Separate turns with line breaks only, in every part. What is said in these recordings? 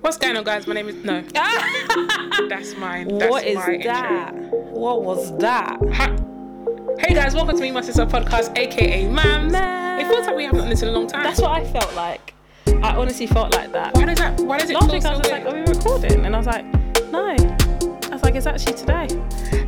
What's going on, guys? My name is no. That's mine. That's
what is
my intro.
that? What was that?
Ha- Hey guys, welcome to Me My Sister podcast, aka Mams.
Mams.
It feels like we haven't done this in a long time.
That's what I felt like. I honestly felt like that.
Why does that? Why does it
Last
feel
week I
so
was just
weird?
like, are we recording? And I was like, no. I was like, it's actually today.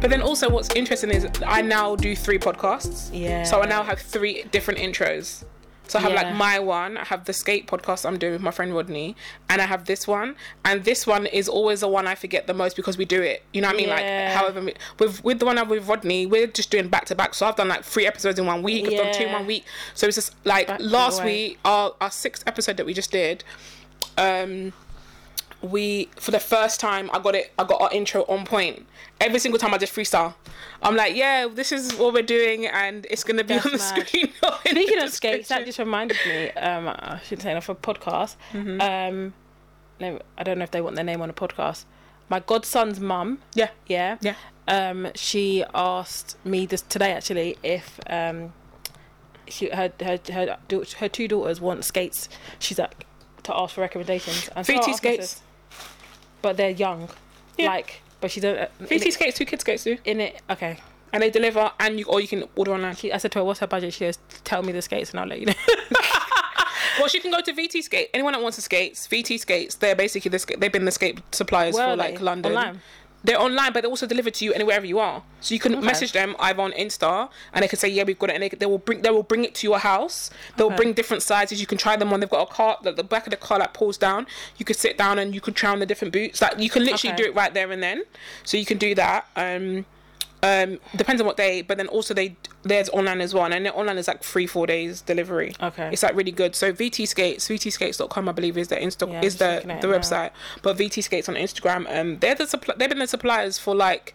But then also, what's interesting is I now do three podcasts.
Yeah.
So I now have three different intros. So I have like
Yeah.
my one, I have the skate podcast I'm doing with my friend Rodney, and I have this one. And this one is always the one I forget the most because we do it. You know what I mean?
Yeah.
Like, however, mi- with with the one I'm with Rodney, we're just doing back to back. So I've done like three episodes in one week. I've done two in
Yeah.
one week. So it's just like
Back to
last
the way.
week, our our sixth episode that we just did, um, we for the first time I got it I got our intro on point. Every single time I just freestyle. I'm like, yeah, this is what we're doing and it's gonna be
That's
on the
mad.
screen. or in the
Speaking of skates, that
description.
just reminded me. Um, I shouldn't say enough a podcast. Um, no, I don't know if they want their name on a podcast. My godson's mum.
Yeah.
Yeah.
Yeah.
Um, she asked me this today actually if um, she her her her, da- her two daughters want skates. She's like to ask for recommendations. And so I
VT
asked my
skates.
sis, but they're young.
Yeah.
Like, but she don't. uh, in
VT
it,
skates, two kids skates do.
in it. Okay.
And they deliver and you or you can order online.
She, I said to her, "What's her budget?" She goes, "Tell me the skates, and I'll let you know."
Well she can go to VT Skate. Anyone that wants to skates, VT Skates, they're basically the skate they've been the skate suppliers
Where
for
are they?
like London.
Online?
They're online, but they also deliver to you anywherever you are. So you can message them either on Insta, and they can say, "Yeah, we've got it," and they, they will bring they will bring it to your house. They'll
Okay.
bring different sizes. You can try them on. They've got a cart that the back of the car that pulls down. You can sit down and you can try on the different boots. Like you can literally
Okay.
do it right there and then. So you can do that. Um, um, depends on what day, but then also they there's online as well, and then online is like three four days delivery.
Okay.
it's like really good. So VT Skates, VTSkates.com, I believe is their Insta
Yeah,
is
just
the
looking at
the
it now.
website. But VT Skates on Instagram, um, they're the supply. They've been the suppliers for like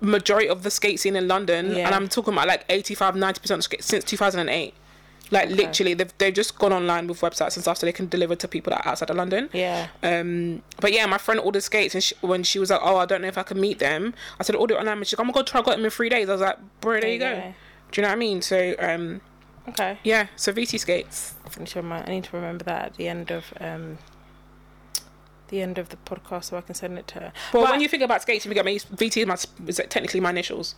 majority of the skate scene in London,
Yeah.
and I'm talking about like 85, 90 percent since 2008. Like literally, they've they've just gone online with websites and stuff, so they can deliver to people that are outside of London.
yeah.
Um, but yeah, my friend ordered skates, and she, when she was like, "Oh, I don't know if I can meet them," I said, "Order it online." And she's like, "Oh my god, try I got them in three days." I was like, "Bro, there, you go. Do you know what I mean? So um,
Okay.
yeah, so VT skates.
I need, to remind, I need to remember that at the end of um, the end of the podcast, so I can send it to her.
Well,
But-
when you think about skates, you think about me. VT is, my, is technically my initials.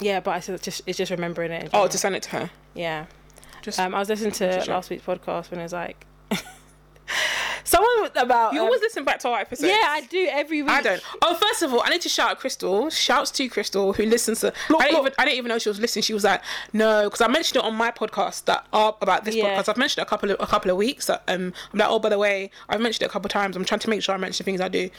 yeah, but I said it's just it's just remembering it. in
Oh,
general.
to send it to her.
yeah.
Just-
um, I was listening to
just-
last week's podcast when it was like someone was about
You
um,
always listen back to our episodes.
yeah I do every week.
I don't. Oh, first of all, I need to shout out Crystal. Shouts to Crystal who listens to. I, didn't
look.
Even, I didn't even know she was listening. She was like, no, because I mentioned it on my podcast that uh, about this
Yeah.
podcast. I've mentioned it a couple of a couple of weeks. That, um, I'm like, oh, by the way, I've mentioned it a couple of times. I'm trying to make sure I mention things I do.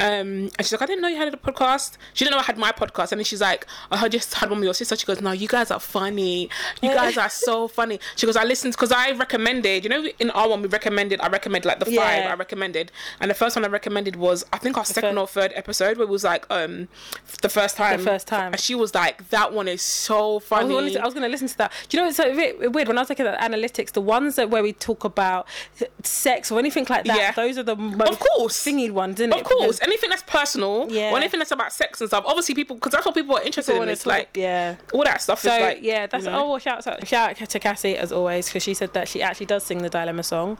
Um, and she's like, I didn't know you had a podcast. She didn't know I had my podcast, and then she's like, "Oh, I heard you had one with your sister. She goes, No, you guys are funny. You guys are so funny. She goes, I listened because I recommended. You know, in our one we recommended. I recommended like the five.
Yeah.
I recommended, and the first one I recommended was I think our second
fir-
or third episode where it was like um the first time.
first time.
And she was like, That one is so
I was,
funny.
gonna, I was gonna listen to that. Do you know it's a bit weird when I was looking at analytics, the ones that where we talk about sex or anything like that,
Yeah.
those are the most
of course.
thingy ones, isn't it?
Of course,
Because
anything that's personal
Yeah.
or anything that's about sex and stuff. Obviously, people because that's what people are interested
people
in.
wanna
It's
talk-
like
yeah.
all that stuff
So
is like
yeah, that's
you know.
oh well, shout out shout out to Cassie as always because she said that she actually does sing the dilemma song.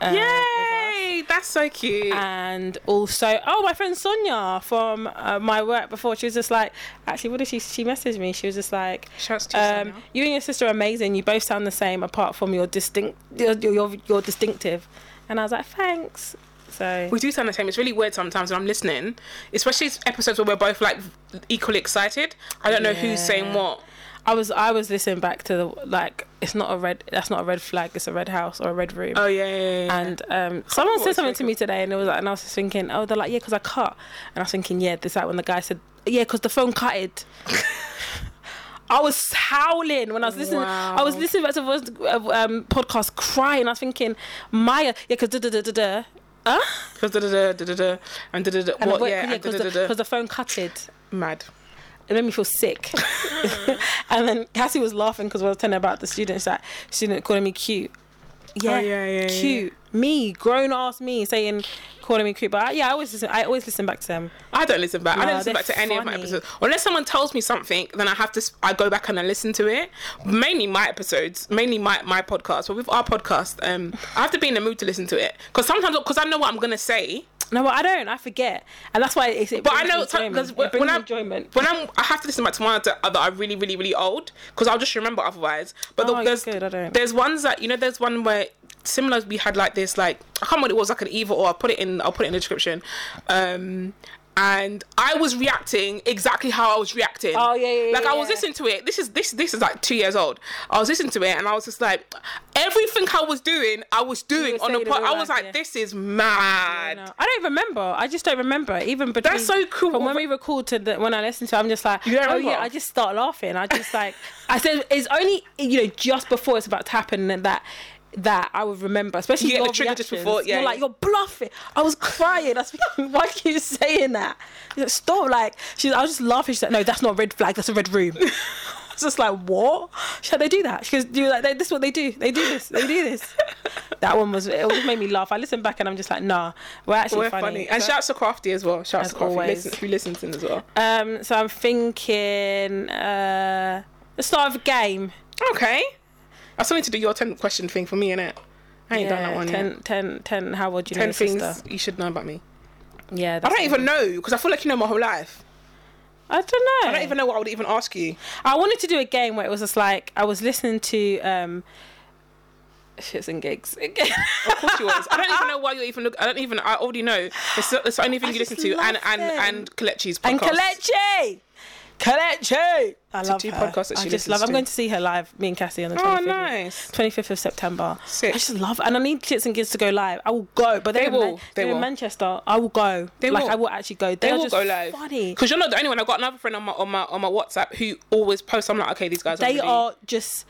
uh, with us.
Yay! That's so cute.
And also, oh, my friend Sonia from uh, my work before, she was just like, actually, what did she? She messaged me. She was just like,
Shouts to you,
um,
Sonia.
you and your sister are amazing. You both sound the same, apart from your distinct, your your, your distinctive. And I was like, thanks. So
we do sound the same. It's really weird sometimes when I'm listening, especially episodes where we're both like equally excited. I don't know who's
Yeah.
saying what.
I was I was listening back to the like, it's not a red, that's not a red flag. It's a red house or a red room.
Oh yeah, yeah, yeah.
And um, someone
it's
said something to
very
me today, and it was like, and I was just thinking, oh, they're like, yeah, because I cut, and I was thinking, yeah, this like when the guy said, yeah, because the phone cutted. I was howling when I was listening. I was
Wow.
listening back to the voice- uh, um, podcast, crying. I was thinking, Maya, yeah, because da da da da da, huh?
Because da da da da da and da da da.
And
What?
the voice-
yeah, and da
because
da
the,
da.
'cause the phone cutted.
Mad.
It made me feel sick. and then Cassie was laughing because we were telling her about the students that student calling me cute. Yeah,
yeah, yeah, yeah,
cute. Me, grown ass me, saying, calling me cute. But I, yeah, I always listen. I always listen back to them.
I don't listen back. I
Nah,
don't listen
they're
back to any of my
funny.
episodes unless someone tells me something. Then I have to. s- I go back and I listen to it. Mainly my episodes, mainly my my podcast. But with our podcast, um, I have to be in the mood to listen to it because sometimes because I know what I'm gonna say.
No, but I don't. I forget, and that's why it's. It
But I
brings me
know
enjoyment.
because
It
when
brings me
I'm
enjoyment.
when I'm I have to listen back to ones that, that are really really really old because I'll just remember otherwise. But
Oh,
the, there's
good, I don't.
there's ones that you know there's one where similar we had like this like I can't remember what it was like an evil or I'll put it in I'll put it in the description. Um and I was reacting exactly how I was reacting.
Oh, yeah, yeah,
Like
yeah,
I was
yeah.
listening to it. This is this this is like two years old. I was listening to it and I was just like, everything I was doing, I was doing
were
on the
saying it
pod.
all
I was
out,
like,
yeah.
this is mad.
No, I don't remember. I just don't remember. Even but
That's so cool.
From when we record to the, when I listen to, it, I'm just like,
don't
oh yeah,
remember?
I just start laughing. I just like, I said it's only you know just before it's about to happen and that that I would remember, especially
You get
your
the trigger just
reactions.
before, yeah,
you're like
yeah.
you're bluffing. I was crying. That's why are you saying that? She's like, Stop. Like she's, I was just laughing. She's like, no, that's not a red flag. That's a red room. I was just like, what? She's like, they do that. She goes, do like, they, this is what they do. They do this. They do this. That one was it always made me laugh. I listen back and I'm just like, nah, we're actually
We're funny. And
So-
shouts to Crafty as well. Shouts
As
to Crafty.
always.
Listen, who listens in as well.
um, so I'm thinking uh, the start of a game.
Okay. I still need to do your 10 question thing for me, innit? I ain't done that one
ten,
yet.
10 10 how would you
10
know
things
sister?
you should know about me.
Yeah,
I don't even know because I feel like you know my whole life.
I don't know.
I don't even know what I would even ask you.
I wanted to do a game where it was just like I was listening to um, shits and gigs.
Of course you was. I don't even know why you're even look. I don't even. I already know. It's the, it's the only thing
I
you
just
listen to, and
love
and
them.
and Kalechi's podcast.
and Kalechi. Kalechi. I love
two
her.
podcasts that
I
she listens
just love. I'm
to.
going to see her live. Me and Cassie on the 25th.
Oh, nice.
25th of September.
Sick.
I just love, and I need kids and kids to go live. I will go, but they're
They
in
will.
Man-
They
they're in
will.
Manchester. I will go.
They
like
will.
I will actually go. They,
They
are
will
just
go live
Funny.
because you're not the only one. I've got another friend on my on my on my WhatsApp who always posts. I'm like, okay, these guys.
they
really-
are just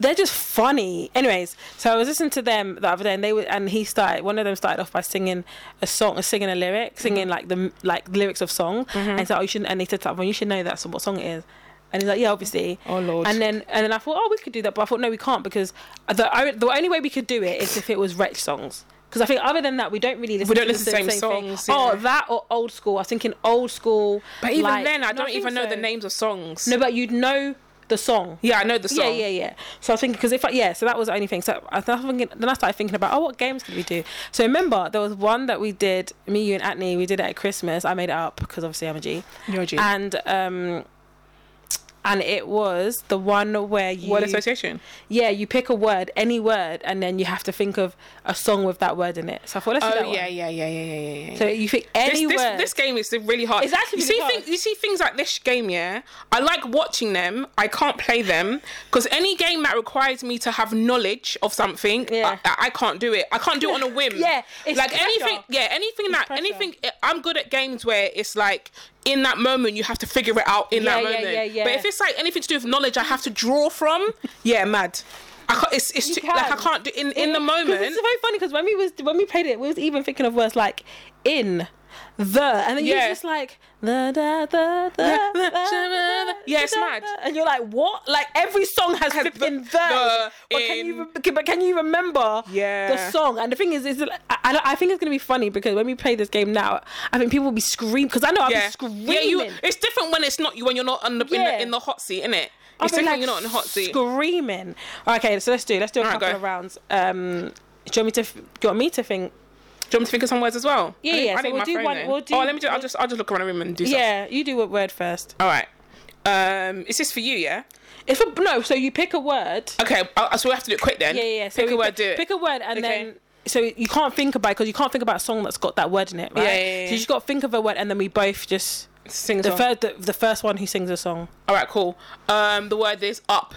they're just funny anyways so i was listening to them the other day and they were and he started one of them started off by singing a song singing a lyric
Mm-hmm.
singing like the like lyrics of song and so oh, you should and he said something you should know that song, what song it is and he's like yeah obviously
Oh, Lord.
and then and then i thought oh we could do that but i thought no we can't because the, o- the only way we could do it is if it was wretch songs because I think other than that we don't really listen.
We don't
to
listen to same
thing.
songs,
Oh,
yeah.
that or old school. I was thinking old school.
But even
like-
then, I
No,
don't
think
even know the
so.
names of songs.
No, but you'd know the song.
Yeah, I know the song.
Yeah, yeah, yeah. So I think because if I, yeah, so that was the only thing. So I started thinking, then I started thinking about oh, what games could we do? So remember, there was one that we did, me, you, and Atney. We did it at Christmas. I made it up because obviously I'm a G.
You're a G.
And um, and it was the one where you
Word association.
yeah, you pick a word, any word, and then you have to think of a song with that word in it. So I thought let's do that
Oh yeah,
one.
yeah, yeah, yeah, yeah, yeah. yeah.
So you pick any
this, this,
word.
this game is really hard.
It's actually
you
really
see
hard.
things. You see things like this game. Yeah, I like watching them. I can't play them because any game that requires me to have knowledge of something,
Yeah.
I, I can't do it. I can't do it on a whim.
Yeah, it's
like
pressure.
anything. Yeah, anything that
pressure.
anything. eh, I'm good at games where it's like. In that moment, you have to figure it out. In
Yeah,
that
yeah,
moment,
yeah, yeah.
but if it's like anything to do with knowledge, I have to draw from. Yeah, mad. I can't. It's, it's
You
too, like I
can.
can't do in in the
'Cause
moment.
It's very funny because when we was when we played it, we was even thinking of words like in the, and then you're
Yeah.
just like the da da da.
the, da,
da, da,
yeah, it's
da,
mad.
da. And you're like, what? Like every song has
Has the-
flipping the.
the,
but can you
in.
re- but can you remember
Yeah.
the song? And the thing is, is that- I, I, I think it's gonna be funny because when we play this game now, I think people will be screaming because I know I'll be screaming.
Yeah, you, it's different when it's not you when you're not on the, in,
Yeah.
the in the hot seat, isn't it?
I'll
It's
be,
different
like,
when you're not in the hot seat.
Screaming. Okay, so let's do let's do a
Alright,
couple
go.
of rounds. Um, do you want me to f- do you want me to think?
do you want me to think of some words as well?
Yeah,
I need-
yeah,
I
so
need
we'll
my
do
phone
one-
then.
we'll do-
oh, let me. Do, I'll just I'll just look around the room and do. Yeah.
Yeah, you do a word first.
All right. Um, is this for you? Yeah.
It's a, no, so you pick a word.
Okay. i so we have to do it quick then.
Yeah, yeah. yeah. So
pick
we
a word.
pick,
do it.
Pick a word, and
Okay.
then so you can't think about because you can't think about a song that's got that word in it, right?
Yeah, yeah, yeah.
So you just got to think of a word, and then we both just
Sing a
the
song.
first the, the first one who sings a song.
All right. Cool. Um, the word is up.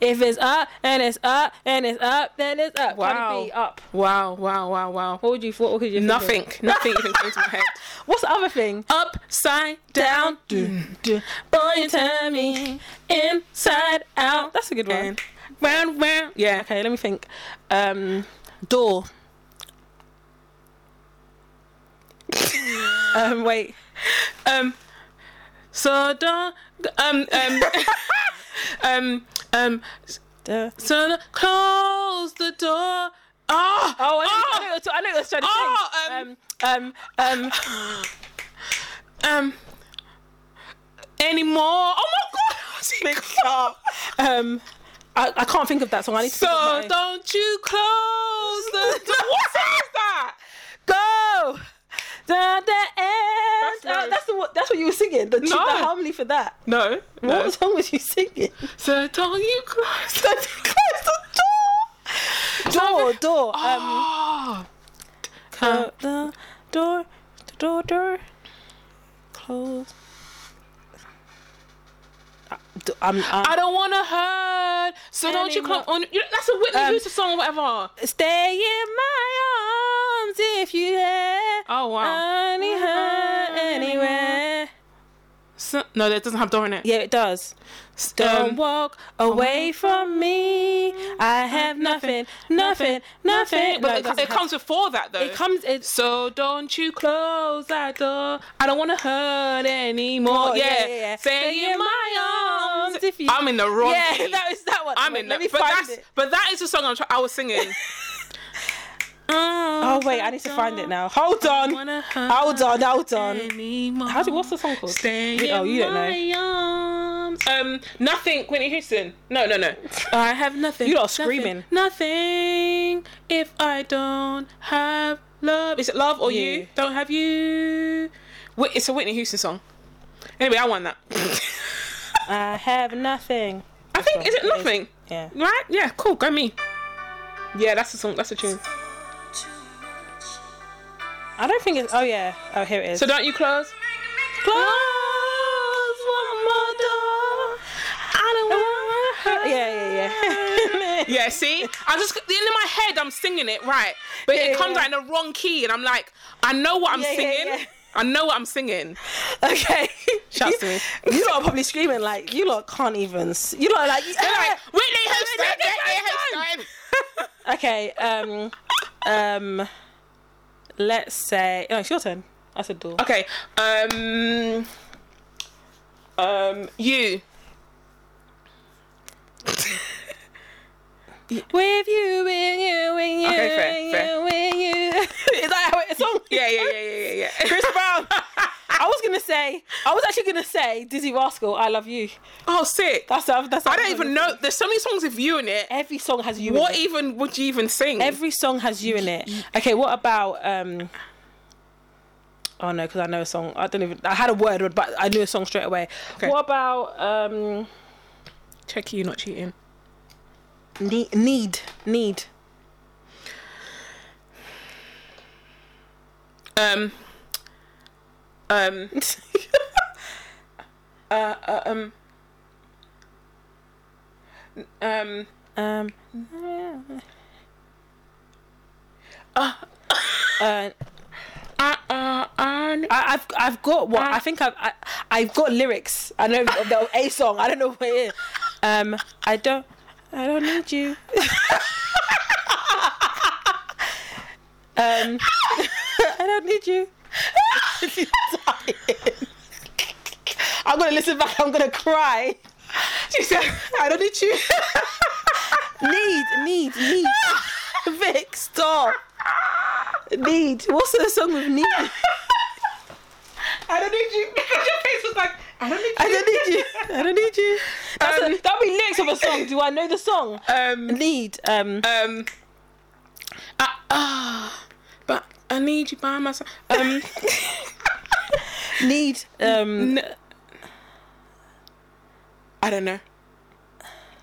If it's up and it's up and it's up, then it's up.
Wow.
Cardi B, up.
Wow. Wow. Wow. Wow.
What would you? What could you? think of?
Nothing. Nothing even came to my head.
What's the other thing?
Upside down.
Boy, you turn me inside out. That's a good one.
And round round. Yeah.
Okay, let me think. Um, door. um, wait.
Um, so da, um, um, um, um,
duh.
So close the door. Ah!
Oh, I know,
ah,
I, know, what you're- I know what I was trying to
Oh,
say. Um, um, um,
um. Anymore. Oh my god!
up. Um, I, I can't think of that song. I need to.
So
think of my-
don't you close the door. what song is that?
go. Da, da, and,
That's nice.
uh, that's the one- that's what you were singing. The, tune-
No.
the harmony for that.
No.
What
no.
song was you singing?
So don't you close the
Don't you close the door. Door, door. Um,
Oh.
uh, the door, the door, door. Close. Uh, d- I'm, I'm,
I don't wanna hurt. So don't you
Anymore.
close on you know, that's a Whitney
Um,
Houston song or whatever.
Stay in my arms if you dare.
Oh wow.
Only her anywhere.
So- no, that doesn't have door in it.
Yeah, it does.
S-
Don't
um,
walk away from me. I have nothing, nothing, nothing. No,
But it,
doesn't
it comes before that though.
have- It comes. It's
So don't you close that door. I don't wanna hurt anymore.
Oh,
yeah.
yeah, yeah, yeah.
Stay,
Stay
in my arms. If you... I'm in the wrong.
yeah,
key.
that is that one.
I'm
Wait,
in.
Let
Let
me
but
find
that's
it.
but that is the song I'm try- I was singing.
Oh wait, I need to find it now. Hold on.
Wanna
Hold on. Hold on.
on.
How do? What's the song called?
Stay
Oh, you
in
don't know.
my arms. Um, nothing. Whitney Houston. No, no, no. I have nothing.
You lot
nothing,
are screaming.
Nothing. If I don't have love, is it love or
You.
you? Don't have you. Wh- It's a Whitney Houston song. Anyway, I won that.
I have nothing.
I think is it
It is.
nothing?
Yeah.
Right? Yeah. Cool. Go me. Yeah, that's the song. That's the tune.
I don't think it's. Oh yeah. Oh here it is.
So don't you close. Close one more door. I don't want to hurt.
yeah, yeah, yeah.
Yeah, see, I just in my head I'm singing it right, but
Yeah,
it comes
yeah.
out in the wrong key, and I'm like, I know what I'm
Yeah, yeah,
singing.
yeah.
I know what I'm singing.
Okay.
Shouts to me.
You lot are probably screaming like you lot can't even. s- You lot are like.
They're like Whitney Houston.
Whitney
Whitney Houston.
"Ah!" okay. Um. Um. Let's say. Oh, it's your turn. I said door.
okay. Um. Um. You.
With you, with you, with you,
Okay, fair,
with
fair.
you, with you. Is that how it's song?
Yeah, yeah, yeah, yeah, yeah. yeah.
Chris Brown. I was gonna say. I was actually gonna say Dizzy Rascal. I love you.
oh, sick.
That's the- that's. the
I don't
other
even
one.
know. There's so many songs with you in it.
Every song has you.
What
in it.
even would you even sing?
Every song has you in it. Okay, what about um? Oh no, because I know a song. I don't even. I had a word, but I knew a song straight away.
Okay.
What about um?
Check you, not cheating.
Need, need, need.
Um. Um. Uh. uh, Um. Um.
um. Uh,
Uh. Uh. uh
I, I've I've got what I think I've I, I've got lyrics. I know the a song. I don't know what it is. Um, I don't I don't need you. um, I don't need you. I'm gonna listen back. I'm gonna cry.
she said, "I don't need you."
Need need need. Vic, stop. Need. What's the song with need?
I don't need you because your face was like, "I don't need you."
I don't need you. I don't need you. That's
Um,
a, that'll be lyrics of a song. Do I know the song?
Um.
need um
Um. Ah. ah, but I need you by my side. Um.
need um
n- I don't know.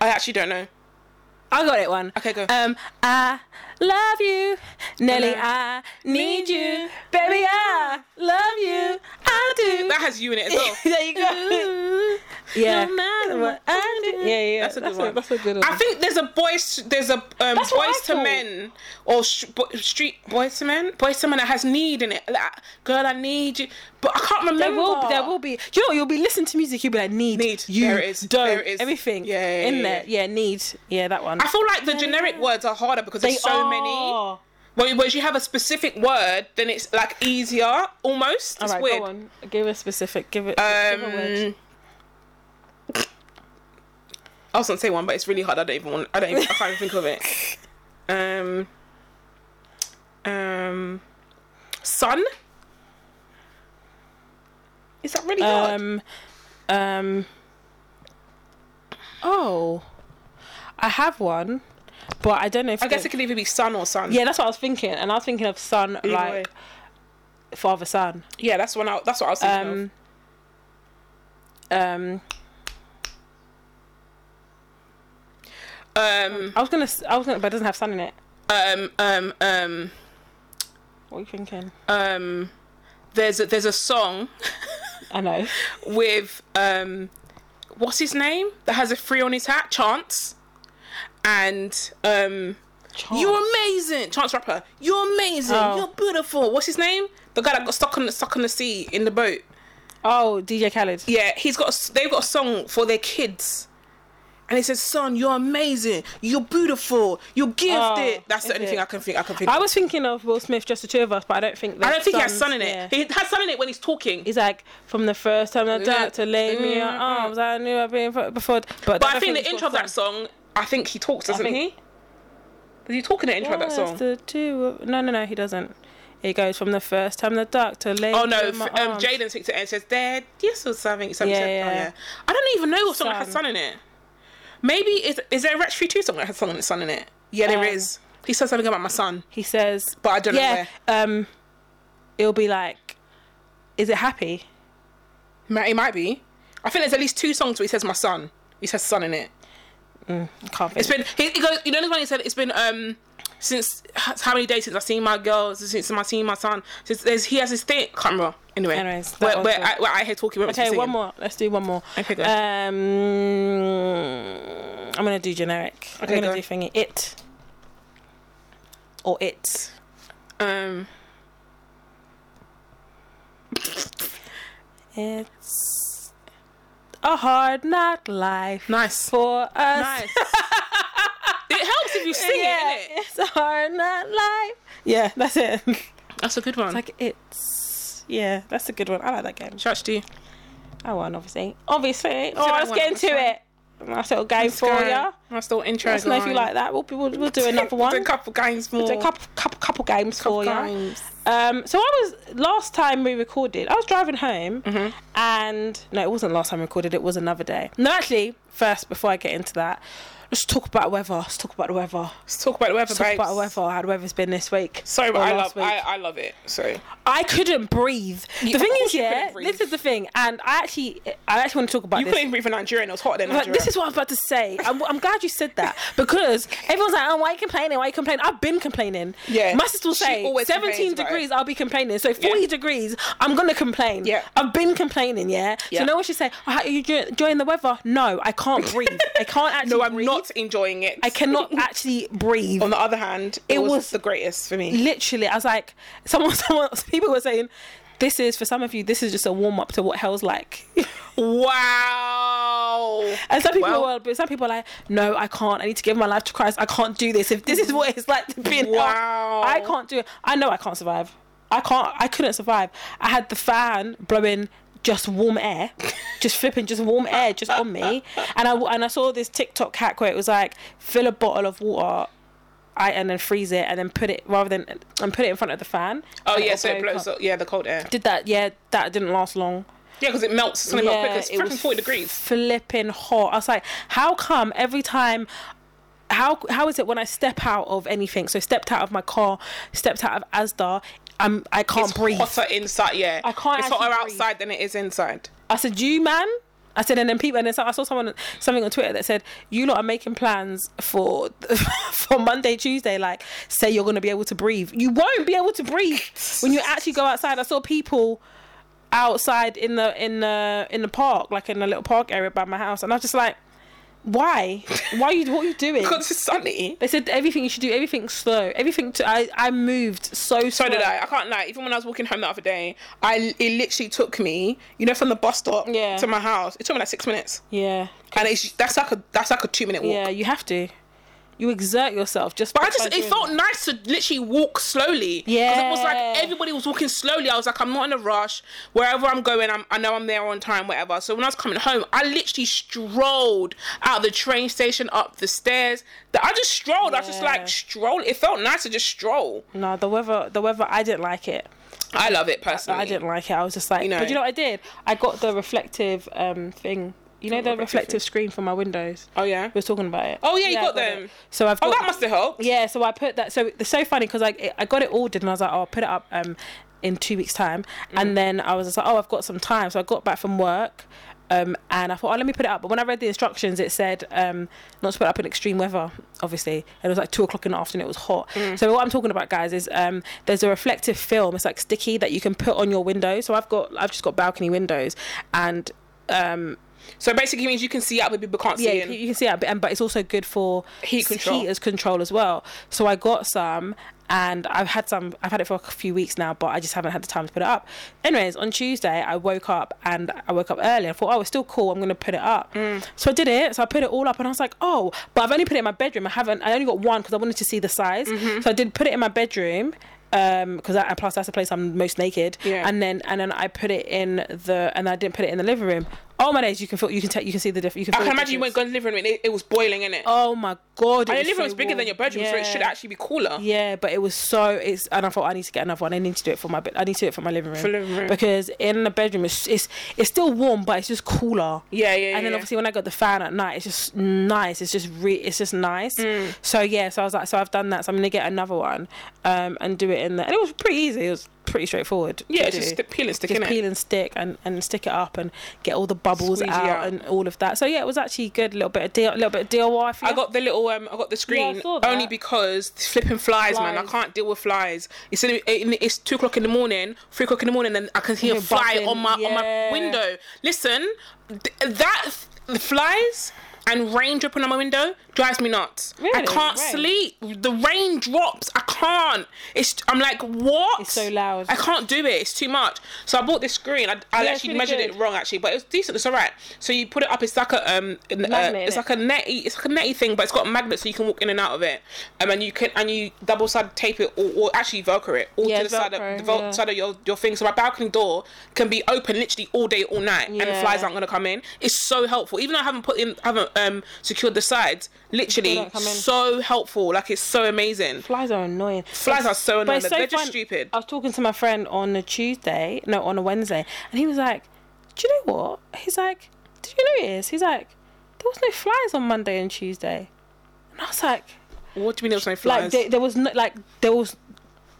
I actually don't know.
I got it one.
Okay, go.
Um I love you Nelly
Hello.
I need you baby I love you I do
That has you in it as well.
there you go yeah
no matter what
I do yeah yeah
That's a good one.
that's a good one
I think there's a boys there's a um,
That's what
boys to
I thought.
men or sh- bo- street boys to men boys to men that has need in it. Like, girl, I need you, but I can't remember.
there will be, there will be you know you'll be listening to music you'll be like need
Need.
you
There it is.
don't
There it is.
everything
Yeah, yeah,
in
yeah,
there yeah need yeah that one
I feel like the generic words are harder because
They
there's so many.
are.
When- Whereas you have a specific word, then it's like easier almost.
All
It's
right,
weird.
go on. Give a specific. Give it. give a word.
Um, I was gonna say one, but it's really hard. I don't even want. I don't. Even, I can't even think of it. Um. Um. Sun. Is that really hard?
Um, um. Oh, I have one, but I don't know if
I guess it could either be sun or sun.
yeah, that's what I was thinking, and I was thinking of son,
Either
like
way.
father, son.
yeah. That's one. I, that's what I was thinking of.
Um. Um.
Um.
I was gonna. s- I was gonna, but it doesn't have son in it.
Um. Um. Um.
What are you thinking?
um there's a, there's a song
I know.
with um what's his name that has a three on his hat chance and um you're amazing chance rapper you're amazing
Oh.
you're beautiful what's his name the guy that got stuck on the stuck on the sea in the boat
Oh, DJ Khaled.
yeah he's got a s they've got a song for their kids and it says son you're amazing you're beautiful you're gifted
Oh,
that's the
is
only
it?
thing i can think i can think
I
of.
was thinking of Will Smith, just the two of us, but I don't think.
i don't think he has
son's-
sun in it
yeah.
he has sun in it when he's talking
He's like, from the first time I
Yeah.
tried to lay me in your
Mm, mm.
arms, I knew I'd been f- before. But,
But I think the intro of that song, I think he talks, doesn't
think-
he? Does he talk in the intro of that song?
The two of- no, no, no, he doesn't. It goes from the first time the dark to lay.
Oh no,
me in
f-
my
um,
arms.
Jaden sings it and says, "Dad, yes or something." something
Yeah,
said-
yeah.
Oh, yeah. I don't even know what song that has
Sun.
sun in it. Maybe is is there a Ratchet Tree Two song that has sun in sun in it? Yeah, there
Um,
is. He says something about my son,
He says,
but I don't know
yeah,
where.
um, it'll be like, is it happy?
Ma- It might be. I think there's at least two songs where he says my son. He says son in it.
I can't think.
It's been he, he goes. You know the one he said. It's been um since how many days since I've seen my girls since I've seen my son. Since there's, he has his thing. Can't remember. Anyway,
Anyways, that
where,
was
where,
good.
I, where I hear talking.
okay, one more. Uh, Let's do one more.
Okay, go.
Um, I'm gonna do generic.
Okay,
I'm gonna
go.
do thingy. It or it.
Um,
It's a hard knock life
nice.
for us.
Nice. it helps if you sing
yeah,
it, innit?
It's a hard knock life. Yeah, that's it.
That's a good one.
like it's. Yeah, that's a good one. I like that game.
Shout out to you.
I won, obviously. Obviously. Oh, I was
won,
getting to it. Nice little game for
Go.
ya.
Nice little intro.
Let us know if you
guys.
like that. We'll, be- we'll, we'll do another
Do a
one.
couple games more.
do a couple, couple, couple games for you.
games.
Um, so I was last time we recorded. I was driving home,
Mm-hmm.
and no, it wasn't last time we recorded. It was another day. No, actually, first before I get into that, let's talk about weather. Let's talk about the weather.
Let's talk about the weather,
Let's talk
babes.
about the weather. How the weather's been this week?
Sorry, but
or
I
last
love,
week. Oh,
I, I love it. Sorry.
I couldn't breathe. the
of
thing
course
is,
you couldn't
yeah,
breathe.
this is the thing, and I actually, I actually want to talk about
You
this.
couldn't even breathe for Nigeria and it was hotter than
But
Nigeria.
this is what I was about to say. I'm, I'm glad you said that because everyone's like, "Oh, why are you complaining? Why are you complaining?" I've been complaining.
Yeah.
my sister will
She
say
always
17
complains about
degrees. I'll be complaining. So 40
Yeah.
degrees, I'm gonna complain.
Yeah.
I've been complaining. Yeah,
Yeah.
so no one should say, oh, "How are you enjoy- enjoying the weather?" No, I can't breathe. I can't actually.
No, I'm
breathe.
not enjoying it.
I cannot actually breathe.
On the other hand, it,
It
was,
was-
the greatest for me.
Literally, I was like, someone, someone, people were saying, "This is for some of you. This is just a warm up to what hell's like."
Wow.
And some people
Well-
will, but some people are like, no, I can't. I need to give my life to Christ. I can't do this. If this is what it's like to be in hell,
Wow.
I can't do it. I know I can't survive. I can't. I couldn't survive. I had the fan blowing just warm air, just flipping just warm air just on me, and I w- and I saw this TikTok hack where it was like fill a bottle of water. I, and then freeze it and then put it rather than and put it in front of the fan.
Oh
and
yeah,
it'll
so it
blow
blows
up.
up. Yeah, the cold air.
Did that? Yeah, that didn't last long
Yeah, because it melts. It's gonna melt quick. It's
it
freaking
was
forty degrees.
Flipping hot. I was like, how come every time? How how is it when I step out of anything? So stepped out of my car, stepped out of Asda. I'm I can't
It's
breathe.
hotter inside. Yeah, I
can't
It's hotter
actually breathe.
outside than it is inside.
I said, you man. I said, and then people, and then so- I saw someone something on Twitter that said, you lot are making plans for for Monday, Tuesday. Like, say you're going to be able to breathe. You won't be able to breathe when you actually go outside. I saw people outside in the in the in the park, like in a little park area by my house, and I was just like, why? Why are you? What are you doing?
Because it's sunny.
They said everything you should do, everything slow, everything. To, I I moved so slow.
So did I. I can't lie. Even when I was walking home the other day, I it literally took me, you know, from the bus stop
Yeah.
to my house. It took me like six minutes,
Yeah,
and it's that's like a that's like a two minute walk.
yeah. You have to. You exert yourself just.
But I
because
just, it
you're-
felt nice to literally walk slowly. 'Cause It was like
Yeah.
everybody was walking slowly. I was like, I'm not in a rush. Wherever I'm going, I'm, I know I'm there on time, whatever. So when I was coming home, I literally strolled out the train station up the stairs. That I just strolled. I just
Yeah.
like strolled. It felt nice to just stroll.
No, the weather. The weather. I didn't like it.
I love it personally.
I didn't like it. I was just like,
know.
but you know what I did? I got the reflective um thing. You know the
reflective
reflective screen for my windows.
Oh, yeah.
We were talking about it.
Oh, yeah, you
I
got them.
it. So I've.
Oh,
got-
that must have helped.
Yeah, so I put that. So it's so funny because like it- I got it ordered and I was like, oh, I'll put it up um in two weeks' time. And then I was just like, oh, I've got some time. So I got back from work. Um, and I thought, oh, let me put it up. But when I read the instructions, it said um, not to put it up in extreme weather, obviously. And it was like two o'clock in the afternoon. It was hot. So what I'm talking about, guys, is um, there's a reflective film. It's like sticky that you can put on your window. So I've got, I've just got balcony windows, and um,
So it basically means you can see out, but people can't
yeah,
see
you,
in.
you can see that. But, and- but it's also good for
Heat
s-
control.
heaters control as well. So I got some, and I've had some. I've had it for a few weeks now, but I just haven't had the time to put it up. Anyways, on Tuesday I woke up and I woke up early. I thought, oh, it's still cool. I'm gonna put it up.
Mm.
So I did it. So I put it all up, and I was like, oh, but I've only put it in my bedroom. I haven't. I only got one because I wanted to see the size.
Mm-hmm.
So I did put it in my bedroom. Um, because I, plus that's the place I'm most naked,
Yeah.
and then and then I put it in the and I didn't put it in the living room. Oh my days, you can feel, you can take, you can see the difference. You can
I
feel
can
the
imagine you went
difference.
going to the living room and it, it was boiling in it.
Oh my god!
and your
it was
living
so
room's bigger
warm.
than your bedroom, so it should
Yeah.
actually be cooler.
Yeah, but it was so. It's and I thought I need to get another one. I need to do it for my. bed. I need to do it for my living room.
For living room.
because in the bedroom it's it's it's still warm, but it's just cooler.
Yeah, yeah, yeah.
And then
yeah.
obviously when I got the fan at night, it's just nice. It's just re- it's just nice.
Mm.
So yeah, so I was like, so I've done that. So I'm gonna get another one, um, and do it in there. And it was pretty easy. It was pretty straightforward. to
yeah, it's
do.
just st- peel and stick
Just
in it.
peel and stick and, and stick it up and get all the bubbles
Squeegee
out,
out.
and all of that. So yeah, it was actually good. A little bit of deal, little bit of DIY. for
I
you.
got the little um, I got the screen
Yeah, I saw that.
only because flipping flies, man. I
Flies.
can't deal with flies. It's in, in- it's two o'clock in the morning, three o'clock in the morning, and I can hear a
You're
fly
buzzing.
on my on my
Yeah.
window. Listen, th- that the flies and rain dripping on my window drives me nuts. I
Really?
can't
Rain?
sleep. The rain drops. I can't. It's I'm like what?
It's so loud.
I can't do it. It's too much. So I bought this screen. I, I
Yeah, it's
actually
really
measured
good.
it wrong actually, but it was decent. It's alright. So you put it up. It's like a um, an, uh,
Magnet,
it's
innit?
like a netty it's like a netty thing but it's got magnets so you can walk in and out of it um, and you can and you double sided tape it or, or actually velcro it all
Yeah,
to the side
Velcro,
of the vel-
yeah.
side of your, your thing so my balcony door can be open literally all day all night and the
Yeah.
flies aren't going to come in it's so helpful even though I haven't put in haven't um secured the sides literally
don't come in.
so helpful like it's so amazing
Flies are annoying.
Flies are so
But
annoying.
it's
They're just
fun-
stupid.
I was talking to my friend on a Tuesday, no, on a Wednesday, and he was like, "Do you know what?" He's like, "Did you notice?" He's like, "There was no flies on Monday and Tuesday," and I was like,
what do you mean there's no flies
"Like there, there was no like there was."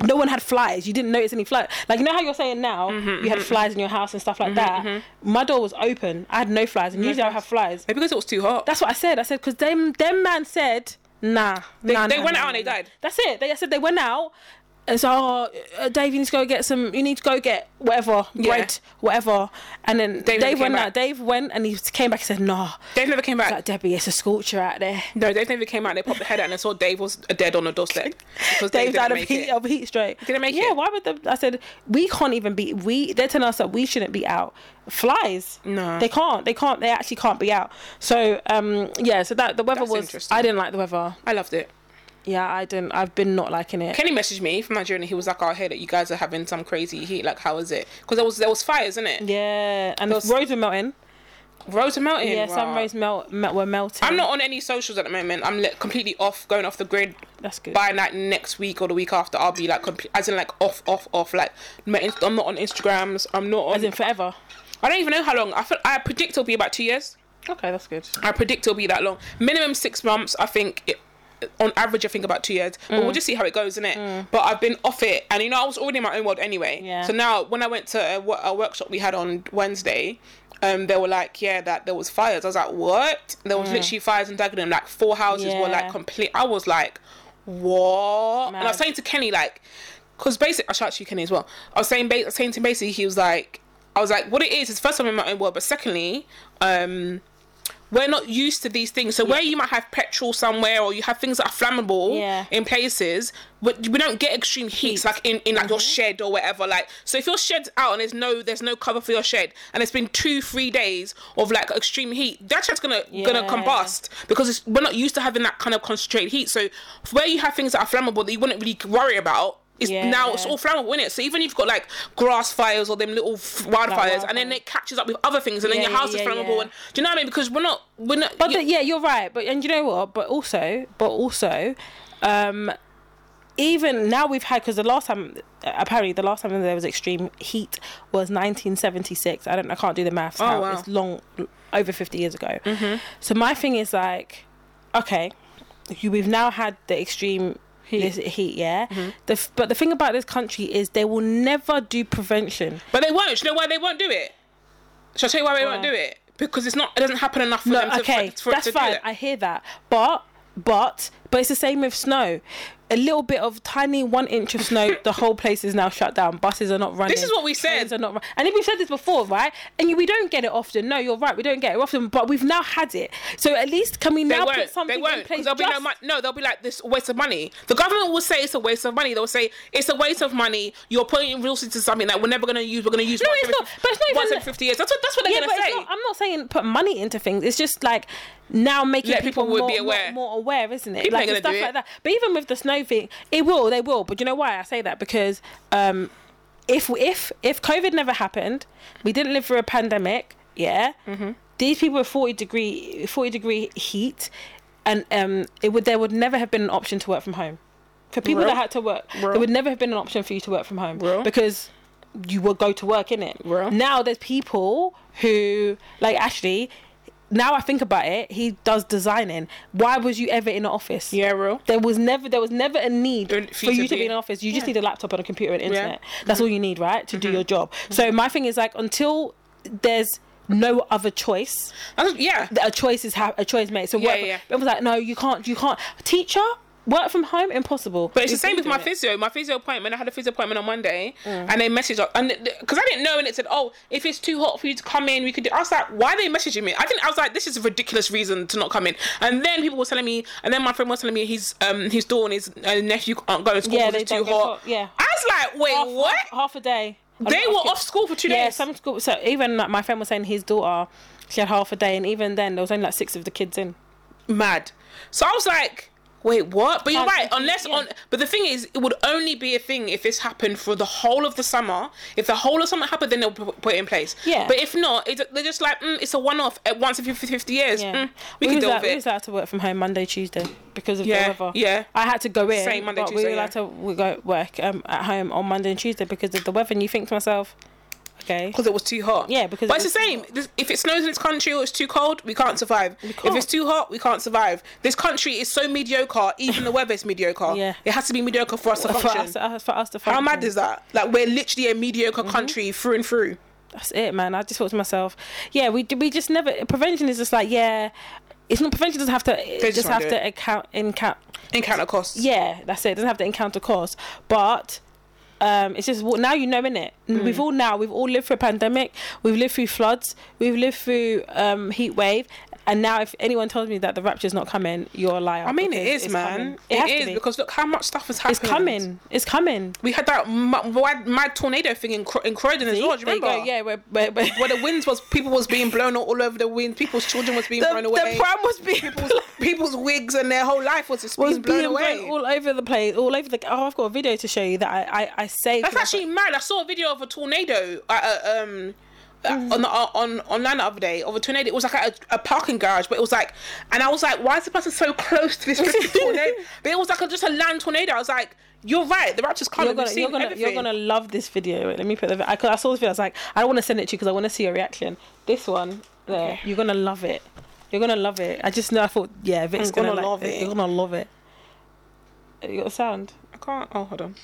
No one had flies. You didn't notice any flies. Like you know how you're saying now,
Mm-hmm,
you had flies in your house and stuff like that. My door was open. I had no flies, and usually I have flies.
maybe because it was too hot
That's what I said. I said because them them man said nah. They,
they went out and they died.
That's it. They I said they went out. And so, oh, uh, Dave, you need to go get some. You need to go get whatever bread, whatever. And then
Dave
Dave,
never
went
came back.
out. Dave went and he came back and said, "Nah,
Dave never came back.
like Debbie, it's a sculpture out there."
no, Dave never came out. They popped the head out and they saw Dave was dead on the doorstep. Because Dave,
Dave
didn't
died of
make
heat,
it.
of heat stroke.
Didn't make
yeah,
it.
why would the? I said we can't even be. We they're telling us that we shouldn't be out. Flies.
No.
they can't. They can't. They actually can't be out. So um, yeah. So that the weather
That's
was.
interesting.
I didn't like the weather.
I loved it.
Yeah, I didn't. I've been not liking it.
Kenny messaged me from Nigeria and he was like, oh, I hear that you guys are having some crazy heat. Like, how is it? Because there was there was fires, isn't it?
Yeah, and the
Those-
roads were melting.
Roads are melting.
Yeah, some
Wow.
roads melt, melt were melting.
I'm not on any socials at the moment. I'm li- completely off, going off the grid.
That's good.
By like next week or the week after, I'll be like, comp- as in like off, off, off. Like, my inst- I'm not on Instagrams. I'm not
As
on.
in forever.
I don't even know how long. I feel, I predict it'll be about two years.
Okay, that's good.
I predict it'll be that long. Minimum six months, I think. It, on average, I think about two years, but
Mm.
we'll just see how it goes, innit? But I've been off it, and you know, I was already in my own world anyway.
Yeah.
So now, when I went to a, wo- a workshop we had on Wednesday, um, they were like, "Yeah, that there was fires." I was like, "What?" There was literally fires in Dagenham. Like four houses were like
Mm. Yeah.
complete. I was like, "What?" And I was
Mad.
saying to Kenny, like, because basically, I shout to you, Kenny, as well. I was saying, ba- I was saying to him basically, he was like, "I was like, what it is is first time in my own world, but secondly, um." we're not used to these things. So where you might have petrol somewhere or you have things that are flammable
Yeah.
in places, but we don't get extreme heats like in, in like your
Mm-hmm.
shed or whatever. Like so if your shed's out and there's no there's no cover for your shed and it's been two, three days of like extreme heat, that shed's gonna gonna
Yeah.
combust because it's, we're not used to having that kind of concentrated heat. So where you have things that are flammable that you wouldn't really worry about. It's now it's
Yeah.
all flammable in it. So even if you've got like grass fires or them little f- wildfires, and then
wildfires.
it catches up with other things, and then
Yeah,
your house
yeah,
is
yeah,
flammable.
yeah.
And do you know what I mean? Because we're not we're not.
But
you-
the- yeah, you're right. But and you know what? But also, but also, um, even now we've had because the last time apparently the last time there was extreme heat was 1976. I don't. I can't do the maths. now.
wow.
It's long, over 50 years ago. So my thing is like, okay, you, we've now had the extreme. Heat. Mm-hmm. This heat, yeah. The f- but the thing about this country is they will never do prevention.
But they won't. Do you know why they won't do it? Shall I tell you why they won't
Why?
do it? Because it's not. It doesn't happen enough for them. To,
okay,
for, for
that's
to do
fine.
it.
I hear that, but but but it's the same with snow. A little bit of tiny one inch of snow, the whole place is now shut down. Buses are not running.
is what we
trains
said.
Are not run- and we've said this before, right? And you, we don't get it often. No, you're right. We don't get it often, but we've now had it. So at least can we
They
now put
won't.
something
They won't.
in
'cause
place?
There'll be no,
just-
mon- no, they'll be like this waste of money. The government will say it's a waste of money. They'll say it's a waste of money. You're putting resources into something that we're never going to use. We're going to use.
No,
once
it's
every-
not. But it's not even-
once every fifty years. That's what. That's what they're
yeah, but
going to
it's
say.
not, I'm not saying put money into things. It's just like now making
Let
people,
people
more,
be
more-
aware.
More, aware, isn't it?
People
like
ain't
it's
gonna
stuff
do
like
it.
that. But even with the snow thing, it will, they will. But you know why I say that? Because um, if if if COVID never happened, we didn't live through a pandemic. Yeah,
Mm-hmm.
these people with forty degree forty degree heat, and um, it would there would never have been an option to work from home. For people
Real.
that had to work,
Real.
there would never have been an option for you to work from home
Real.
because you will go to work in it.
Real.
Now there's people who like actually. Now I think about it, he does designing. Why was you ever in an office?
yeah, real.
There was never there was never a need
Don't-
for you to
feasibly.
be in an office. You just need a laptop and a computer and internet.
Mm-hmm.
That's all you need, right, to do your job. So my thing is like until there's no other choice,
That's, yeah.
a choice is ha- a choice made. So
Yeah,
work-
yeah.
it was like no, you can't, you can't. Teacher, work from home, impossible.
But it's the same with my physio. My physio appointment, I had a physio appointment on Monday,
Mm.
and they messaged us, and because I didn't know, and it said, "Oh, if it's too hot for you to come in, we could." Do, I was like, "Why are they messaging me?" I think I was like, "This is a ridiculous reason to not come in." And then people were telling me, and then my friend was telling me his um his daughter and his uh, nephew aren't going to school
Yeah,
because
they
it's
don't
too
go
hot.
to- yeah.
I was like, "Wait,
Half-
what?"
Half, half a day. A
They
lot of
were
kids-
off school for two
Yeah,
days.
some school. So even like my friend was saying, his daughter, she had half a day, and even then there was only like six of the kids in.
mad. So I was like, wait, what? But you're
Can't
right.
take it,
Unless
yeah.
on, but the thing is, it would only be a thing if this happened for the whole of the summer. If the whole of summer happened, then they'll pu- put it in place.
Yeah.
But if not, it, they're just like, mm, it's a one-off. At once every 50, 50 years,
Yeah.
mm, we, can
was
deal
allowed-
with
We
it.
was allowed to work from home Monday, Tuesday because of
Yeah,
the weather.
yeah.
I had to go in.
Same Monday,
but We
Tuesday,
were allowed
yeah.
to we go work um, at home on Monday and Tuesday because of the weather. And you think to myself, okay,
because it was too hot.
Yeah, because
but
it
it's the
was too
same. This, if it snows in this country or it's too cold, we can't survive. If
can't.
it's too hot, we can't survive. This country is so mediocre. Even the weather is mediocre.
Yeah.
it has to be mediocre for us to
for
function.
us, uh, for us to
How
function. Mm-hmm.
mad is that? Like we're literally a mediocre country through and through.
that's it, man. I just thought to myself, yeah, we we just never prevention is just like yeah, it's not prevention doesn't have to it
just
just,
wanna
have
do
to account encounter.
In counter costs.
Yeah, that's it. it doesn't have to encounter cost, but. Um, it's just what now you know in it.
Mm.
We've all now we've all lived through a pandemic. We've lived through floods. We've lived through um, heat wave. And now, if anyone tells me that the rapture's not coming, you're a liar.
I mean, it
because
is,
it's
man.
coming. It,
It,
has
it is
to be.
because look how much stuff has happened.
it's coming. It's coming.
We had that mad, mad, mad tornado thing in, Cro- in Croydon as well. Do you
There you
remember?
go. Yeah, we're, we're, we're,
Where the winds was people was being blown all over the wind. People's children was being
the,
blown away.
the pram was being
people's, people's wigs and their whole life was just
was
being blown
being
away.
blown all over the place, all over the. Oh, I've got a video to show you that I I, I saved.
That's actually mad. I saw a video of a tornado at a, um
Mm.
on the, uh, on online the other day of a tornado. It was like at a, a parking garage, but it was like, and I was like, why is the person so close to this freaking tornado? But it was like a, just a land tornado. I was like, you're right. The rapture's coming.
You're gonna,
We've seen
you're, gonna,
everything.
you're gonna love this video. Wait, let me put the. I, 'cause I saw this video. I was like, I don't want to send it to you because I want to see your reaction. This one, there,
Okay.
you're gonna love it. You're gonna love it. I just know. I thought, yeah, Vic's
I'm
gonna,
gonna love
love
it.
it. You're gonna love it. You got a sound.
I can't. Oh, hold on.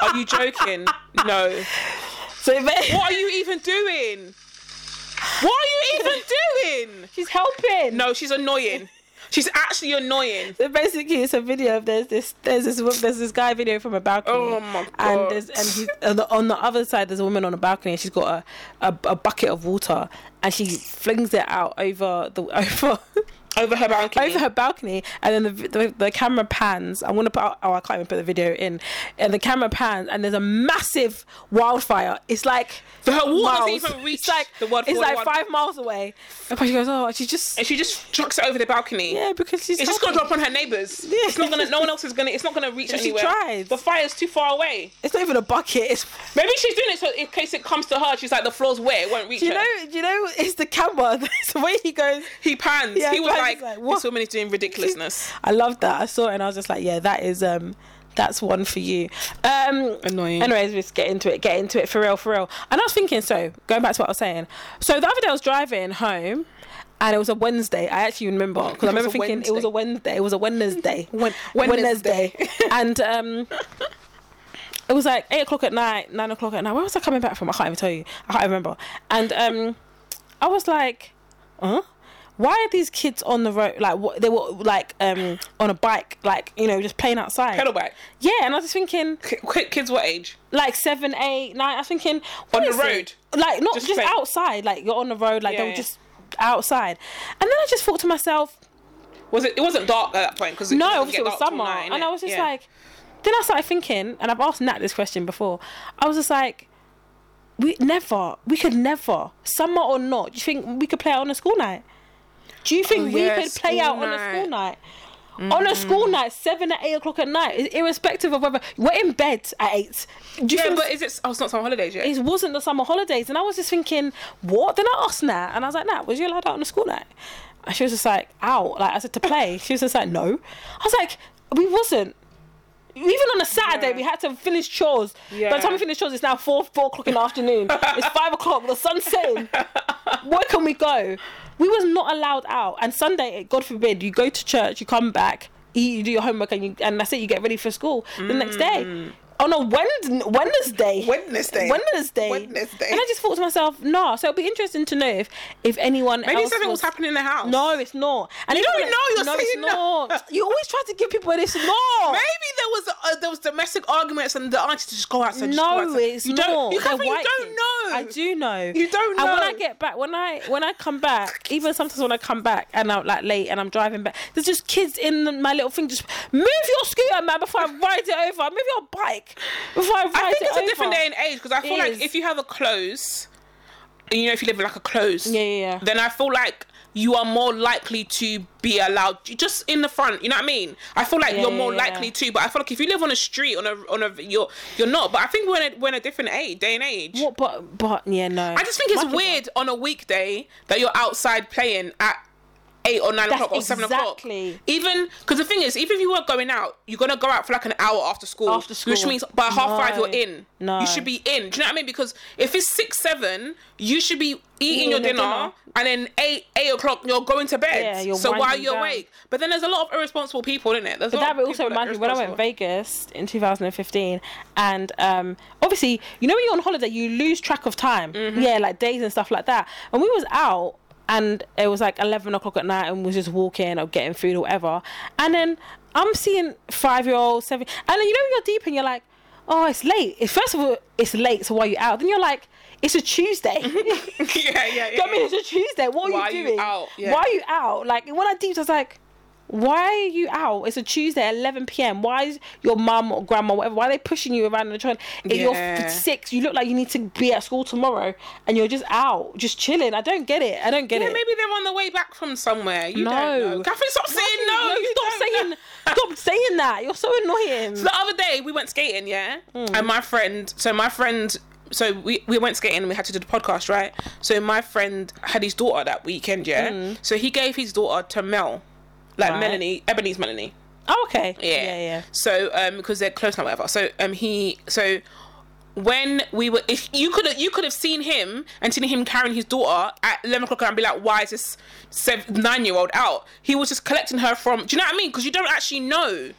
Are you joking? No.
So if-
What are you even doing? What are you even doing?
she's helping.
No, she's annoying. She's actually annoying.
So basically, it's a video of there's this there's this wo- there's this guy video from a balcony.
Oh my
And
God.
there's and he's, on, the, on the other side there's a woman on a balcony and she's got a, a, a bucket of water and she flings it out over the over
Over her balcony.
over her balcony and then the, vi- the the camera pans. I'm gonna put out, oh I can't even put the video in and the camera pans and there's a massive wildfire. It's like
The- her water doesn't
miles.
even reach
It's like
the world
it's like
forward.
five miles away. And she goes oh she just
and she just chucks it over the balcony.
yeah because she's
It's just
happy.
gonna drop on her neighbours. It's not gonna. No one else is gonna. It's not gonna reach
She
anywhere.
tried.
The fire's too far away.
It's not even a bucket. It's
Maybe she's doing it so in case it comes to her, she's like the floor's wet. It won't reach
Do you
her.
know? Do you know? It's the camera. It's the way he goes.
He pans.
Yeah,
he was
pans,
like,
like,
this
what?
woman is doing ridiculousness.
I love that. I saw it and I was just like, yeah, that is um, that's one for you. Um,
Annoying.
Anyways, let's get into it. Get into it for real, for real. And I was thinking, so going back to what I was saying. So the other day I was driving home. And it was a Wednesday. I actually remember because I
It was
remember
a
thinking it was a Wednesday. It was a Wednesday.
Wen-
Wednesday. and um, it was like eight o'clock at night, nine o'clock at night. Where was I coming back from? I can't even tell you. I can't remember. And um, I was like, huh? Why are these kids on the road? Like what, they were like um on a bike, like you know, just playing outside.
Pedal back.
Yeah, and I was just thinking,
K- quick, kids, what age?
like seven, eight, nine. I was thinking
On the
honestly,
road?
like not
Just
just,
playing.
outside. Like you're on the road, like
Yeah,
they were
yeah.
just outside. And then I just thought to myself,
Was it? It wasn't dark at that point because
no, obviously it was summer. and I was just like, then I started thinking, and I've asked Nat this question before. I was just like, we never, we could never, summer or not, do you think we could play out on a school night? Do you think
Oh,
we
yeah,
could play
school
out on a
night. Mm.
school night? On a school night, seven at eight o'clock at night, i- irrespective of whether we're in bed at eight. Do you
yeah,
think
but is it? Oh, it's not summer holidays yet.
it wasn't the summer holidays. And I was just thinking, what? Then I asked Nat, and I was like, Nat, was you allowed out on a school night? And she was just like, out. Like I said, to play. She was just like, no. I was like, we wasn't. Even on a Saturday,
Yeah.
we had to finish chores. By
Yeah.
the time we finished chores, it's now four four o'clock in the afternoon. it's five o'clock. The sun's setting. Where can we go? We was not allowed out. And Sunday, God forbid, you go to church, you come back, eat, you do your homework, and you and that's it. You get ready for school the next
Mm.
day. On a Wednesday, Wednesday,
Wednesday.
Wednesday.
Wednesday.
And I just thought to myself, no. So it'll be interesting to know if if anyone
Maybe
else
something was happening in the house.
No, it's not. And you
don't know, you're
no,
saying
it's not.
that.
You always try to give people this. No.
Maybe there was uh, there was domestic arguments and the auntie to just go outside. just go
No,
outside.
it's
you
not.
Don't, you,
They're
Catherine, you
white
don't
kids.
know.
I do know.
You don't
And when
know.
I get back, when I when I come back, even sometimes when I come back and I'm like late and I'm driving back, there's just kids in the- my little thing. Just move your scooter, man, before I ride it over. Move your bike before I ride
I think
it
it's
over.
a different day and age because I feel
It
like
is.
if you have a close, you know, if you live in like a close,
Yeah, yeah, yeah.
then I feel like you are more likely to be allowed you- just in the front. You know what I mean? I feel like
Yeah,
you're more
yeah, yeah.
likely to, but I feel like if you live on a street on a on a you're you're not. But I think we're in a, we're in a different age, day and age.
What, but but yeah, no.
I just think it's weird on a weekday that you're outside playing at eight or nine
That's
o'clock or seven
exactly-
o'clock. Even because the thing is, even if you were going out, you're gonna go out for like an hour after school.
After
which
school.
means by half five
No.
you're in.
No.
you should be in. Do you know what I mean? Because if it's six seven, you should be eating
Eating
your
your
dinner,
dinner.
and then eight eight o'clock you're going to bed.
Yeah, you're
so while
winding
you're
down.
awake, but then there's a lot of irresponsible people, isn't it? There's a
But
lot
that
of
also
people that are
reminds me when I went
irresponsible.
to Vegas in 2015, and um, obviously, you know, when you're on holiday, you lose track of time. Yeah, like days and stuff like that. And we was out, and it was like 11 o'clock at night, and we was just walking or getting food or whatever. And then I'm seeing five year olds, seven, and then you know, when you're deep, and you're like, oh, it's late. It's- First of all, it's late, so why are you out? Then you're like, it's a Tuesday.
yeah, yeah, yeah.
I mean, it's a Tuesday. What are
Why are you
you doing?
out? Yeah.
Why are you out? Like when I deep, I was like, why are you out? It's a Tuesday, eleven p.m. Why is your mum or grandma, whatever, why are they pushing you around in the train? If you're
Yeah.
f- six, you look like you need to be at school tomorrow, and you're just out, just chilling. I don't get it. I don't get
Yeah,
it.
maybe they're on the way back from somewhere. You don't
No.
know. Catherine, stop saying no.
no,
you
stop
don't know.
saying, stop saying that. You're so annoying.
So the other day we went skating, yeah,
Hmm.
and my friend. So my friend. So we, we went skating and we had to do the podcast, right? So my friend had his daughter that weekend, yeah. So he gave his daughter to Mel, like
Hmm. Right.
Melanie, Ebony's Melanie.
oh, okay.
Yeah.
yeah, yeah.
So um, because they're close now, whatever. So um, he so when we were, if you could have you could have seen him and seen him carrying his daughter at eleven o'clock and be like, why is this seven, nine year old out? He was just collecting her from. Do you know what I mean? Because you don't actually know.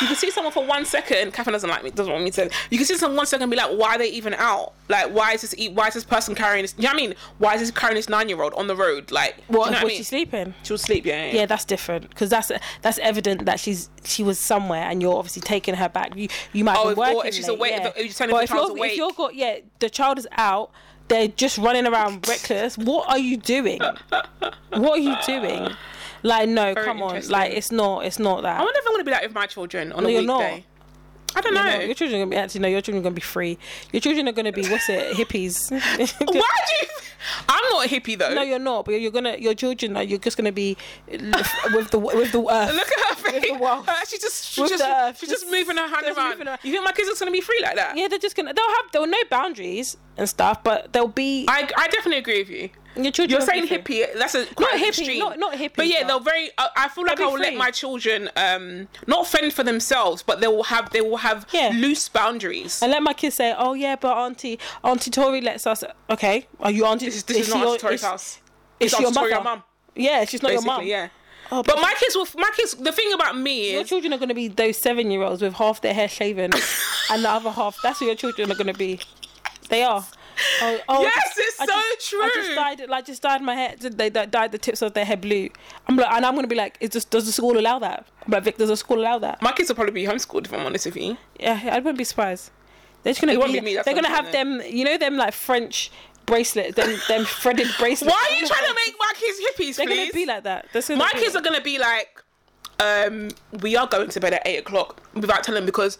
You can see someone for one second. and Catherine doesn't like me. Doesn't want me to. You can see someone one second and be like, why are they even out? Like, why is this? e- Why is this person carrying this? You know what I mean? Why is this carrying this nine year old on the road? Like, do You
What,
know
was
what I mean?
she sleeping?
She'll sleep. Yeah. Yeah.
Yeah, that's different because that's that's evident that she's she was somewhere and you're obviously taking her back. You you might
Oh,
be
if- or
working.
if she's
late,
awake-
yeah.
if- if you're telling
But
me
if
the child's
you're-
awake.
If you're got, yeah, the child is out. They're just running around reckless. What are you doing? what are you doing? Like no, come on.
interesting.
Like it's not. It's not that.
I wonder if I'm gonna be like with my children on a
you're
weekday.
not.
I don't know.
No, your children are gonna be actually no. Your children are gonna be free. Your children are gonna be what's it? Hippies.
Why do you? I'm not a hippie though.
No, you're not. But you're gonna. Your children are. You're just gonna be with the with the earth.
Look at her face.
the world.
Uh, she's just she's
With
just,
the earth.
she's just
Just-
moving her hand
just
around.
moving her-
You think my kids are gonna be free like that?
Yeah, they're just gonna. They'll have. There will no boundaries and stuff, but they'll be
I, I definitely agree with you.
your children.
You're
will
saying
be free.
hippie. That's a quite
hippie,
extreme.
not- not hippie,
But yeah,
but-
they'll very. I, I feel like I
They'll be
will let
free.
my children um not fend for themselves, but they will have they will have
Yeah.
loose boundaries.
And let my kids say, "Oh yeah, but Auntie, Auntie Tori lets us." Okay, are you Auntie?
This, this is,
she
not
your-
Auntie Tori's
is-
house.
Is
It's
she your
Auntie Tori, your
mother?
mum.
Yeah, she's not your mum.
Basically, yeah.
Oh,
But my kids will. My kids. The thing about me
your
is
children are going to be those seven-year-olds with half their hair shaven and the other half. That's who your children are going to be. They are. Oh, oh, I
Yes,
just-
it's
I
so
just- I
true.
just dyed, like, just dyed my hair. They d- dyed the tips of their hair blue. I'm like, and I'm gonna be like, is this, does the school allow that? I'm like, Vic, does the school allow that?
my kids will probably be homeschooled. If I'm honest with you,
Yeah, I wouldn't be surprised. They're just gonna.
won't
be-
be me, that's
they're
what
gonna
I'm
have them. You know them like French bracelets, them them threaded bracelets.
why are you trying to make my kids hippies?
They're
please?
gonna be like that. That's gonna
my
be
kids are gonna be like, um, we are going to bed at eight o'clock without telling because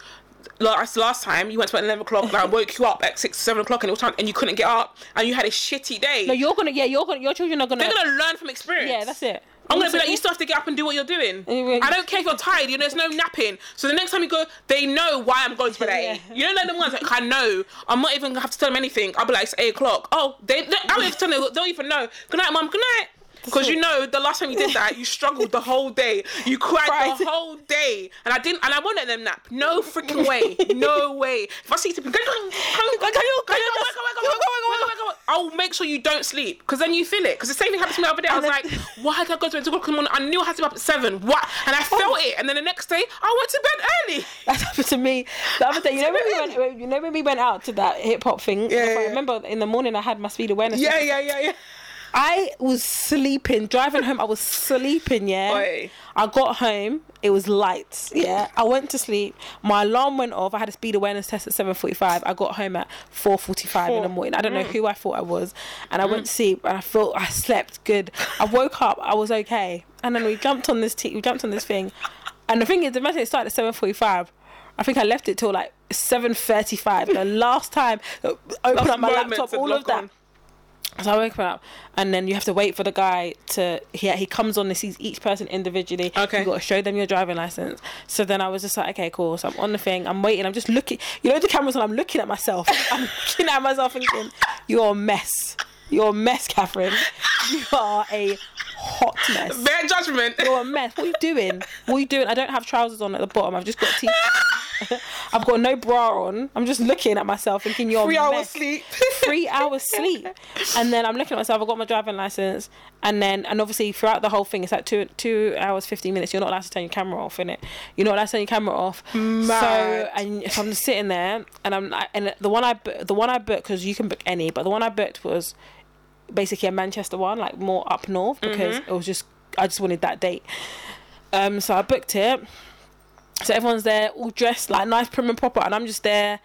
last last time you went to bed at eleven o'clock and I woke you up at six seven o'clock and it was time and you couldn't get up and you had a shitty day.
No, you're gonna. Yeah, you're gonna. Your children are gonna.
They're gonna learn from experience.
yeah, that's it.
I'm gonna be like, you still have to get up and do what you're doing.
Anyway.
I don't care if you're tired. You know, there's no napping. So the next time you go, they know why I'm going to bed at
Yeah.
eight. You know, like the ones like I know. I'm not even gonna have to tell them anything. I'll be like, it's eight o'clock. Oh, they, they I don't even tell them. They don't even know. Good night, mum. Good night. Because you
it.
know, the last time you did that, you struggled the whole day. You cried
Cried.
the whole day, and I didn't. And I won't let them nap. No freaking way. No way. If I see sleeping, come on, come on, come on, come on, come on, come on, come on, come on, come on, come on. I'll make sure you don't sleep because then you feel it. Because the same thing happened to me the other day. I was like,
And
why did I go to bed at 2 o'clock in the morning? I knew I had to be up at 7. What? And I felt it. And then the next day, I went to bed early.
That happened to me the other day. You know when we went, when- you know when we went out to that hip hop thing.
Yeah,
If I
yeah.
remember in the morning I had my speed awareness.
yeah, yeah, yeah.
I was sleeping. Driving home, I was sleeping, yeah.
Oi.
I got home, it was light, yeah. I went to sleep. My alarm went off. I had a speed awareness test at 7.45. I got home at 4.45 in the morning. I don't
Mm.
know who I thought I was. And I went to sleep and I felt I slept good. I woke up, I was okay. And then we jumped on this t- we jumped on this thing. And the thing is, imagine it started at 7.45. I think I left it till like 7.35. The last time, uh, opened up my
Moments
laptop,
of
all of
lock
that.
on.
So I wake up, and then you have to wait for the guy to he he comes on and sees each person individually.
Okay.
you got to show them your driving license. So then I was just like, okay, cool. So I'm on the thing. I'm waiting. I'm just looking. You know the cameras, and I'm looking at myself. I'm looking at myself, thinking, you're a mess. You're a mess, Catherine. You are a hot mess.
Bad judgment.
You're a mess. What are you doing? What are you doing? I don't have trousers on at the bottom. I've just got t. I've got no bra on. I'm just looking at myself, thinking you're
Three
a
hours
mess
sleep.
three hours sleep and then i'm looking at myself i got my driving license and then and obviously throughout the whole thing it's like two two hours 15 minutes you're not allowed to turn your camera off in it you're not allowed to turn your camera off
Mad.
so and so i'm just sitting there and i'm like and the one i bo- the one i booked because you can book any but the one i booked was basically a manchester one like more up north because it was just i just wanted that date um so i booked it so everyone's there all dressed like nice prim and proper and i'm just there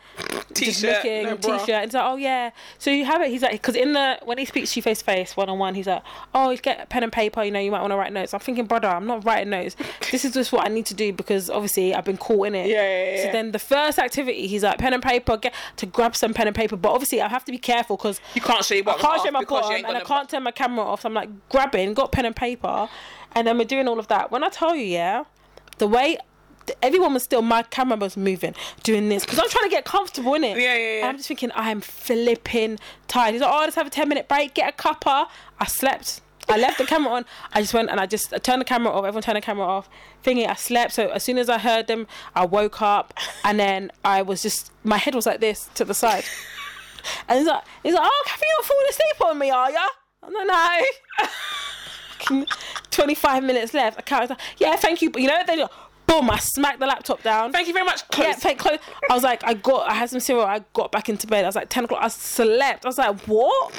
just
T-shirt.
looking
no bra.
t-shirt. It's like, oh yeah. So you have it. He's like, because in the when he speaks to you face to face, one on one, he's like, oh, you get pen and paper. You know, you might want to write notes. I'm thinking, brother, I'm not writing notes. This is just what I need to do because obviously I've been caught in it.
Yeah, yeah, yeah,
So
yeah.
then the first activity, he's like, pen and paper. Get to grab some pen and paper, but obviously I have to be careful because
You can't show your
I
bottom
can't
half
show my
because you
bottom
ain't
and I
got no
can't turn my camera off. So I'm like grabbing, got pen and paper, and then we're doing all of that. When I tell you, yeah, the way th- everyone was still, my camera was moving, doing this because I'm trying to get comfortable in it.
Yeah, yeah, yeah.
And I'm just thinking, I'm flipping tired. He's like, oh, let's have a 10 minute break, get a cuppa. I slept. I left the camera on. I just went and I just I turned the camera off. Everyone turned the camera off. Thinking I slept. So as soon as I heard them, I woke up and then I was just my head was like this to the side. And he's like, he's like, oh, Kathy, you're falling asleep on me, are ya? I'm like, no. Fucking 25 minutes left. I can't. he's like, yeah, thank you. But you know, they like, boom, I smacked the laptop down.
Thank you very much. Close.
Yeah, thank close. I was like, I got, I had some cereal. I got back into bed. I was like, ten o'clock. I slept. I was like, what?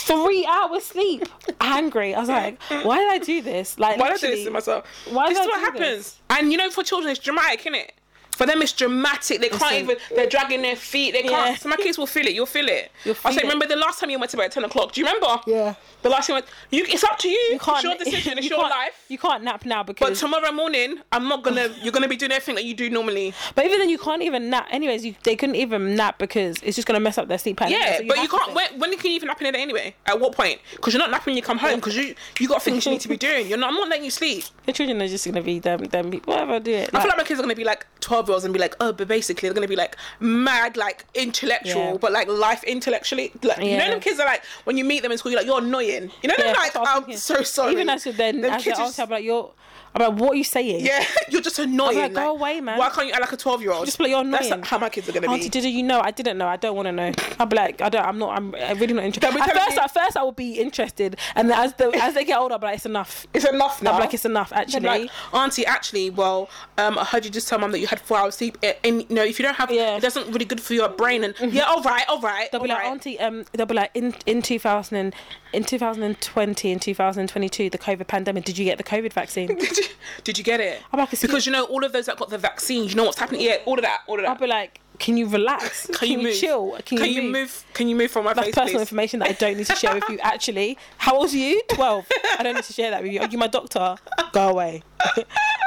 Three hours sleep. Angry. I was like, why did I do this? Like,
Why did I do this
literally-
to myself?
why
this
did
is
I
what
do
happens.
this?
And you know, for children, it's dramatic, isn't it? For them, it's dramatic. They can't
Listen.
even. They're dragging their feet. They can't.
Yeah.
So my kids will feel it. You'll feel it.
You'll
I
feel
say,
it.
remember the last time you went to bed at ten o'clock? Do you remember?
Yeah.
The last time you went. You. It's up to you.
You can't.
It's your decision. It's
you
your
can't-
life.
You can't nap now
But
because. But,
tomorrow morning, I'm not gonna. You're gonna be doing everything that you do normally.
even then, you can't even nap. Anyways, you, they couldn't even nap because it's just gonna mess up their sleep pattern.
Yeah,
So
but
have
you
to
can't.
think.
When, when can you even nap in the day anyway? At what point? Because you're not napping. when You come home because you you got things you need to be doing. You're not. I'm not letting you sleep.
The children are just gonna be them. Them. people. Whatever. Do it.
I feel
Like-
like my kids are gonna be like twelve year olds and be like, oh, but basically they're gonna be like mad, like intellectual,
Yeah.
but like life intellectually. Like, You know
Yeah.
them kids are like when you meet them in school, you're like, you're annoying. You know
Yeah,
them like,
that's what I'm
I'm
thinking.
so sorry.
Even as you're then,
Them
as you're
kids just-
older, I'm like, you're, I'm like, what are you saying?
yeah, you're just annoying.
like, go away, man.
Why can't you act like a twelve year old?
Just be like, you're
That's
annoying.
like, how my kids are gonna
Auntie,
be.
did you know? I didn't know. I don't want to know. I'll be like, I don't. I'm not. I'm, I'm really not
They'll
interested.
be
At
telling
first,
you-
at first, I will be interested, and then as the as they get older, I'll be like, it's enough.
It's enough now.
I'm like, it's enough.
They'd
Actually,
be like, Auntie, actually, well, um, I heard you just tell mum that you had four hours sleep, and, and you know, if you don't have,
Yeah. Mm-hmm.
it doesn't really good for your brain. And yeah, all right, all right.
they'll be like, Auntie, um, they'll be like, in in 2000 and in 2020 and 2022, the COVID pandemic. Did you get the COVID vaccine?
did, you, did you get it?
I'm like, excuse-
because you know all of those that got the vaccine, you know what's happening. Yeah, all of that, all of
I'll
that.
be like, can you relax? Can, you,
move?
chill? Can, you, move?
Can you move from my
That's
face,
personal
please?
information that I don't need to share with you. Actually, how old are you? Twelve. I don't need to share that with you. Are you my doctor? Go away.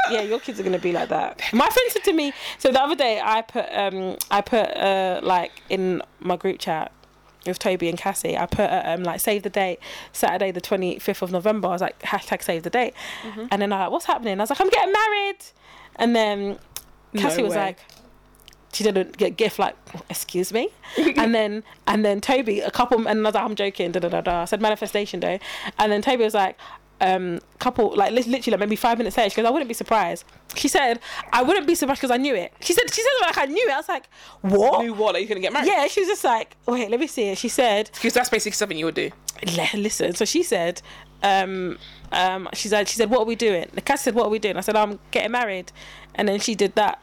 yeah, your kids are gonna be like that. My friend said to me. So the other day, I put um, I put uh, like in my group chat with Toby and Cassie. I put uh, um, like save the date Saturday the twenty fifth of November. I was like hashtag save the date, and then I like what's happening? I was like I'm getting married, and then Cassie was
way.
like she didn't get gift like excuse me and then and then toby a couple and another i'm joking da da da da I said manifestation day and then toby was like um couple like lit- literally like maybe five minutes later she goes i wouldn't be surprised she said i wouldn't be surprised because i knew it she said she said like i knew it i was like what
New wall, are you going to get married?
yeah she was just like wait let me see it she said
Because that's basically something you would do.
le- listen. So she said, um, um, she said, she said, what are we doing? The cat said, what are we doing? I said, I'm getting married, and then she did that.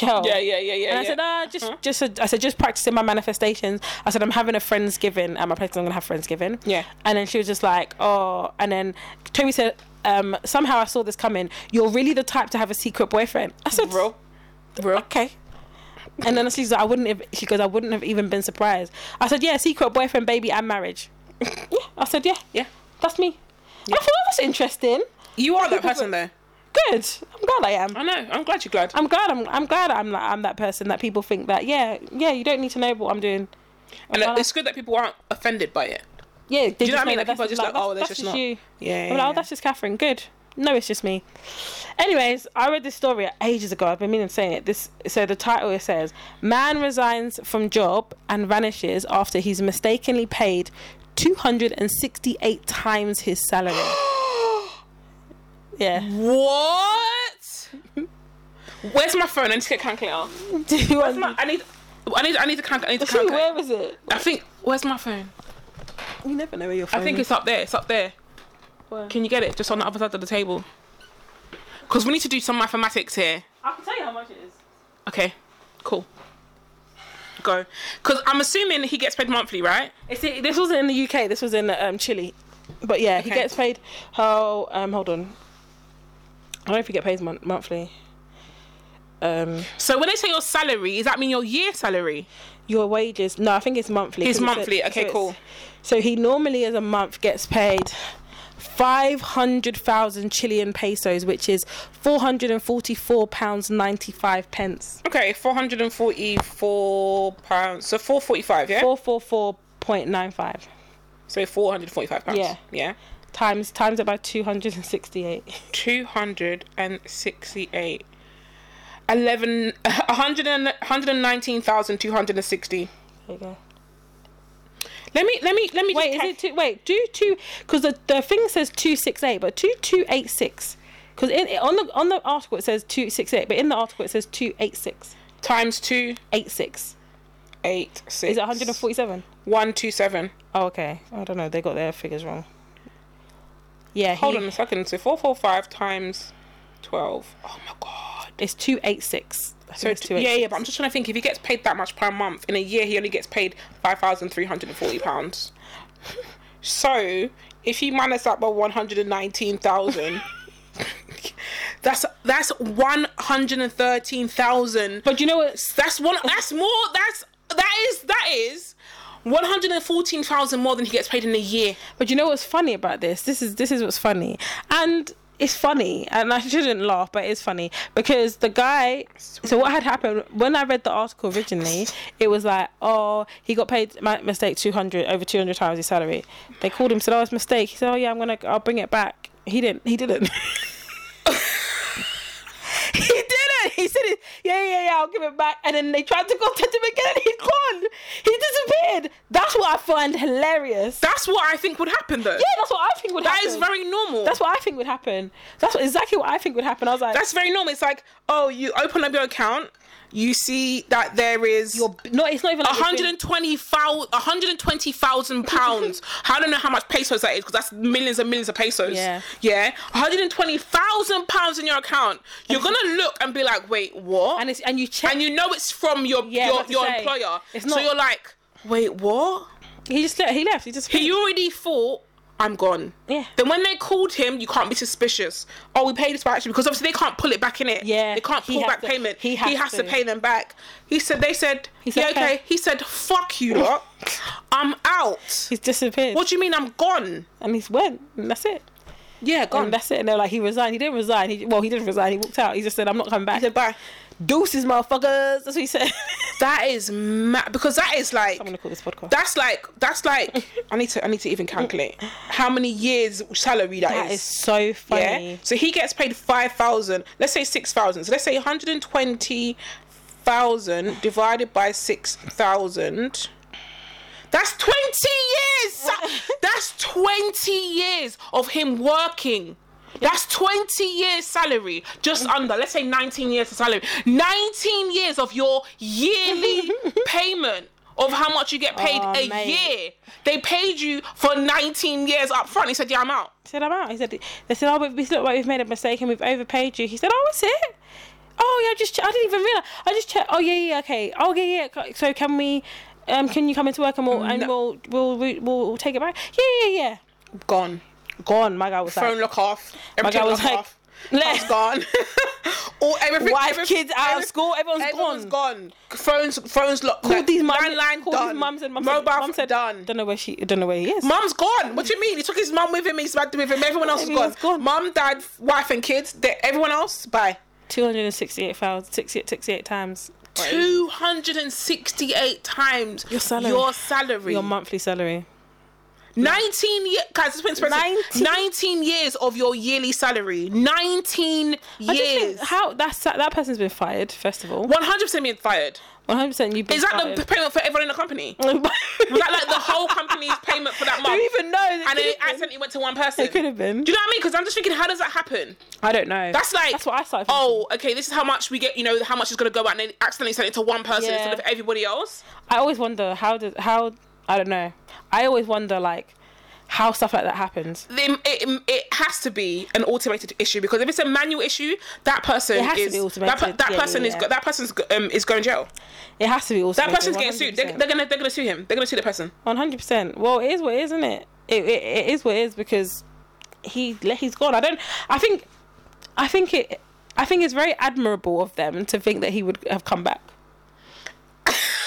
Girl.
Yeah, yeah, yeah, yeah,
Oh. And I
yeah. Uh-huh.
said, ah, just, just, I said, just practicing my manifestations. I said, I'm having a friendsgiving at my place. I'm gonna have friendsgiving.
Yeah.
And then she was just like, oh. And then Toby said, um, somehow I saw this coming. You're really the type to have a secret boyfriend. "Ah, I said,
Bro. Bro.
okay. And then she's like, I wouldn't have, she goes, I wouldn't have even been surprised. I said, yeah, secret boyfriend, baby, and marriage. yeah. I said, yeah,
Yeah.
that's me. And I thought "Oh, that's interesting.
You are that person, though.
Good. I'm glad I am.
I know. I'm glad you're glad.
I'm glad. I'm, I'm glad I'm like, I'm that person that people think that. Yeah, yeah. You don't need to know what I'm doing.
and
glad I-
it's good that people aren't offended by it.
Yeah. They
Do you know what I mean? Like,
that's-
people are just like, oh,
that's-
that's just
that's
not.
you.
Yeah.
I'm like, oh, that's just Catherine. Good. No, it's just me. Anyways, I read this story ages ago. I've been meaning to say it. This so the title it says, "Man resigns from job and vanishes after he's mistakenly paid 268 times his salary." yeah,
what? Where's my phone? I need to get a calculator. Where's my, I need. I need. I need to calculate. I need to
Actually,
calculate.
where is it?
I think. Where's my phone?
You never know where your phone.
I think it's up there. It's up there.
Where?
Can you get it? Just on the other side of the table. Because we need to do some mathematics here.
I can tell you how much it is.
Okay, cool. Go. Because I'm assuming he gets paid monthly, right?
It's, it, this wasn't in the UK. This was in um, Chile, but yeah, he
Okay.
gets paid. How? Um, hold on. I don't know if he get paid mon- monthly. Um,
So when they say your salary, does that mean your year salary?
your wages? No, I think it's monthly.
It's
'cause a-
monthly, okay,
it's-
cool.
So he normally, as a month, gets paid five hundred thousand Chilean pesos, which is four hundred and forty-four pounds ninety-five pence.
Okay, four hundred and forty-four pounds. So four forty-five, yeah.
Four four four point nine five
So four hundred forty-five pounds.
Yeah.
Yeah.
times times about two hundred and sixty-eight.
Two hundred and sixty-eight. Eleven. A hundred and hundred and nineteen thousand two hundred and sixty.
There you go.
Let me. Let me. Let me.
Wait,
just
is
cal-
it two? Wait, do two because the, the thing says two six eight, but two two eight six. Because in on the on the article it says two six eight, but in the article it says two eight six
times two
eight six.
eight six?
Is it one hundred and forty seven?
One two seven.
Oh, okay. I don't know. They got their figures wrong. Yeah.
Hold
he-
on a second. So four four five times twelve. Oh my god.
It's two eight six. I think
So
it's
t-
two eight
yeah, yeah, but I'm just trying to think. If he gets paid that much per month in a year, he only gets paid five thousand three hundred and forty pounds. so if he minus that by one hundred and nineteen thousand, that's that's one hundred and thirteen thousand.
But you know what?
That's one. That's more. That's that is that is one hundred and fourteen thousand more than he gets paid in a year.
But you know what's funny about this? This is this is what's funny, and it's funny, and I shouldn't laugh, but it's funny because the guy. So what had happened when I read the article originally? It was like, oh, he got paid my mistake two hundred over two hundred times his salary. They called him, said, oh, it's a mistake. He said, oh yeah, I'm gonna, I'll bring it back. He didn't. He didn't. He didn't. He said, it. "Yeah, yeah, yeah, I'll give it back." And then they tried to contact him again, and he's gone. He disappeared. That's what I find hilarious.
That's what I think would happen though.
Yeah, that's what I think would
That
happen.
is very normal.
That's what I think would happen. That's what, exactly what I think would happen. I was like,
that's very normal. It's like, oh, you open up your account, you see that there is
you're b- no, it's not even like it's been-
120,000 120,000 pounds. I don't know how much pesos that is because that's millions and millions of pesos.
Yeah.
Yeah. 120,000 pounds in your account. You're going to look and be like, "Wait, what?"
and
And,
it's and you check.
you know it's from your
Yeah, I
your,
was about to
your
say,
employer.
it's
So
not-
you're like, "Wait, what?"
he just le- he left. He just
He already thought I'm gone.
Yeah.
Then when they called him, you can't be suspicious. Oh, we paid this back actually because obviously they can't pull it back in it.
Yeah.
They can't
He
pull
has
back
to-
payment.
he has
has to.
to.
pay them back. He said they said,
said,
yeah, okay.
"Okay."
He said, fuck you lot. I'm out.
he's disappeared.
What do you mean I'm gone?
and he's went. And that's it.
Yeah,
And that's it. And they're like, he resigned. He didn't resign. He well, he didn't resign. He walked out. He just said, I'm not coming back.
He said, "Bye."
Deuces, motherfuckers. That's what he said.
That is mad because that is like
I'm gonna call this podcast.
that's like that's like I need to I need to even calculate how many years salary
that is so funny.
Yeah. So he gets paid five thousand. Let's say six thousand. So let's say one hundred and twenty thousand divided by six thousand. That's twenty years. That's twenty years of him working. That's 20 years salary, just
Mm.
under. Let's say 19 years of salary. 19 years of your yearly payment of how much you get paid
Oh,
a
mate.
year. They paid you for 19 years up front. He said, "Yeah, I'm out."
He said, I'm out. He said, they said, oh, we've, we look, like we've made a mistake and we've overpaid you. He said, oh, is it? Oh, yeah, I just, che- I didn't even realize. I just checked. Oh, yeah, yeah, okay. Oh, yeah, yeah. So can we, um, can you come into work and we'll, and we'll, we'll, re- we'll, we'll take it back? Yeah, yeah, yeah.
Gone.
Gone. My guy was
phone
like,
look off. Everything
guy was
look
like,
off.
"Let's-
That's gone. All everything.
Wife,
every-
kids out of
every-
school, everyone's
everyone's
gone.
gone. Phones, phones locked.
Call these mums.
Landline
call
done.
these mums and mums.
Mobile
said, mum
phone
said,
done.
Don't know where she, don't know where he is.
Mum's gone. What do you mean? He took his mum with him. He's back with him. Everyone else is gone.
Everyone's gone.
Mum, dad, wife, and kids. they- everyone else, bye.
268,000, 68, 68 times.
Two hundred and sixty-eight times your
salary.
Your salary.
Your monthly salary.
19 years, guys, this is 19.
19
19 years of your yearly salary. 19
I just think
years.
how that's that person's been fired. First of all,
100% being fired.
one hundred percent. You've been
Is that
fired.
the payment for everyone in the company? Was
Was
that like the whole company's payment for that month?
Who even knows?
and
could
it
have been.
accidentally went to one person.
It could have been.
Do you know what I mean? Because I'm just thinking, how does that happen?
I don't know.
That's like
that's what I started. Thinking.
Oh, okay. This is how much we get. You know, how much is going to go out, and then accidentally sent it to one person
Yeah.
instead of everybody else.
I always wonder how does how I don't know. I always wonder like how stuff like that happens.
Then it, it has to be an automated issue because if it's a manual issue, that person
has to
is
be
that, per-
automated.
that
Yeah,
person
yeah,
is
yeah.
go- that person's go- um, is going to jail.
It has to be also
That person's getting sued. They're, they're gonna they're gonna sue him. They're gonna sue the person.
One hundred percent. Well, it is what it is, isn't it? It, it? it is what it is because he he's gone. I don't. I think. I think it. I think it's very admirable of them to think that he would have come back.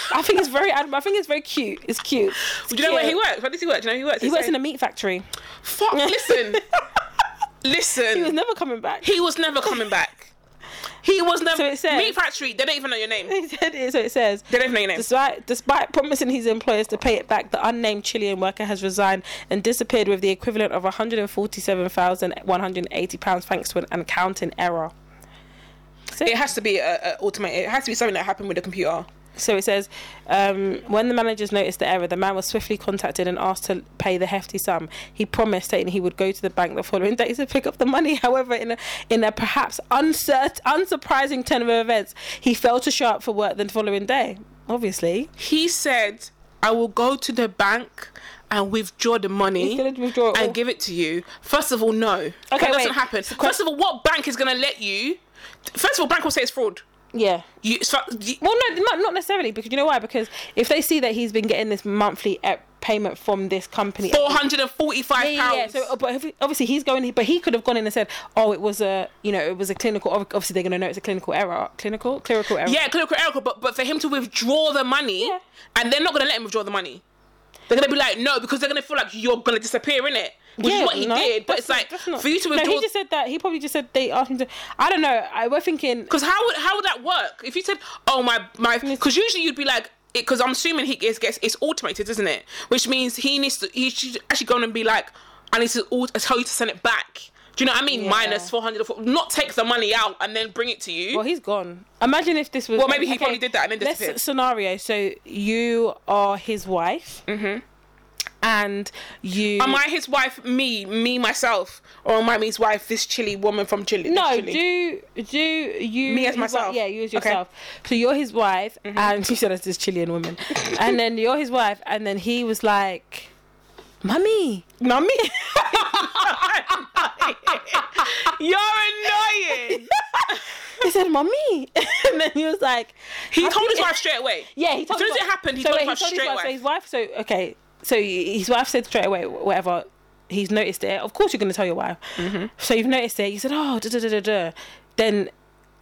I think it's very admirable. I think it's very cute. It's cute.
Do you know where he
works?
works? Where does he work? Do you know where he works?
He works in a meat factory.
fuck. Listen, listen.
He was never coming back.
He was never coming back. He was never.
So it says-
Meat Factory, they don't even know your name. They
He said it, so it says.
don't even know your name.
Despite, despite promising his employers to pay it back, the unnamed Chilean worker has resigned and disappeared with the equivalent of £147,180 thanks to an accounting error. So,
It has to be a, a automated. It has to be something that happened with the computer.
so it says, um, when the managers noticed the error, the man was swiftly contacted and asked to pay the hefty sum. He promised, stating he would go to the bank the following day to pick up the money. However, in a, in a perhaps uncert- unsurprising turn of events, he failed to show up for work the following day. Obviously,
He said, "I will go to the bank and withdraw the money."
He's gonna withdraw it all.
and give it to you. First of all, no. oh. Okay, that
wait.
doesn't happen. First of all, what bank is gonna let you First of all, bank will say it's fraud.
Yeah.
You, so, you-
Well, no, not, not necessarily because you know why? Because if they see that he's been getting this monthly e- payment from this company,
four hundred and forty-five
Yeah, yeah, yeah.
pounds.
So, uh, but if- obviously he's going, but he could have gone in and said, "Oh, it was a, you know, it was a clinical. ob- Obviously, they're going to know it's a clinical error, clinical, clerical error.
Yeah, clinical error, but but for him to withdraw the money,
Yeah.
and they're not gonna let him withdraw the money. They're gonna be like, no, because they're gonna feel like you're gonna disappear in it, which is what he
no,
did. But
that's
it's
not-
like
that's not-
for you to
No,
withdraw.
he just said that. He probably just said they asked him to. I don't know. I we're thinking.
Because how would how would that work? If you said, "Oh my my," because usually you'd be like, because I'm assuming he gets, gets it's automated, isn't it? Which means he needs to he should actually go on and be like, "I need to all, tell you to send it back." Do you know what I mean?
Yeah.
Minus four hundred, not take the money out and then bring it to you.
Well, he's gone. Imagine if this was.
Well, maybe he probably did that and then
let's
disappeared.
Scenario: So you are his wife, mm-hmm. and you.
Am I his wife? Me, me myself, or am I his wife? This chilly woman from Chile.
No,
Chile?
do do you
Me as
his wi-
myself?
yeah, you as
Okay. Mm-hmm.
yourself. So you're his wife, and you said it's this Chilean woman, and then you're his wife, and then he was like, "Mummy,
not me. You're annoying.
he said, "Mummy," and then he was like,
He
"Have
told
you-
his wife straight away.
Yeah, he told
soon as
his
it
wife-
happened, he told
wait,
his wife straight away.
So his wife. So okay. So y- his wife said straight away, wh- whatever. He's noticed it. Of course, you're going to tell your wife.
Mm-hmm.
So you've noticed it. You said, oh, da da da da da. Then,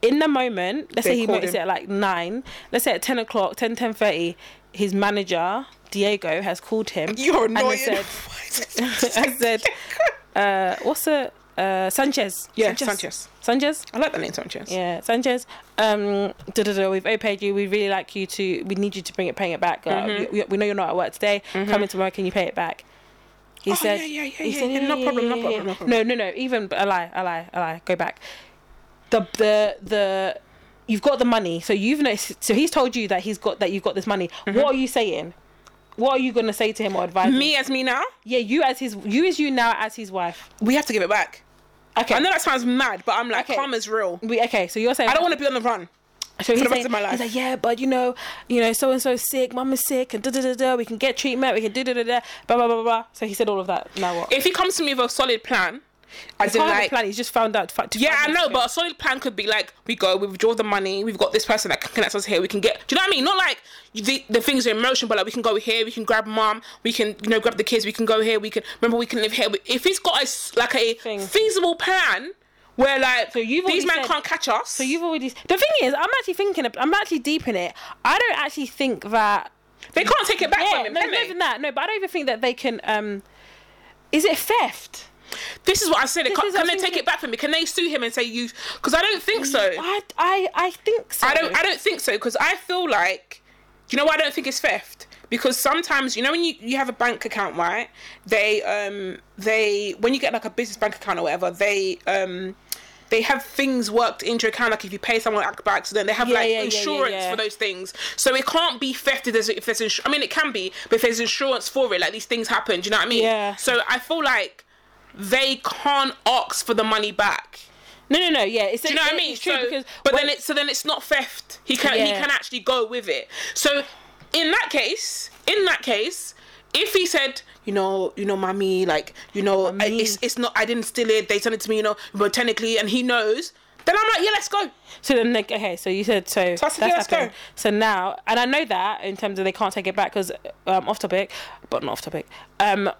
in the moment, let's
They
say he
called
noticed
him.
it at like nine. Let's say at ten o'clock, 10, 10.30, his manager Diego has called him.
You're
and
annoying.
has said, I said, uh, what's the uh, Sanchez?
Yeah, Sanchez.
Sanchez.
I like that name, Sanchez.
Yeah, Sanchez. Um, da da da. We've overpaid you. We really like you to. We need you to bring it, paying it back. Uh,
Mm-hmm.
we, we know you're not at work today. Come into work. Can you pay it back? He
Oh,
said.
yeah, yeah, yeah,
he
yeah,
said,
yeah, no problem, no problem, no problem.
No, no, no. Even a lie, a lie, a lie. Go back. The the the. You've got the money, so you've noticed. So he's told you that he's got that you've got this money. What are you saying? What are you gonna say to him or advise? him?
Mm-hmm. Me as me now,
Yeah, you as his, you as you now as his wife.
we have to give it back.
Okay.
I know that sounds mad, but I'm like,
Okay.
karma's real.
we, okay, so you're saying
I don't want to be on the run.
So he's
the rest
saying,
of my life.
he's like, yeah, but you know, you know, so and so sick, mum is sick, and da da da da. We can get treatment. We can do da da da. Blah blah blah blah. So he said all of that. Now what?
If he comes to me with a solid plan,
He
as in
can't have a
like,
plan. He's just found out. fa- two
yeah, I
months
know,
ago.
but a solid plan could be like, we go, we withdraw the money, we've got this person that can connect us here, we can get, do you know what I mean? Not like you- the, the things are in motion, but like we can go here, we can grab mom, we can, you know, grab the kids, we can go here, we can, remember, we can live here. If he's got a, s- like a
Thing.
feasible plan where like,
you've
these
already
men
said-
can't catch us.
So you've already. The thing is, I'm actually thinking. I'm actually deep in it. I don't actually think that.
they can't take it back
Yeah,
from him,
no,
can
more
they?
than that. No, but I don't even think that they can. Um, is it theft?
This is what I said. They
This
can't,
is- I
can they
think
take
it-
it back from me? Can they sue him and say you? Because I don't think so.
I, I, I think so.
I don't. I don't think so because I feel like, do you know, why I don't think it's theft because sometimes you know when you, you have a bank account, right? They um they when you get like a business bank account or whatever, they um they have things worked into your account. Like if you pay someone like by accident, they have
Yeah,
like
yeah, yeah, yeah,
insurance
yeah.
for those things. So it can't be theft if there's if there's insu- I mean it can be, but if there's insurance for it, like these things happen. Do you know what I mean?
Yeah.
So I feel like they can't ask for the money back.
No, no, no. Yeah, it's.
Do you know what I mean?
It's true
so,
because.
but
when-
then it's so then it's not theft. He can he
Yeah.
can actually go with it. So in that case, in that case, if he said, you know, you know, mommy, like, you know, I- it's it's not I didn't steal it, they sent it to me, you know, but technically and he knows, then I'm like, yeah, let's go.
So then, like, okay, so you said so.
I said, yeah, let's go.
happened. So now, and I know that in terms of they can't take it back because um, off topic, but not off topic. Um,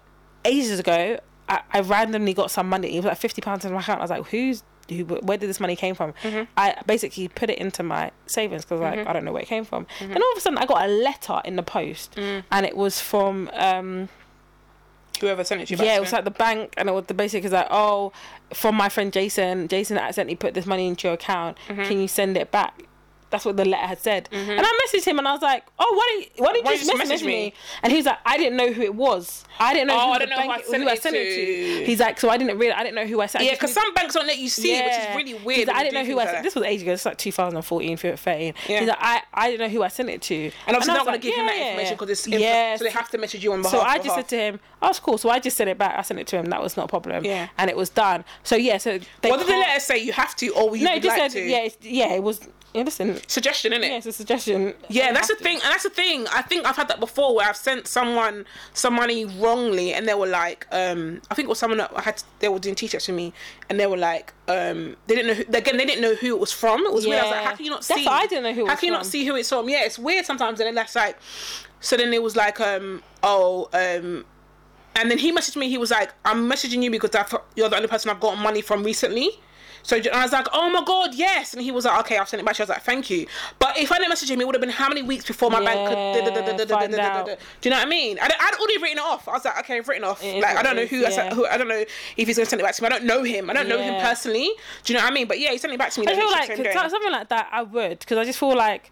ages ago, I, I randomly got some money. It was like fifty pounds in my account. I was like, who's who? Where did this money came from?
Mm-hmm.
I basically put it into my savings because like I don't know where it came from.
Mm-hmm.
Then all of a sudden, I got a letter in the post,
Mm.
and it was from. Um,
Whoever sent it to you.
yeah, it was like the bank, and it was the basic is like, oh, from my friend Jason. Jason accidentally put this money into your account.
Mm-hmm.
Can you send it back? That's what the letter had said. And I messaged him, and I was like, oh, why did why did you
Why
just message, me? And he was like, I didn't know who it was. I didn't know
Oh,
who,
I
the
don't know who
bank,
I sent it to.
He's like, so I didn't really, I didn't know who I sent. I
yeah,
just
because
knew-
some banks don't let you see it,
Yeah.
which is really
He's
weird.
like,
when
I
you
didn't
do
know who
things
I
like
sent.
that.
This was ages ago. It's like 2014, 13.
Yeah.
He's like, I, I didn't know who I sent it to.
And obviously
I
they're
was
not going
like,
to give him that
yeah.
information because it's info-
Yeah,
so they have to message you on behalf.
so
of
I just
her.
said to him, "Oh, it's cool." So I just sent it back. I sent it to him. That was not a problem.
Yeah.
and it was done. So yeah, so they
what did the
can't-
letter say? You have to, or you
No,
would
it just
like
said
to.
yeah, it's, yeah. It was Yeah, listen.
Suggestion, innit?
Yeah, it's a suggestion.
Yeah, that's the thing, and that's the thing. I think I've had that before, where I've sent someone some money wrongly, and they were like, um, I think it was someone that I had. They were doing t-shirts for me, and they were like, um, they didn't know. Who, again, they didn't know who it was from. It was weird. I was like,
Yeah.
how can you not
That's
see?
what I didn't know who it
How
was
can you not
from.
see who it's from? Yeah, it's weird sometimes, and then that's like, so then it was like, um, oh, um. And then he messaged me. He was like, "I'm messaging you because I've, you're the only person I've gotten money from recently." So and I was like, "Oh my god, yes!" And he was like, "Okay, I'll send it back." to you." I was like, "Thank you." But if I didn't message him, it would have been how many weeks before my bank could.
Yeah, find out.
Do you know what I mean? I'd, I'd already written it off. I was like, "Okay, I've written off."
It is
Like I
what
don't
it
know
is,
who. I said-
yeah.
who I don't know if he's gonna send it back to me. I don't know him. I don't know him
Yeah.
personally. Do you know what I mean? But yeah, he sent it back to me.
I
the
feel
next same day.
like something like that. I would because I just feel like,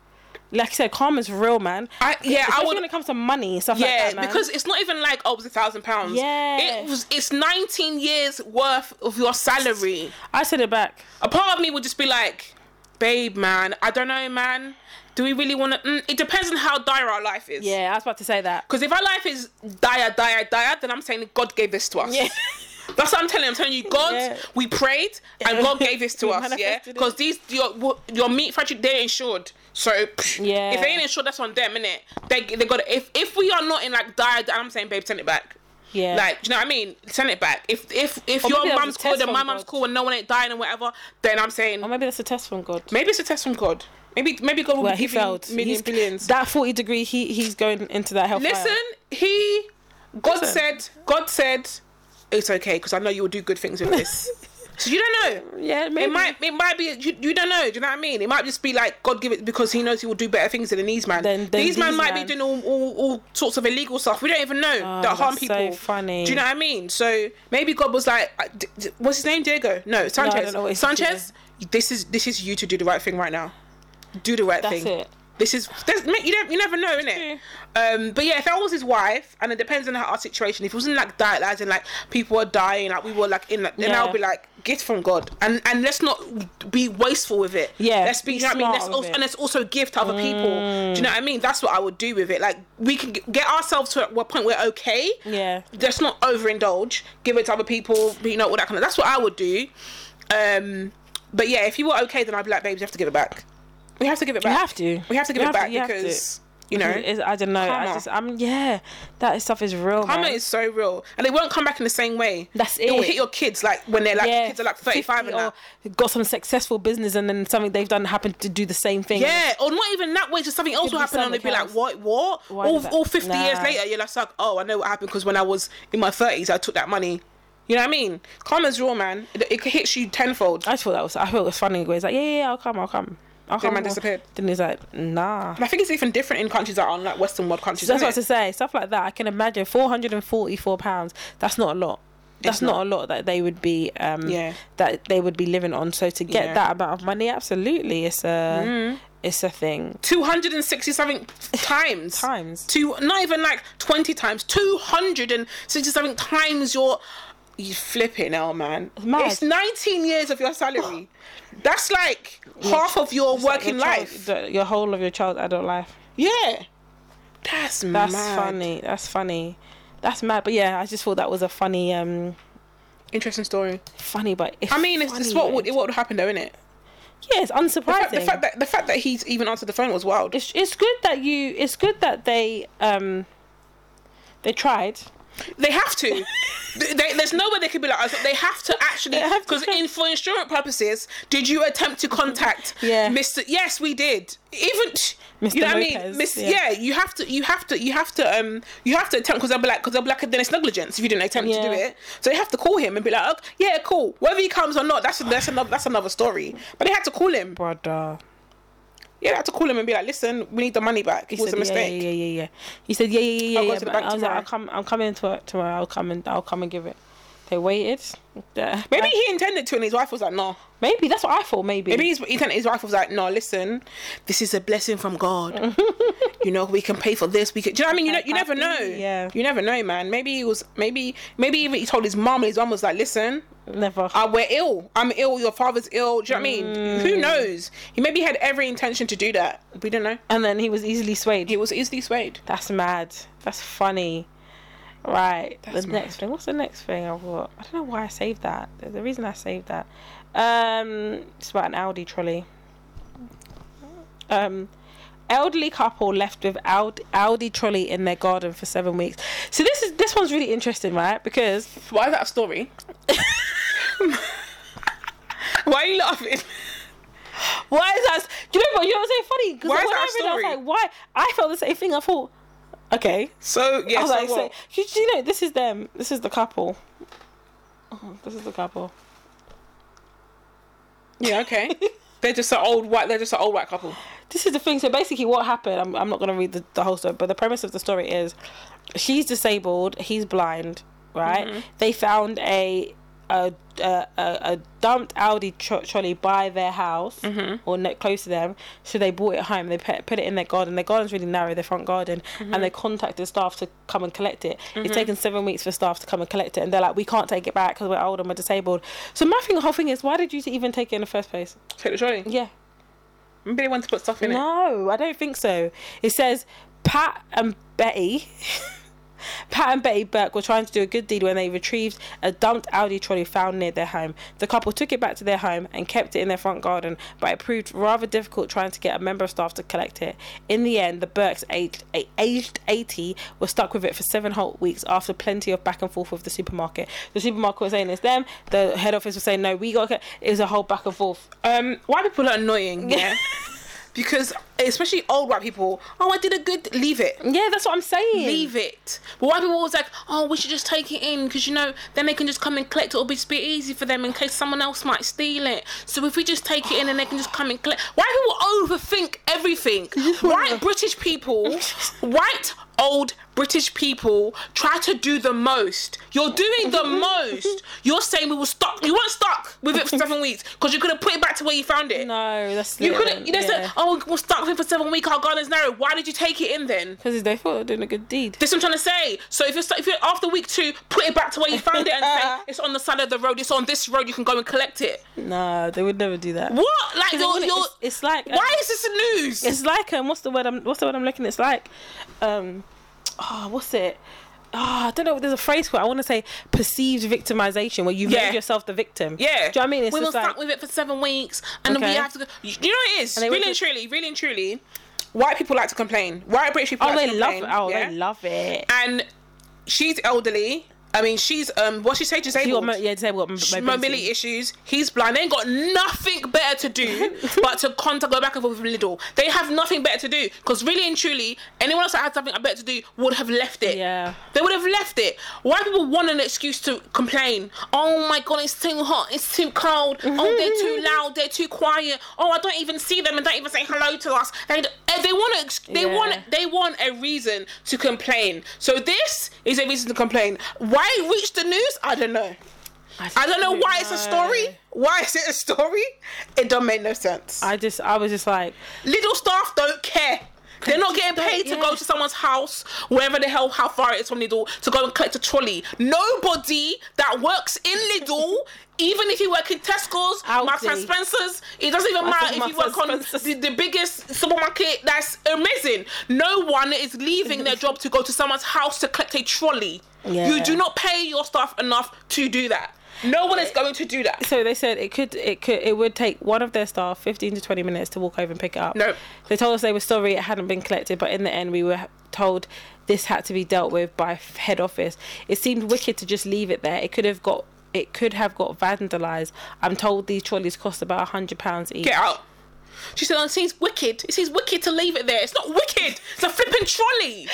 like I said, karma's real, man.
I, yeah, I
Especially
would.
when it comes to money and stuff like
Yeah,
that, man.
because it's not even like oh, it was a thousand pounds.
Yeah.
it was. It's nineteen years worth of your salary.
I said it back.
A part of me would just be like, babe, man, I don't know, man. Do we really want to? Mm, it depends on how dire our life is.
Yeah, I was about to say that.
Because if our life is dire, dire, dire, then I'm saying God gave this to us.
Yeah.
That's what I'm telling. you. I'm telling you, God,
Yeah.
we prayed and God gave this to
We
us. Yeah.
manifested it.
Because these your your meat factory they're insured. So psh,
Yeah.
if they ain't insured, that's on them, innit? They they got to, if if we are not in like dire, dire, I'm saying, babe, send it back.
Yeah.
Like, do you know what I mean? Send it back. If if if
Or
your
maybe that was
mum's
a
cool
test
and my
from
mum's
God.
cool and no one ain't dying and whatever, then I'm saying
or maybe that's a test from God.
maybe it's a test from God. Maybe maybe God will
Well,
be
he
giving you
failed.
million
He's-
billions.
That forty degree, he he's going into that hellfire.
Listen, he God
Listen.
said God said it's okay because I know you will do good things with this. so you don't know.
yeah, maybe.
It might, it might be you, you. don't know. Do you know what I mean? It might just be like God give it because He knows He will do better things than these man.
Than- than
these, man
these
might be
man. Ah,
doing all, all, all sorts of illegal stuff. We don't even know that harm
that's so
people.
funny.
Do you know what I mean? So maybe God was like, uh, d- d- what's his name? Diego? No, Sanchez.
know what his-
Sanchez. This is this is you to do the right thing right now. Do the right
That's
thing.
it.
This is there's, you don't you never know, innit? Um, but yeah, if that was his wife, and it depends on how our situation. If it wasn't like diet, as in like people are dying, like we were like in, like, then
Yeah.
I'll be like, get from God, and and let's not be wasteful with it.
Yeah,
let's be,
be
you know what I mean.
smart
Let's
with
also,
it. Mm.
and let's also give to other people. Do you know what I mean? That's what I would do with it. Like we can g- get ourselves to a point where okay,
Yeah.
let's not overindulge. Give it to other people. You know all that kind of. That's what I would do. Um, but yeah, if you were okay, then I'd be like, babes, you have to give it back. We have to give it back.
have to.
We have to give
You
it
have to-
back
you have to.
because you know
It's- I don't know.
Karma.
I just, I'm yeah. That stuff is real.
karma
man.
is so real, and they won't come back in the same way.
That's
It will
it.
hit your kids like when they're like kids are like thirty five
50
and that.
or got some successful business and then something they've done happened to do the same thing.
Yeah, or not even that way. Just something else
Could
will
be
happen, and they'll be
something
like,
else.
"What? What?"
Why
all,
did that-
all fifty years
Nah.
later, you're just like, "Oh, I know what happened because when I was in my thirties, I took that money." You know what I mean? Karma's real, man. It, it hits you tenfold.
I just thought that was I thought it was funny. He's like, yeah, yeah, yeah, I'll come, I'll come. I'll come.
man
I'll-
disappeared.
Then he's like, nah.
And I think it's even different in countries that aren't like Western world countries.
That's what I was
isn't
to
it?
say. Stuff like that. I can imagine four hundred and forty-four pounds. That's not a lot. That's not. a lot that they would be. Um,
Yeah.
That they would be living on. So to get
Yeah. Mm.
that amount of money, absolutely, it's a it's a thing.
260 something times.
Times.
Two, not even like 20 times, 260 something times your. You flipping hell, man.
mad.
It's 19 years of your salary. That's like half of your working
Your child-
life.
the- your whole of your child adult life.
Yeah. That's, mad.
That's funny. That's funny. That's mad. But yeah, I just thought that was a funny, um,
Interesting story.
funny. But
I mean, it's, it's what would, what would happen though, innit?
yeah, it's
The
unsurprising.
fact, the fact that the fact that he's even answered the phone was wild.
it's it's good that you. It's good that they um, they tried.
They have to. Th- they, there's no way they could be like us. They have to actually,
They have to
because in for insurance purposes, did you attempt to contact
Yeah.
Mr. Yes, we did. Even
Mr.
you know what I mean?
Lopez,
Miss, yeah.
yeah.
you have to, you have to, you have to, um, you have to attempt because they'll be like, because they'll be like, then it's negligence if you didn't attempt to do
Yeah.
it. So they have to call him and be like, oh, yeah, cool. Whether he comes or not, that's that's another that's another story. But they had to call him.
Brother.
Yeah, they had to call him and be like, listen, we need the money back. It was a
said,
mistake.
Yeah, yeah, yeah, yeah. He said, yeah, yeah, yeah,
I'll go
yeah.
to the
but
bank
I was like,
tomorrow.
I'll come. I'm coming to work tomorrow. I'll come and I'll come and give it. They waited. Yeah.
Maybe he intended to, and his wife was like, no.
maybe that's what I thought. Maybe.
Maybe his, he turned to his wife was like, "No, listen, this is a blessing from God. you know, we can pay for this. We can. Do you know what I mean? You know, you never know.
Yeah.
you never know, man. Maybe he was. Maybe, maybe even he told his mom, and his mom was like, "Listen,
never.
uh, we're ill. I'm ill. Your father's ill. Do you know what I mean?
Mm.
Who knows? He maybe had every intention to do that. We don't know.
and then he was easily swayed.
He was easily swayed.
That's mad. That's funny. Right.
That's
the
mad.
next thing. What's the next thing I bought? I don't know why I saved that. The, the reason I saved that. Um, it's about an Audi trolley. Um, elderly couple left with Audi, Audi trolley in their garden for seven weeks. So this is this one's really interesting, right? Because
Why is that a story? Why are you laughing?
Why is that? Do you know what? You know what's so funny? Because
Why
when
is that a
I read it, I was
story?
like, why? I felt the same thing. I thought, okay.
So yeah,
I was
so
Oh, like, so,
what?
you, you know, this is them. This is the couple. Oh, This is the couple.
yeah, okay. they're just an old white. They're just an old white couple.
This is the thing. So basically, what happened? I'm, I'm not going to read the, the whole story, but the premise of the story is, she's disabled. He's blind. Right. They found a. A, a, a, a dumped Audi tro- trolley by their house or ne- close to them, so they brought it home. They put, put it in their garden. Their garden's really narrow, their front garden, and they contacted staff to come and collect it. It's taken seven weeks for staff to come and collect it, and they're like, "We can't take it back because we're old and we're disabled." So my thing, the whole thing is, why did you even take it in the first place?
Take the trolley.
Yeah,
Maybe they want to put stuff in it.
no, I don't think so. It says Pat and Betty. Pat and Betty Burke were trying to do a good deed when they retrieved a dumped Audi trolley found near their home. The couple took it back to their home and kept it in their front garden, but it proved rather difficult trying to get a member of staff to collect it. In the end, the Burkes, aged, a- aged 80, were stuck with it for seven whole weeks after plenty of back and forth with the supermarket. The supermarket was saying it's them, the head office was saying, no, we got it. It was a whole back and forth.
Um, white people are annoying. Yeah. because especially old white people. Oh, I did a good. Leave it.
Yeah, that's what I'm saying.
Leave it. But white people always like, oh, we should just take it in because you know then they can just come and collect it. It'll be, it's a bit easy for them in case someone else might steal it. So if we just take it in and they can just come and collect. White people overthink everything. White British people, white old British people try to do the most. You're doing the most. You're saying we will stop. You weren't stuck with it for seven weeks because you could have put it back to where you found it.
No, that's
You couldn't. You know, said, oh, we're stuck with it for seven weeks. Our garden's narrow. Why did you take it in then?
because they thought they were doing a good deed.
This is what I'm trying to say. So if you're if you're after week two, put it back to where you found it and say it's on the side of the road. It's on this road. You can go and collect it.
No, they would never do that.
What? Like you're,
It's-
you're
it's, it's like um,
why is this news?
It's like um, what's the word? I'm what's the word I'm looking? It's like, um, oh, what's it? Oh, I don't know. There's a phrase for it. I want to say perceived victimization, where you
Yeah.
made yourself the victim.
yeah.
do you know what I mean? It's
we were
just like,
stuck with it for seven weeks, and
Okay.
we have to. go... You you know what it is.
they were
Really and
just-
truly, really and truly, white people like to complain. White British people.
oh,
like
they
to
love
complain,
it. Oh,
yeah?
they love it.
And she's elderly. I mean, she's um, what she say
You got
disabled.
mo- yeah, disabled mobility.
mobility issues. He's blind. They ain't got nothing better to do but to contact, go back and forth with Lidl. They have nothing better to do because really and truly, anyone else that had something better to do would have left it.
Yeah.
They would have left it. Why people want an excuse to complain? Oh my god, it's too hot. It's too cold. Oh, they're too loud. They're too quiet. Oh, I don't even see them and don't even say hello to us. They d- eh, they want to. Ex- they
Yeah.
want they want a reason to complain. So this is a reason to complain. Why it reached the news? I don't know. I don't know why it's a story. Why is it a story? It don't make no sense.
I just, I was just like,
Little staff don't care. They're not getting
Don't-
paid to
yeah.
go to someone's house, wherever the hell, how far it is from Lidl, to go and collect a trolley. Nobody that works in Lidl, even if you work in Tesco's,
Aldi.
Marks and Spencer's, it doesn't even matter if you
Marks
work
and
on
Spencer's.
the, the biggest supermarket that's amazing. No one is leaving their job to go to someone's house to collect a trolley.
Yeah.
You do not pay your staff enough to do that. No one is
Uh,
going to do that.
So they said it could, it could, it would take one of their staff fifteen to twenty minutes to walk over and pick it up.
Nope.
They told us they were sorry it hadn't been collected, but in the end, we were told this had to be dealt with by f- head office. It seemed wicked to just leave it there. It could have got, it could have got vandalized. I'm told these trolleys cost about a hundred pounds each.
get out. She said, "Oh, "It seems wicked. It seems wicked to leave it there. It's not wicked. It's a flipping trolley.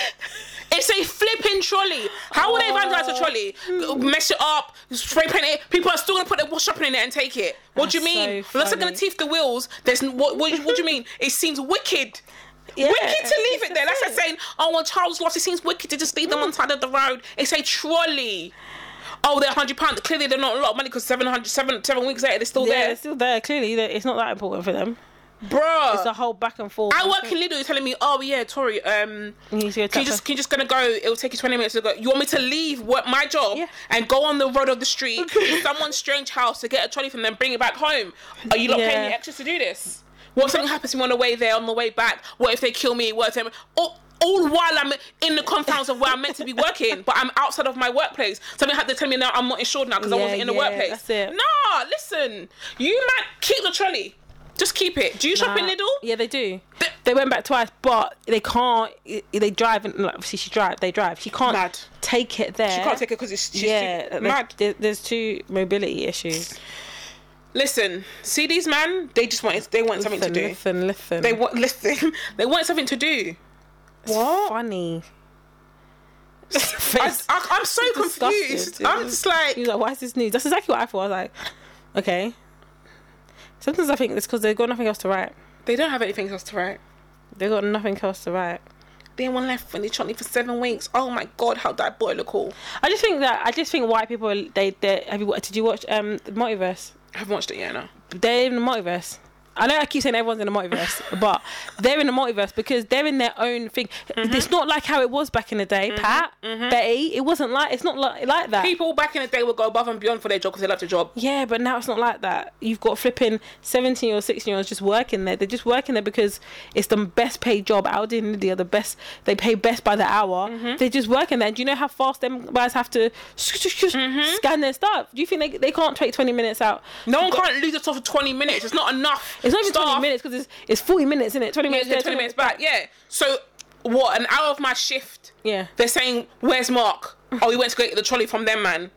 It's a flipping trolley. How
Oh.
would they vandalize a trolley? Mess it up, spray paint it. People are still gonna put their shopping in it and take it. What do you
That's
mean?
so
Unless they're gonna
funny.
teeth the wheels. There's n- what? What, what do you mean? It seems wicked."
Yeah,
wicked to leave it there. That's like
that's
saying, oh, well, Charles lost. It seems wicked to just leave them on the side of the road. It's a trolley. Oh, they're hundred pounds. Clearly, they're not a lot of money because seven hundred, seven, seven weeks later, they're still
Yeah,
there,
it's still there. Clearly, that- it's not that important for them.
Bruh.
It's a whole back and forth.
I work in Lidl. You're telling me, oh yeah, Tori. Um,
You need to go
can you just can you just gonna go? It'll take you twenty minutes to go. You want me to leave what my job
Yeah.
and go on the road of the street to someone's strange house to get a trolley from them, bring it back home? Are you not paying
Yeah.
me extra to do this? What if something happens to me on the way there, on the way back? What if they kill me? What if they, all, all while I'm in the confines of where I'm meant to be working, but I'm outside of my workplace. Something had to tell me now I'm not insured now because I
Yeah,
wasn't in the
yeah,
workplace.
that's it.
Nah, listen, you might keep the trolley. Just keep it. Do you shop in
Nah.
Lidl?
Yeah, they do. They went back twice, but they can't. i- They drive, and like, obviously she drive. They drive. She can't
Mad.
take it there.
You can't take it because it's she's
yeah,
too
there-
mad.
there- there's two mobility issues.
Listen, see these man, they just want they want something to
Listen,
do.
listen, listen.
They want listen. They want something to do. What?
funny.
I, I, I'm so
disgusted,
confused.
dude.
I'm just like,
He was like, why is this news? That's exactly what I thought. I was like, okay. Sometimes I think it's because they've got nothing else to write.
they don't have anything else to write.
They've got nothing else to write.
They ain't one left when they chopped me for seven weeks. Oh my god, how that boy look cool.
I just think that I just think white people they they have you wa- did you watch um the multiverse?
I haven't watched it yet now.
They're in the multiverse. I know I keep saying everyone's in the multiverse, but they're in the multiverse because they're in their own thing.
Mm-hmm.
It's not like how it was back in the day, Pat, Betty. It wasn't like it's not like like that.
People back in the day would go above and beyond for their job because they loved the job.
Yeah, but now it's not like that. You've got flipping 17 year old, 16 year olds just working there. They're just working there because it's the best paid job. Aldi and Lidl are the best. They pay best by the hour.
Mm-hmm.
They're just working there. And do you know how fast them guys have to
Mm-hmm.
scan their stuff? Do you think they, they can't take 20 minutes out?
No one can't lose itself for 20 minutes. It's not enough.
It's not even
Staff-
20 minutes because it's, it's 40 minutes, isn't it? 20
Yeah,
minutes
yeah,
there,
20 minutes back. Yeah. So what? An hour of my shift.
Yeah.
They're saying, "Where's Mark?" oh, he went to get the trolley from them, man.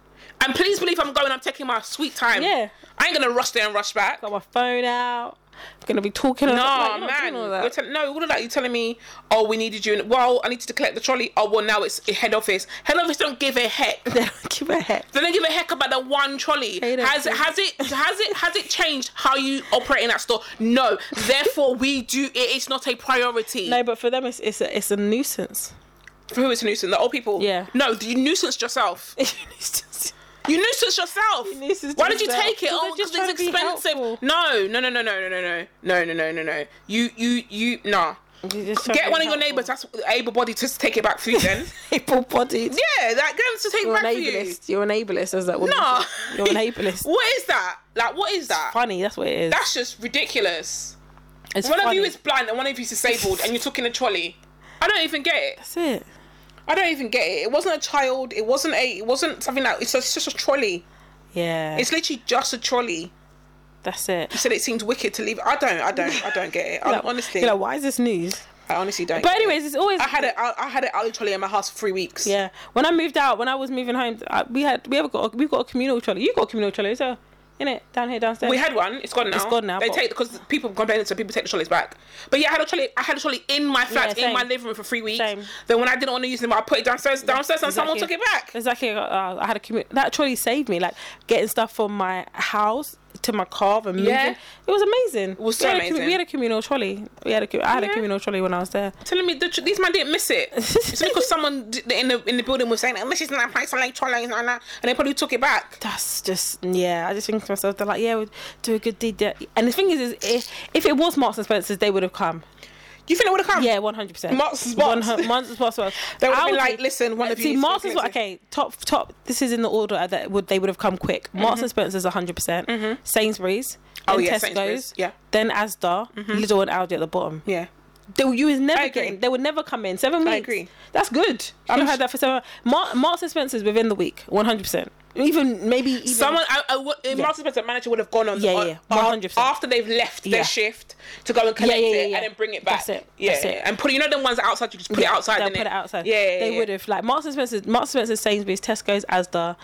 And please believe I'm going. I'm taking my sweet time.
Yeah.
I ain't gonna rush there and rush back.
Got my phone out. I'm going to be talking.
No,
like, you're not
man.
doing all
You're
that.
tell- no, all of that. You're telling me, oh, we needed you. In- well, I needed to collect the trolley. Oh, well, now it's head office. Head office don't give a heck.
They don't give a heck.
They don't give a heck about the one trolley.
They don't
Has
give-
has it has it has it changed how you operate in that store? No. Therefore, we do it. It's not a priority.
No, but for them, it's, it's, a, it's a nuisance.
For who it's a nuisance? The old people.
Yeah.
No, you nuisance yourself.
It's a nuisance.
You nuisance yourself.
nuisance
Why did you
yourself.
take it?
'Cause
Oh,
they're just
because it's
trying to be
expensive.
helpful.
No, no, no, no, no, no, no, no, no, no, no, no, no. You, you, you. Nah.
They're just trying to
Get
be
one of your
helpful.
neighbors. That's able-bodied to take it back for you. Then.
people bodies.
yeah, that get them to take it
You're
back
an
for you.
ableist. You're an ableist, as that woman.
Nah.
said. You're an ableist.
What is that? Like, what is that?
funny, that's what it is.
That's just ridiculous.
It's
one
funny.
of you is blind and one of you is disabled, and you're talking a trolley. I don't even get it.
That's it.
I don't even get it. It wasn't a child. It wasn't a. It wasn't something like. It's just, it's just a trolley.
Yeah.
It's literally just a trolley.
that's it.
said it seems wicked to leave. I don't, I don't, I don't get it. I,
Like,
honestly,
You're like, why is this news?
I honestly don't.
But
get it.
anyways, it's always
I had it. I, I had it alley trolley in my house for three weeks.
Yeah. When I moved out, when I was moving home, I, we had we have got a, we've got a communal trolley. You've got a communal trolley as well, innit? Down here, downstairs.
We had one. It's gone now.
It's gone now,
They
but-
take because people complain, so people take the trolleys back. But yeah, I had a trolley. I had a trolley in my flat,
Yeah,
in my
same.
living room for three weeks.
Same.
Then when I didn't want to use them, I put it downstairs, downstairs, and someone took
Exactly.
it back.
Exactly. Uh, I had a commu- that trolley saved me, like getting stuff from my house to my car and moving.
Yeah.
It was amazing. It
was so
we had A,
amazing.
commu- we had a communal trolley. We had a, co- I had
Yeah.
a communal trolley when I was there.
Telling me the tr- these man didn't miss it. it's because someone d- in the in the building was saying, "Oh, this is not price, I like trolleys, nah, nah," and they probably took it back.
that's just yeah. I just think to myself, they're like, yeah, we'll do a good deed. There. And the thing is, is if, if it was Marks and Spencers, they would have come.
You think they would have come?
Yeah, one hundred percent.
Marks and Spencer.
Marks and Spencer.
They would
I
be like, "Listen, one of you
See,
needs to
Marks
be
and Spencer.
connected."
Okay, top top. This is in the order that would they would have come quick. Marks and Spencers, one hundred percent. Sainsbury's.
Mm-hmm. Oh,
then
yeah,
Tesco's.
Sainsbury's, yeah.
Then Asda, Lidl, and Aldi at the bottom.
yeah.
They were, you was
I
never
agree.
getting. They would never come in seven weeks.
agree.
That's good. I've
Huge.
had that for seven. Mar- Marks and Spencers within the week, one hundred percent. Even maybe even
Someone, I, I, would- uh, Marks and Spencer manager would have gone on.
Yeah,
on-
yeah, 100%.
After they've left their
Yeah.
shift to go and collect
yeah, yeah,
it
yeah.
and then bring it back.
That's it,
Yeah,
that's it.
and put you know them ones outside. You just put it outside.
They'll
innit?
put it outside.
Yeah, yeah,
they
yeah.
would have like Marks and Spencer's, Marks and Spencer's, Sainsbury's, Tesco's, Asda,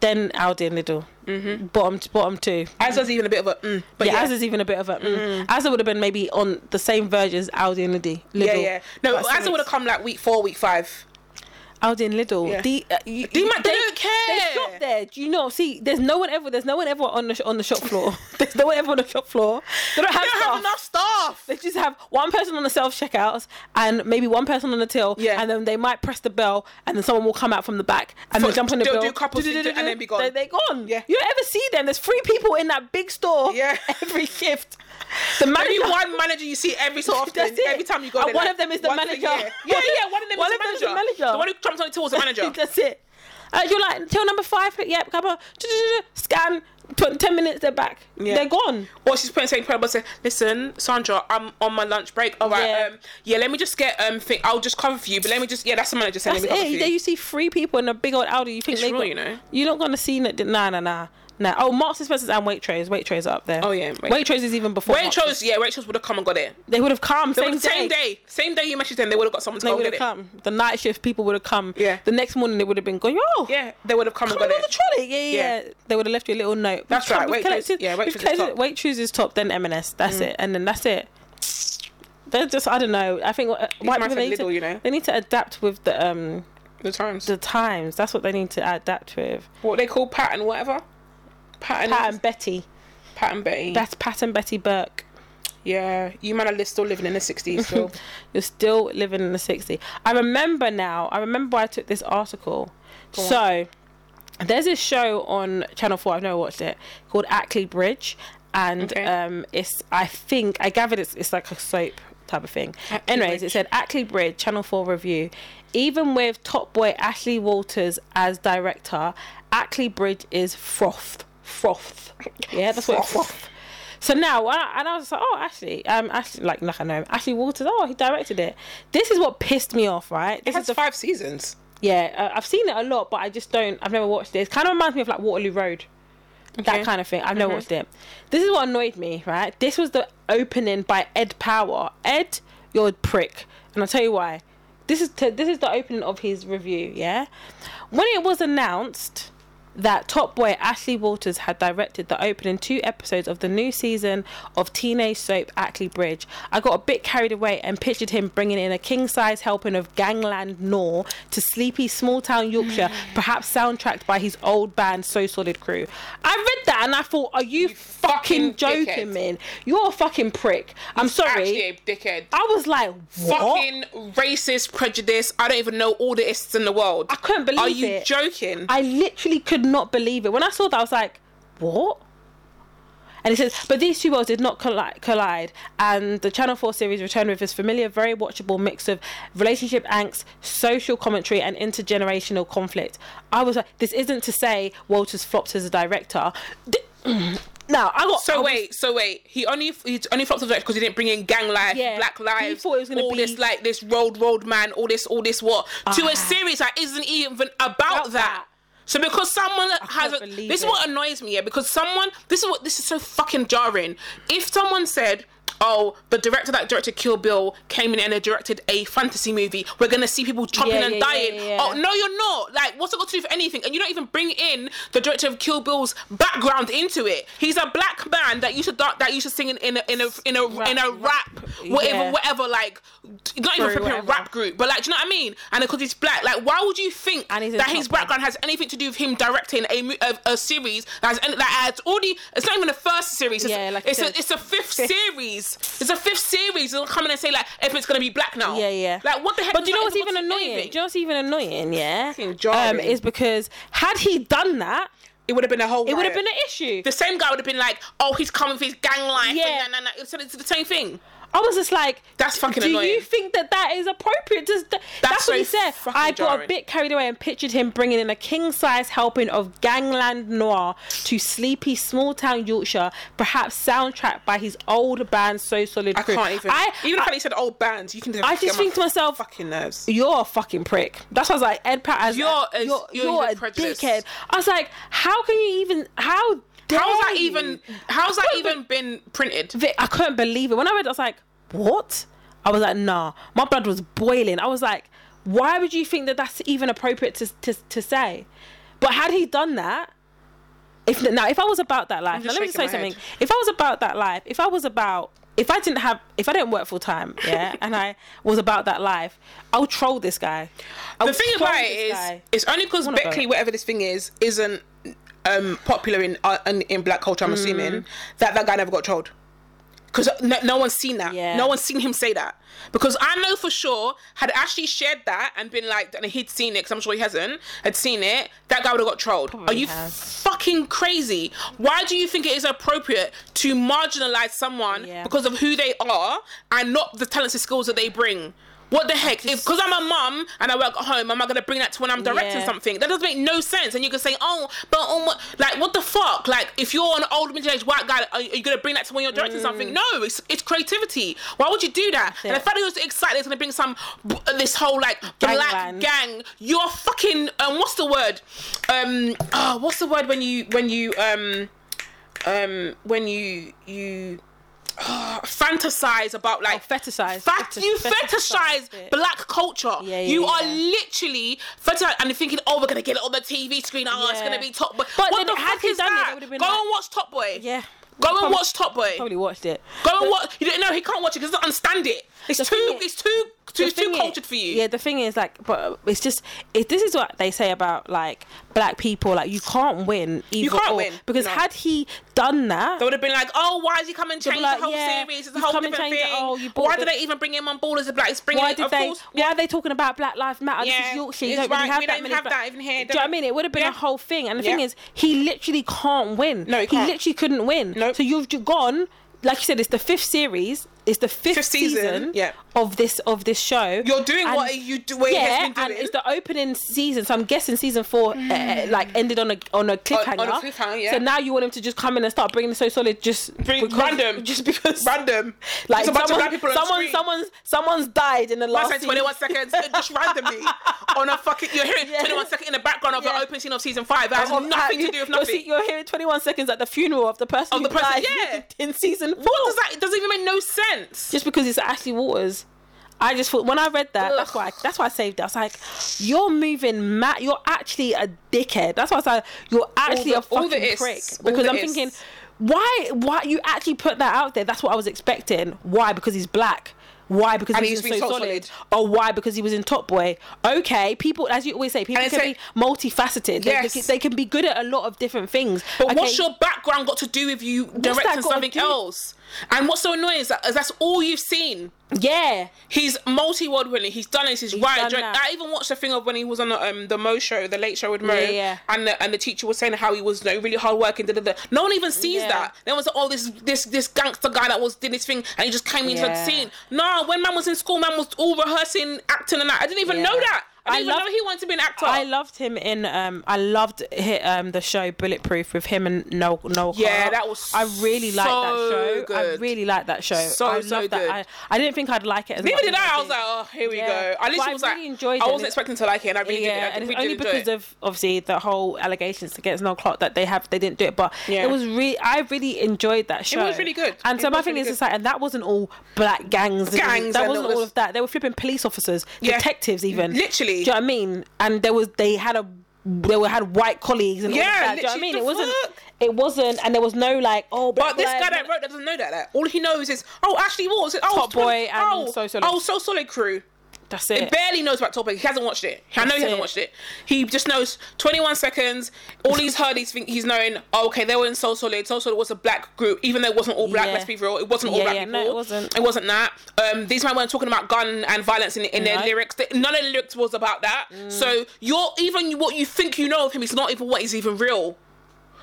then Aldi and Lidl. Mm-hmm. Bottom, bottom two.
As was even a bit of a. Mm, but
Yeah,
yeah, yeah. Mm-hmm.
Asda's even a bit of a. Mm. Asda would have been maybe on the same verge as Aldi and Lidl. Lidl.
yeah, No,
That's
as
the
would have
mix.
come like week four, week five.
Aldi and Lidl.
Yeah.
The, uh, you,
They
you-
might- they don't
They
care.
shop there. Do you know? See, there's no one ever. There's no one ever on the sh- on the shop floor. there's no one ever on the shop floor. They don't have
They don't
staff.
have enough staff.
They just have one person on the self checkouts and maybe one person on the till,
Yeah.
and then they might press the bell, and then someone will come out from the back and
For-
they'll jump on the
they'll
bill,
do couples
do- do-
thing,
do-
and then be gone.
They, are gone.
Yeah.
you don't ever see them. There's three people in that big store.
Yeah.
every shift. The
Maybe
manager.
one manager you see every so often.
That's it.
Every time you go
And
there,
one
like,
of them is the
once a
manager.
year. Yeah, yeah. One of them
One
is
of them is
the
the
manager.
manager.
The one who jumps on the tour is the manager.
That's it. Uh, you're like till number five. Yep, come on. Do- do- do- do. Scan. Tw- Ten minutes. They're back.
Yeah.
They're gone.
Or she's putting saying prayer, but say, listen, Sandra, I'm on my lunch break. All right,
Yeah.
um, yeah, let me just get um, thing. I'll just cover for you, but let me just yeah, that's the manager saying.
That's
let me
it.
cover for
There
you.
you see three people in a big old Audi. You think
It's
they
real,
got-
you know.
You're not gonna see that. Nah, nah, nah. No. Oh, Marks and Spencer's and Waitrose. Waitrose are up there.
Oh, yeah, wait-
Waitrose is even before. Marks.
Waitrose, yeah, Waitrose would have come and got it.
They would have come
They
same,
would've- same
day.
day, same day you messaged them, they would have got someone to
They
go
would
and
have
get it.
come. The night shift people would have come.
Yeah.
The next morning they would have been going. Oh.
Yeah, they would have come and
Come
got
on
it.
the trolley, yeah, yeah,
Yeah.
yeah. They would have left you a little note. We've
That's
come-
right,
we've
Waitrose-
collected-
yeah,
we've
Waitrose is
collected-
top. Mm.
Waitrose is top, then M&S. That's it, and then that's it. They're just, I don't know. I think uh, white
mice
people they
are
need, to,
little, you know.
they need to adapt with the um
The times.
the times. That's what they need to adapt with.
what they call Pat and whatever. Pat and
Pat and Betty.
Pat and Betty.
That's Pat and Betty Burke.
yeah, you man are li- still living in the sixties. Still,
You're still living in the 60s. I remember now, I remember I took this article. So, there's this show on Channel 4, I've never watched it, called Ackley Bridge. And
Okay.
um, it's, I think, I gathered it's, it's like a soap type of thing.
Ackley
Anyways, it
Bridge.
said Ackley Bridge, Channel 4 review. Even with Top Boy Ashley Walters as director, Ackley Bridge is froth. Froth. Yeah, that's what
Froth.
froth. So now, when I, and I was just like, oh, Ashley, um, Ashley, like, like I know him, Ashley Walters. Oh, he directed it. This is what pissed me off, right?
it
This
has
is the,
five seasons.
yeah, uh, I've seen it a lot, but I just don't. I've never watched this. Kind of reminds me of like Waterloo Road, that
Okay.
kind of thing. I've never watched it. This is what annoyed me, right? This was the opening by Ed Power. Ed, you're a prick, and I'll tell you why. This is to, this is the opening of his review. Yeah, when it was announced that Top Boy Ashley Walters had directed the opening two episodes of the new season of teenage soap Ackley Bridge. I got a bit carried away and pictured him bringing in a king size helping of gangland gnaw to sleepy small town Yorkshire,
Mm.
perhaps soundtracked by his old band So Solid Crew. I read that and I thought, are you,
fucking
fucking, joking
dickhead.
me? You're a fucking prick. I'm
Actually,
sorry.
a dickhead.
I was like, what?
Fucking racist, prejudice. I don't even know all the ists in the world.
I couldn't believe
Are you
it.
joking?
I literally could not believe it. When I saw that, I was like, what? And it says, but these two worlds did not colli- collide, and the Channel 4 series returned with its familiar, very watchable mix of relationship angst, social commentary, and intergenerational conflict. I was like, this isn't to say Walters flopped as a director. D- now, I got. I
so
was-
wait, so wait. He only he only fucked up because he didn't bring in gang life,
Yeah.
black
He
lives,
thought it was gonna
all
be- Ah.
this like this road road man, all this all this what to a series that isn't even about, that.
that.
So because someone has a,
believe
this is
it.
what annoys me, yeah. Because someone this is what this is so fucking jarring. If someone said. Oh, the director that directed Kill Bill came in and directed a fantasy movie. We're gonna see people chopping
Yeah,
and
yeah, yeah,
dying.
yeah, yeah.
Oh no, you're not. Like, what's it got to do with anything? And you don't even bring in the director of Kill Bill's background into it. He's a black man that used to da- that used to sing in, in a in a in a
Rap-
in a
rap,
rap, whatever
yeah.
whatever like not even
Sorry,
from a
whatever.
rap group, but like do you know what I mean? And because he's black, like why would you think
And he's in
that
Top
his
Gun.
background has anything to do with him directing a mo- a, a series that has any, that has already it's not even the first series. It's,
Yeah, like
it's
you
a
said.
it's a fifth series. It's a fifth series. They'll come in and say like if it's gonna be black now.
Yeah, yeah.
Like what the heck?
But do you know
does
what's
that
even
got to do with
annoying?
anything?
Do you know what's even annoying? Yeah, Um,
Fucking jarring.
is because had he done that,
It would have been a whole.
it would have been an issue.
the same guy would have been like, "Oh, he's coming for his gang life."
Yeah.
Yeah, and, and, and, so it's the same thing.
I was just like,
That's fucking
Do
annoying.
you think that that is appropriate? Does th- that's,
so
what he said.
fucking
I got a
jarring.
bit carried away and pictured him bringing in a king size helping of gangland noir to sleepy small town Yorkshire, perhaps soundtracked by his old band So Solid
I
Crew.
can't even.
I,
even if
I-
I said old bands, you can.
I just
get my
think to myself,
fucking nerves.
you're a fucking prick. That's what I was like. Ed Pat, as
You're a- you're
a
prejudiced.
dickhead. I was like, how can you even? How dare
How's that
you?
even? How's that
What the-
even been printed?
Vic, I couldn't believe it. When I read it, I was like, what? I was like, nah. My blood was boiling. I was like, why would you think that that's even appropriate to, to, to say? But had he done that, if now if I was about that life, now
just
let me just say
shaking my
something.
head.
If I was about that life, if I was about if I didn't have if I didn't work full time, yeah, and I was about that life, I'll troll this guy. I
The
would
thing
troll
about
this
it is,
guy.
it's only because
wanna
Beckley,
vote.
whatever this thing is, isn't um, popular in, uh, in in black culture.
Mm.
I'm assuming that that guy never got trolled. Because no, no one's seen that.
Yeah.
No one's seen him say that. Because I know for sure, had Ashley shared that and been like, and he'd seen it, because I'm sure he hasn't, had seen it, that guy would have got trolled. Are you
has.
fucking crazy? Why do you think it is appropriate to marginalize someone
Yeah.
because of who they are and not the talents and skills that they bring? What the heck? If because I'm a mum and I work at home, am I gonna bring that to when I'm directing
Yeah.
something? That doesn't make no sense. And you can say, oh, but um, what- like, what the fuck? Like, if you're an old middle-aged white guy, are, are you gonna bring that to when you're directing
Mm.
something? No, it's it's creativity. Why would you do that? And the
it.
fact that you're so excited it's gonna bring some b- this whole like black
bang.
gang. You're fucking um, what's the word? Um, oh, what's the word when you when you um um when you you oh, fantasize about like
Oh, fetishize.
Fat,
Fetis-
you fetishize
fetishize it.
black culture.
Yeah, yeah,
you are
yeah.
literally fetishize and you're thinking, oh, we're gonna get it on the TV screen. Oh, it's
Yeah.
gonna be Top Boy.
But
what
then
the
had
fuck
he
is
done it, that
that?
would've been
Go
like-
and watch Top Boy.
Yeah.
Go and
Probably-
watch Top Boy.
Probably watched it.
Go and watch. You don't know he can't watch it because he doesn't understand it. It's
The
too.
thing is-
it's too. Too.
The
It's too
thing is-
cultured for you.
Yeah, the thing is, like, but it's just it, this is what they say about like black people. Like, you can't win. Either
can't
or.
win,
Because
no.
had he done that,
They would have been like, "Oh, why is he coming and
They'd be
change
like,
the whole
yeah,
series? It's a
he's
whole
come and
different
changed
thing.
it. Oh, you
why
bought
did
the-
they even bring him on board as a black? It's bringing
why
it,
did
of
they?
course,
Why are they talking about Black Lives Matter? This
Yeah,
is Yorkshire. You
it's
don't really
right,
have
we
that
don't
many
have
black-
that even here,
Do
do
you know
we?
what I mean? It would have been
Yeah.
a whole thing. And the
Yeah.
thing is, he literally can't win.
No, he can't.
literally couldn't win.
Nope.
So you've ju- gone. Like you said, it's the fifth series. It's the fifth,
Fifth season, yeah.
of this of this show.
You're doing
And-
what you do. What he has
yeah,
been
and
doing. Mm.
it's the opening season, so I'm guessing season four uh, like ended on a on a cliffhanger.
cliffhanger, yeah.
So now you want him to just come in and start bringing the so solid, just
Bring-
because-
random.
just because
random.
like
Just a bunch
someone,
of black people on
someone,
the screen.
someone's someone's died in the
I
last.
said 21 seconds just randomly on a fucking you're hearing
Yeah.
21 second in the background of
Yeah.
the open scene of season 5 that has
season.
nothing to do with
You'll
nothing
see- You're, hearing 21 seconds at the funeral of the person
Of
who
the person,
died
yeah.
in season four.
what does that it doesn't even make no sense
Just because it's Ashley Waters. I just thought when I read that, that's why that's why I saved it. I was like, "You're moving, Matt. You're actually a dickhead." That's why I was like, "You're actually
the-
a
all the
fucking
ists,
prick."
all
Because
the
I'm
ists.
thinking, why, why you actually put that out there? That's what I was expecting. Why? Because he's black. Why? Because
And
he was
he's
in
been
so
so
solid.
solid.
Or why? Because he was in Top Boy. Okay, people, as you always say, people
And
can
it's
be multifaceted. They- They,
Yes.
can, they can be good at a lot of different things.
but
Okay,
what's your background got to do with you
that
directing
got to
something
do-
else and what's so annoying is that is that's all you've seen
yeah?
He's multi-award winning. He's done this. He's, right.
done
Drake.
that.
I even watched a thing of when he was on the, um, the Mo show, the Late Show with Mo,
Yeah, yeah.
and the, and the teacher was saying how he was like, really hard working. Da, da, da. No one even sees
Yeah.
that. There was all this this this gangster guy that was did his thing and he just came into the
Yeah.
scene. No, when man was in school, man was all rehearsing, acting, and that. I didn't even
Yeah.
know that. I
I
didn't even
love-
know he wanted to be an actor.
I loved him in um I loved hi um the show Bulletproof with him and Noel Noel.
Yeah,
Hart.
that was
I really liked that
so
show.
good.
I really liked that show.
So,
I
so
loved that.
good.
I, I didn't think I'd like it as
Neither
much.
did
as
I. I was
did.
like, oh, here we
Yeah.
go. I
But
literally
I
was
really
like,
enjoyed
I
it.
wasn't expecting to like it, and I really did.
yeah,
I
and it's
really
only
did enjoy
because
it.
of obviously the whole allegations against Noel Clark that they have they didn't do it, but
Yeah.
it was really I really enjoyed that show.
was really good.
And so
It
my
was
thing
really
is,
good.
it's like, and that wasn't all black gangs. and-
Gangs
That
and
wasn't
all
all
this-
of that. They were flipping police officers,
Yeah.
detectives, even
Literally.
Do you know what I mean? And there was they had a they were had white colleagues and all of
Yeah,
that. Do you know what I
literally,
mean? It
the
wasn't.
fuck?
It wasn't, and there was no like oh.
But this guy that wrote that doesn't know that. Like, all he knows is, oh, Ashley Waters. Oh,
Top
it's twen-
Boy and
oh,
So Solid.
Oh, So Solid Crew.
that's it.
He barely knows about Top Boy. He hasn't watched it. I know he
That's
hasn't
it.
watched it. He just knows 21 seconds. All he's heard, he's, think, he's knowing, oh, okay, they were in So Solid. So Solid was a black group, even though it wasn't all black,
Yeah.
let's be real. It wasn't all
Yeah,
black
yeah,
people.
no, it wasn't.
It wasn't that. Um, these men weren't talking about gun and violence in, in their
No. Mm.
lyrics. They- None of the lyrics was about that. So you're even what you think you know of him is not even what is even real.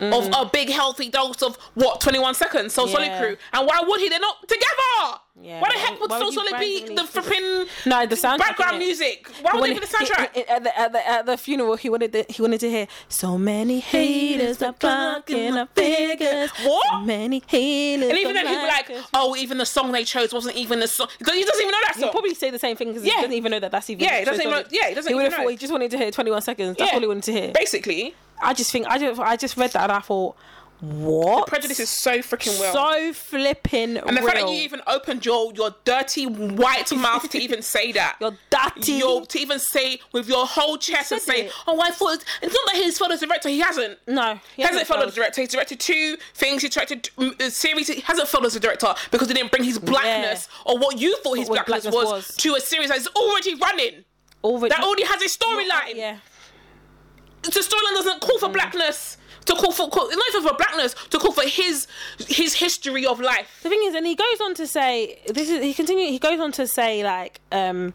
Of a big healthy dose of what 21 seconds, So Solid
Mm. Yeah.
Crew. And why would he? They're not together!
Yeah,
Why the
why
heck would
would- why
So
would you
Solid be
randomly
the flipping
No, the soundtrack,
background
innit?
music? Why would they be the soundtrack?
he- he- at, the, at, the, at the funeral, he wanted to, he wanted to hear so many haters are blocking our figures.
What?
So many haters.
and even then, people like, oh, even the song they chose wasn't even the song. Because he doesn't even know that
He'll
song.
probably say the same thing because
Yeah.
he doesn't even know that that's even.
Yeah, he doesn't
so
even know-
solid.
yeah, he doesn't
He would
even
have
know.
thought he just wanted to hear 21 seconds. That's
Yeah.
all he wanted to hear.
Basically,
I just think I just I just read that and I thought, what?
prejudice is so freaking well.
so flipping
and the fact that you even opened your your dirty white mouth to even say that.
Your dirty-
Your, to even say with your whole chest and
said
say,
it.
oh, I thought it's, it's not that he's followed the director. He hasn't.
no, he
He hasn't followed
followed.
as a director. He's directed two things. He directed mm, a series. He hasn't followed as a director because he didn't bring his blackness or what you thought his
What
blackness,
blackness
was,
was.
to a series that's already running.
All the-
That already has a storyline.
Yeah. Mm.
the storyline doesn't call for blackness. To call for call, not even for blackness. To call for his his history of life.
the thing is, and he goes on to say, this is he continue. He goes on to say like, um,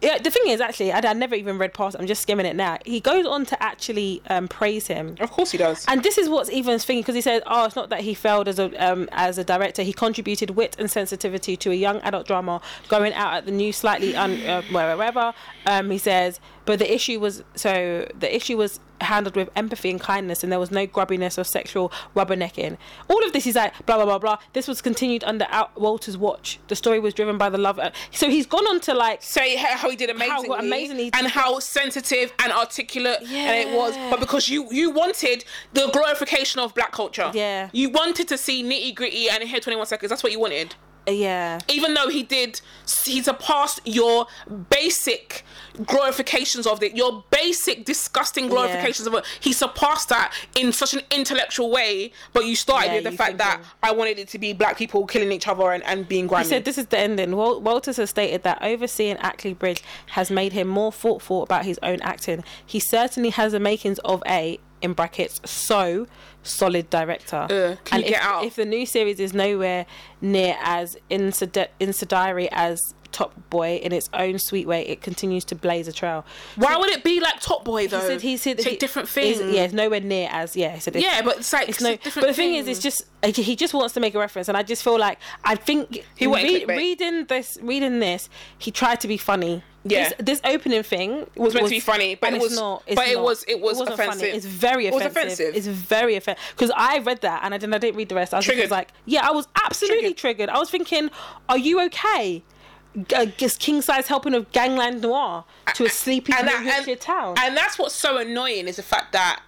yeah, the thing is, actually, I, I never even read past. it. I'm just skimming it now. He goes on to actually um, praise him.
Of course he does.
And this is what's even thinking because he says, "Oh, it's not that he failed as a um, as a director. He contributed wit and sensitivity to a young adult drama going out at the new slightly un- uh, wherever." Um, he says, "But the issue was so the issue was handled with empathy and kindness, and there was no grubbiness or sexual rubbernecking. All of this is like blah blah blah blah. This was continued under Al- Walter's watch. The story was driven by the love. uh, so he's gone on to like."
Say how how he did amazingly,
amazingly he
and how sensitive and articulate and it was,
Yeah.
but because you you wanted the glorification of black culture,
Yeah.
you wanted to see nitty gritty and here twenty one seconds. That's what you wanted.
Yeah.
even though he did he surpassed your basic glorifications of it your basic disgusting glorifications of it he surpassed that in such an intellectual way but you started
Yeah,
with the
you
fact
think
that
so.
i wanted it to be black people killing each other and, and being grimy
He said this is the ending. Wal- Walters has stated that overseeing Ackley Bridge has made him more thoughtful about his own acting. He certainly has the makings of a in brackets so solid director.
can you
if,
get out?
if the new series is nowhere near as incid- incendiary as Top Boy in its own sweet way, it continues to blaze a trail.
why would it be like top boy though
He said he said
it's a
he-
different
is-
thing
Yeah, it's nowhere near as yeah. He said it's-
Yeah, but it's like
it's
it's
no.
a
But
different
the thing is, it's just like, he just wants to make a reference, and I just feel like I think he
wanted clickbait.
reading this, reading this, he tried to be funny.
Yeah.
this, this opening thing was
meant to be funny, but
and
it
it's
was-
not. It's
but it
not.
was- it was
wasn't
offensive.
It's very
It was
offensive.
offensive.
It's very offensive because I read that and I didn't. I didn't read the rest. I was just
Triggered.
like, yeah, I was absolutely
Triggered.
triggered. I was thinking, are you okay? G- uh, Just king size helping of gangland noir to a sleepy New Yorkshire town.
and that's what's so annoying is the fact that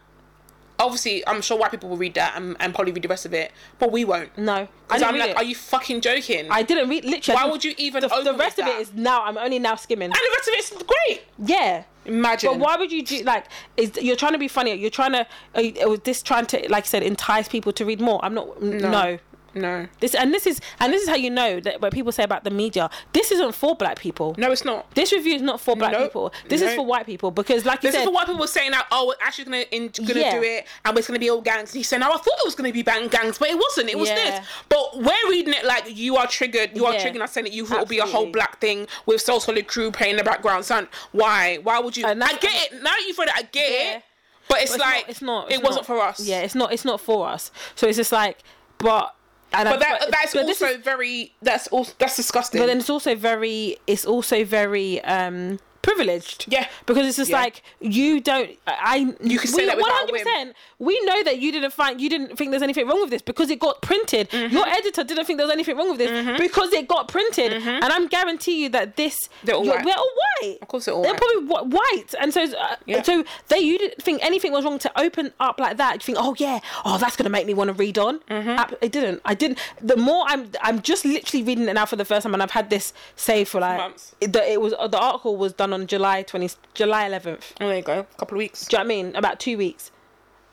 obviously I'm sure white people will read that and, and probably read the rest of it, but we won't.
no, I
Because
didn't
I'm
read
like,
it.
are you fucking joking?
I didn't read literally. I
Why
didn't-
would you even
The, the
open
rest
with
of
that?
it is now. I'm only now skimming.
and the rest of it's great.
yeah.
Imagine.
But why would you do like? Is you're trying to be funny? You're trying to? Are you, was this trying to like I said entice people to read more? I'm not. No. no.
No.
This and this is and this is how you know that what people say about the media. This isn't for black people.
No, it's not.
This review is not for black
Nope.
people. This is
Nope.
for white people because, like you
This
said,
is for white people saying that, oh, we're actually gonna in, gonna
Yeah.
do it, and it's gonna be all gangs. And he said, no, I thought it was gonna be bang gangs, but it wasn't. It was
Yeah.
this. But we're reading it like you are triggered. You are
Yeah.
triggered. I said that you thought it would be a whole
Absolutely.
black thing with Soul Solid Crew playing the background sound. Why? Why would you? I
And that's-
get it. Now that you've read it, I get
Yeah.
it. But it's
it's
like
not, it's not.
it
it's
wasn't
not-
for us.
Yeah, it's not. It's not for us. So it's just like, but. And I-
But that that's
but this
also very that's also that's disgusting.
but then it's also very it's also very um privileged
Yeah.
because it's just
Yeah.
like you don't i I-
You can say
we-
that without a whim.
100% we know that you didn't find you didn't think there's anything wrong with this because it got printed
Mm-hmm.
your editor didn't think there was anything wrong with this because it got printed and i'm guarantee you that this
Mm-hmm. They're all
you're-
white.
they're all white of
course they're all
they're
white.
probably wh- white and so uh,
Yeah.
so they you didn't think anything was wrong to open up like that you think oh yeah oh that's gonna make me want to read on
Mm-hmm.
Ap- it didn't i didn't the more i'm i'm just literally reading it now for the first time and i've had this say for like
Months.
it- the it was uh, the article was done on july 20 july 11th
oh, there you go. A couple of weeks.
do you know what I mean? About two weeks.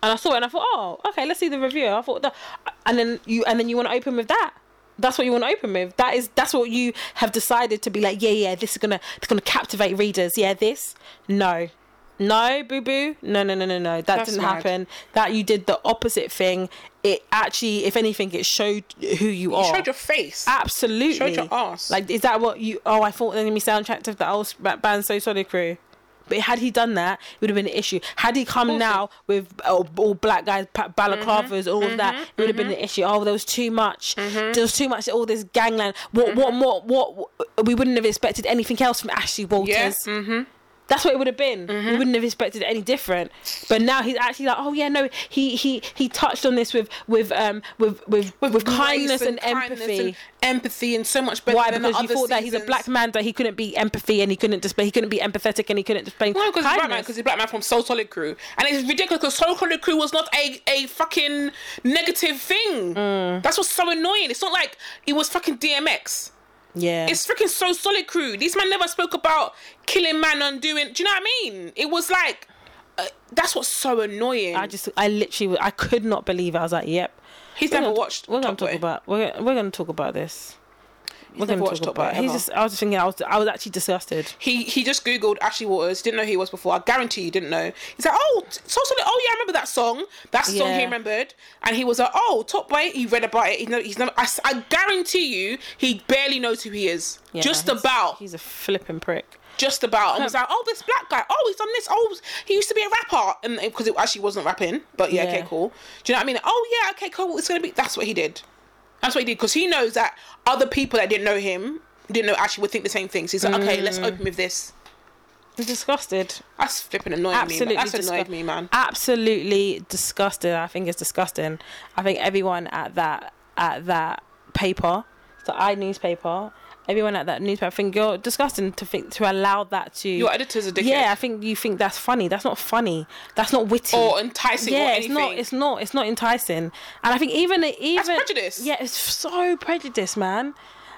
And I saw it and I thought, oh, okay, let's see the review. I thought, that, and then you and then you want to open with that. That's what you want to open with. That is that's what you have decided to be like. Yeah, yeah, this is gonna it's gonna captivate readers. Yeah, this no. No, boo boo. No, no, no, no, no. That
That's
didn't
mad.
happen. That you did the opposite thing. It actually, if anything, it showed who you,
You
are.
showed your face.
Absolutely.
Showed your ass.
Like, is that what you? Oh, I thought the enemy soundtrack to the old sp- band So Solid Crew. But had he done that, it would have been an issue. Had he come now with uh, all black guys, pa- balaclavas, all
Mm-hmm,
of that, it would have been an issue. Oh, there was too much. There was too much. All this gangland. What? What
Mm-hmm.
more? What, what? We wouldn't have expected anything else from Ashley Walters.
Yes. Mm-hmm.
That's what it would have been. We wouldn't have expected any different. But now he's actually like, oh yeah, no, he he he touched on this with with um with with with, kindness and,
kindness
empathy.
and empathy and so much better
Why?
than the
Because you
other
thought that he's a
seasons.
black man, that he couldn't be empathy and he couldn't display, he couldn't be empathetic and he couldn't display
No, because he's black man.
kindness.
Because he's black man from Soul Solid Crew, and it's ridiculous because Soul Solid Crew was not a a fucking negative thing.
Mm.
That's what's so annoying. It's not like it was fucking DMX.
yeah,
It's freaking so solid crew. These men never spoke about killing man undoing. Do you know what I mean? It was like uh, that's what's so annoying.
I just, I literally, was- I could not believe. It. I was like, yep.
he's
We're
never
gonna-
watched.
We're gonna
Top
talk
Boy.
about. We're gonna, we're gonna talk about this. We're
never
gonna
watched Top
talk
Boy,
about it. He's
ever.
just. I was just thinking. I was. I was actually disgusted.
He he just googled Ashley Waters. Didn't know who he was before. I guarantee you didn't know. He's like, oh, so solid. Oh yeah, I remember that song. That's the song
Yeah.
he remembered. And he was like, oh, Top Boy. He read about it. He know, he's never. I, s- I guarantee you, he barely knows who he is.
Yeah,
just
he's-
about,
He's a flipping prick.
just about. And was like, oh, this black guy. Oh, he's done this. Oh, he used to be a rapper. And because it actually wasn't rapping, but yeah,
Yeah.
okay, cool. Do you know what I mean? Oh yeah, okay, cool. It's gonna be. That's what he did. That's what he did because he knows that other people that didn't know him didn't know actually would think the same things. He's like, okay, let's
Mm.
open with this.
He's disgusted.
That's flipping annoying me.
Absolutely.
Man. That's annoyed
disgu-
me, man.
Absolutely disgusted. I think it's disgusting. I think everyone at that at that paper, the I newspaper, everyone at that newspaper, I think you're disgusting to think to allow that to.
Your editor's a dickhead.
yeah, I think you think that's funny. That's not funny. That's not witty.
Or enticing or
yeah, it's
anything.
not. It's not. It's not enticing. And I think even even
prejudice.
Yeah, it's so prejudice, man.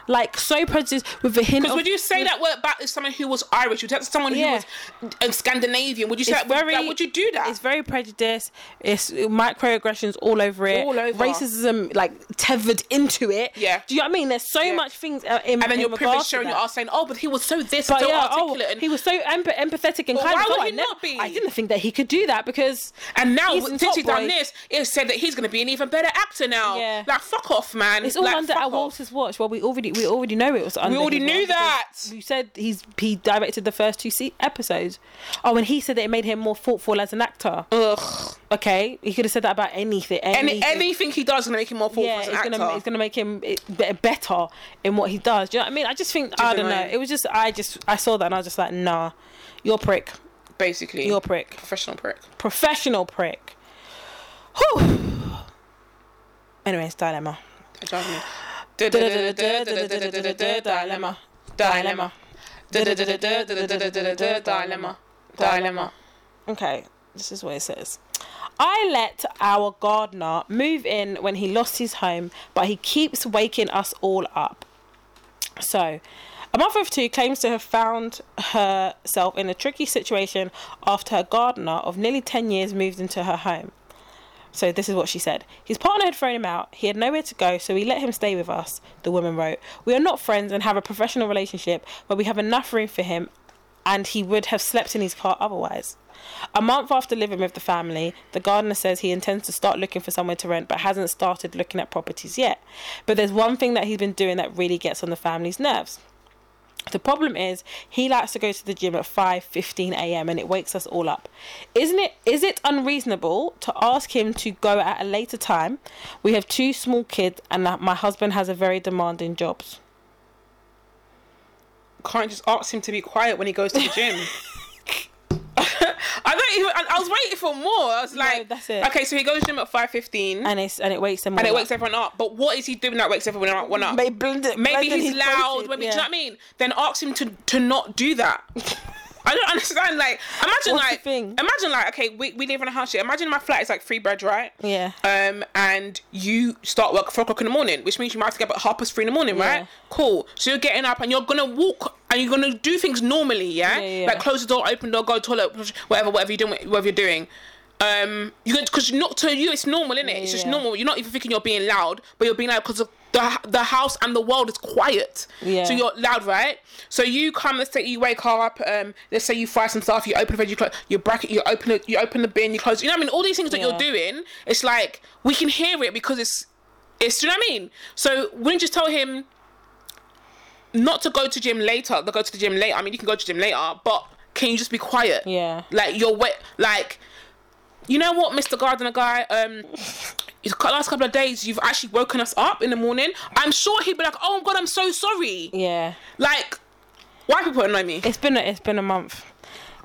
Like so prejudice with the hint.
because
of-
would you say that word back to someone who was Irish? Would you tell someone who
Yeah.
was uh, Scandinavian? Would you say
It's
that, would-
very-
that- Would you do that?
It's very prejudice. It's microaggressions all over it.
All over.
Racism, like tethered into it.
Yeah.
Do you know what I mean? There's so much things uh, in.
and then
in
your privilege
regards to
showing
that.
your ass saying, "Oh, but he was so this,
But
so
yeah, oh,
articulate." and,
he was so em- empathetic and
But
kind.
why
as well.
would
I
he not be?
I didn't think that he could do that because.
and now
he's
since
Top
he's done
Boy.
this, it's said that he's going to be an even better actor now.
Yeah.
Like fuck off, man.
It's all
Like,
under
fuck
our
off.
Walter's watch. Well, we already we already know it was under.
already
his
knew
watch because
that.
You said he's he directed the first two se- episodes. Oh, and he said that it made him more thoughtful as an actor.
Ugh.
Okay, he could have said that about anything.
And
anything.
anything he does is going to make him more thoughtful
yeah,
as
it's
an
gonna
actor.
it's gonna make him it- be- better in what he does. Do you know what I mean? I just think I don't know.
annoying.
It was just I just I saw that and I was just like, nah, you're a prick,
Basically,
you're a prick,
professional prick.
professional prick. Whew. Anyways, dilemma.
That drives me-
Dilemma.
Dilemma. Dilemma. Dilemma.
Okay, this is what it says. I let our gardener move in when he lost his home, but he keeps waking us all up. So, a mother of two claims to have found herself in a tricky situation after her gardener of nearly 10 years moved into her home. So, this is what she said. His partner had thrown him out. He had nowhere to go, so we let him stay with us, the woman wrote. We are not friends and have a professional relationship, but we have enough room for him, and he would have slept in his car otherwise. A month after living with the family, the gardener says he intends to start looking for somewhere to rent but hasn't started looking at properties yet. But there's one thing that he's been doing that really gets on the family's nerves. The problem is he likes to go to the gym at 5:15 a.m. and it wakes us all up. Isn't it is it unreasonable to ask him to go at a later time? We have two small kids and my husband has a very demanding job.
Can't just ask him to be quiet when he goes to the gym. I don't even. I, I was waiting for more. I was like,
that's it.
Okay, so he goes to gym at five fifteen, and,
And it's and it wakes him
it
all
wakes everyone up. But what is he doing that wakes everyone up? one up?
Maybe blend it-
Maybe
blend in
he's
his
loud.
voices,
Maybe
yeah.
do you know what I mean? Then ask him to to not do that. I don't understand. Like, imagine
What's the
like,
thing?
imagine like, okay, we, we live in a house. here. Imagine my flat is like three bed, right?
Yeah.
Um, and you start work at four o'clock in the morning, which means you might have to get up at half past three in the morning,
Yeah.
right? Cool. So you're getting up and you're gonna walk and you're gonna do things normally, yeah?
Yeah, yeah.
Like close the door, open the door, go to the toilet, whatever, whatever you're doing, whatever you're doing. Um, you because not to you, it's normal, innit? It's just
Yeah.
normal. You're not even thinking you're being loud, but you're being loud because the the house and the world is quiet.
Yeah.
So you're loud, right? So you come, let's say you wake up, um, let's say you fry some stuff, you open the fridge, you close your bracket, you open it, you open the bin, you close. You know what I mean? All these things that
Yeah.
you're doing, it's like we can hear it because it's it's. Do you know what I mean? So wouldn't you just tell him not to go to gym later? They'll go to the gym later. I mean, you can go to gym later, but can you just be quiet?
Yeah.
Like you're wet. Like you know what, Mr. Gardener guy. Um, the cu- last couple of days you've actually woken us up in the morning. I'm sure he'd be like, "Oh my god, I'm so sorry."
Yeah.
Like, why people annoy me? A
It's been a, it's been a month.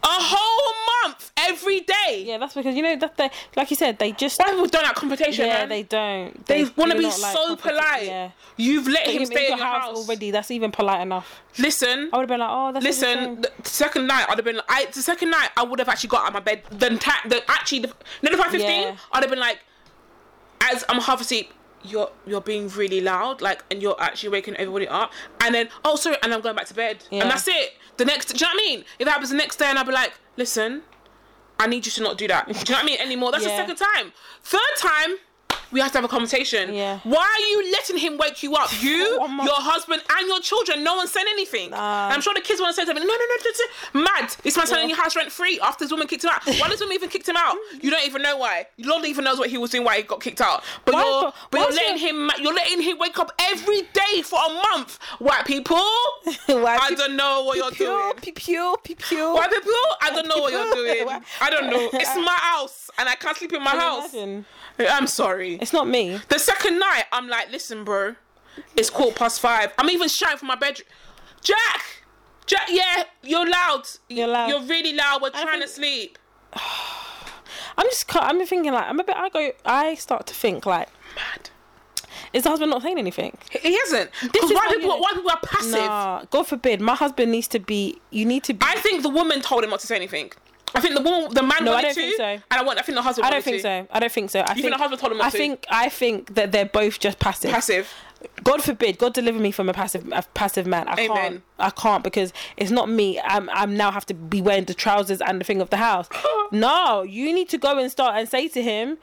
whole month every day.
Yeah, that's because you know that they like you said they just
Why people don't like confrontation,
yeah
man? They,
they don't do
want to be
not like
so
competition.
polite.
Yeah.
You've let
But
him
you-
stay in your house.
already. That's even polite enough.
Listen,
I would have been like, oh, that's such a
Listen,
shame.
the second night I'd have been. I the second night I would have actually got out of my bed. The entire, the actually, the, no, the five fifteen.
Yeah.
I'd have been like, as I'm half asleep, you're you're being really loud, like, and you're actually waking everybody up. And then, oh, sorry, and I'm going back to bed.
Yeah.
And that's it. The next, do you know what I mean? If it happens the next day, and I'd be like, listen, I need you to not do that. Do you know what I mean anymore? That's
Yeah.
the second time. Third time, we have to have a conversation.
Yeah.
Why are you letting him wake you up? You,
Oh, my-
your husband, and your children. No one said anything.
Nah.
And I'm sure the kids want to say something. No, no, no, no, no. Mad. This man's selling
Yeah.
your house rent free after this woman kicked him out. Why this woman even kicked him out? You don't even know why. Lord even knows what he was doing. Why he got kicked out. But
Why-
you're, but
why
you're
is
letting
your-
him. You're letting him wake up every day for a month. White people.
Why
I
peop-
don't know what you're doing.
Pew, pew, pew, pew.
Why people? I don't know what you're
people?
doing.
Why-
I don't know. It's my house, and I can't sleep in my
Can you
house.
imagine?
I'm sorry.
It's not me.
The second night, I'm like, listen, bro, it's quarter past five. I'm even shouting from my bedroom, Jack, Jack, yeah, you're loud.
You're loud.
You're really loud. We're trying to
think-
sleep.
I'm just. cu- I'm thinking like I'm a bit. I go. I start to think like,
Mad.
is the husband not saying anything?
He- He isn't. This
is
why
how
people.
you-
Why people are passive.
Nah, God forbid. My husband needs to be. You need to be.
I think the woman told him not to say anything. I think the woman, the man
No, I
wanted
don't
to,
think so.
and I want. I think the husband.
I don't
wanted
think
to.
so. I don't think so. I think,
the husband told him
I
not to?
think I think that they're both just passive.
Passive.
God forbid, God deliver me from a passive a passive man. I
Amen.
can't. I can't because it's not me. I'm I'm now have to be wearing the trousers and the thing of the house. no, you need to go and start and say to him,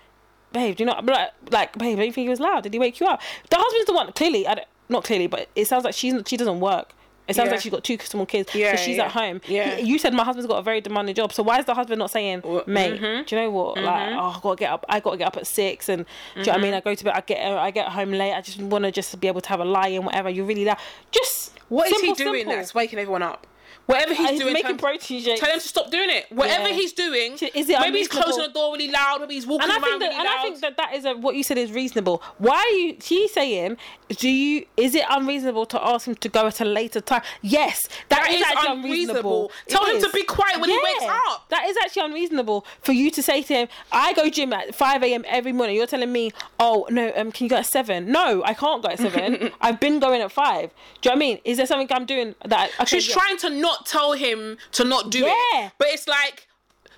babe, do you know like, like babe, don't you think he was loud? Did he wake you up? The husband's the one clearly, I don't, not clearly, but it sounds like she's she doesn't work. It sounds
Yeah.
like she's got two small kids,
Yeah,
so she's
yeah.
at home.
Yeah.
He- you said my husband's got a very demanding job, so why is the husband not saying, mate,
mm-hmm.
do you know what? Like, oh, I gotta get up. I gotta get up at six, and do you know what I
Mm-hmm.
mean? I go to bed. I get I get home late. I just want to just be able to have a lie and whatever. You really that just
What is
simple,
he doing
simple.
that's waking everyone up? Whatever he's,
Uh, he's
doing,
making
tell him,
protein shakes.
tell him to stop doing it. Whatever
Yeah.
he's doing,
Is it
maybe he's closing
unreasonable?
the door really loud. Maybe he's walking
and I
around
think that,
really
and
loud.
I think that that is a, what you said is reasonable. Why are you? She's saying, do you? Is it unreasonable to ask him to go at a later time? Yes,
That
that is,
is
actually
unreasonable.
unreasonable.
Tell
It
him to
is.
be quiet when he wakes up.
That is actually unreasonable for you to say to him, "I go gym at five a.m. every morning." You're telling me, "Oh no, um, can you go at 7? No, I can't go at seven. I've been going at five. Do you know what I mean? Is there something I'm doing that? Okay,
She's trying to not tell him to not do
Yeah.
it. But it's like,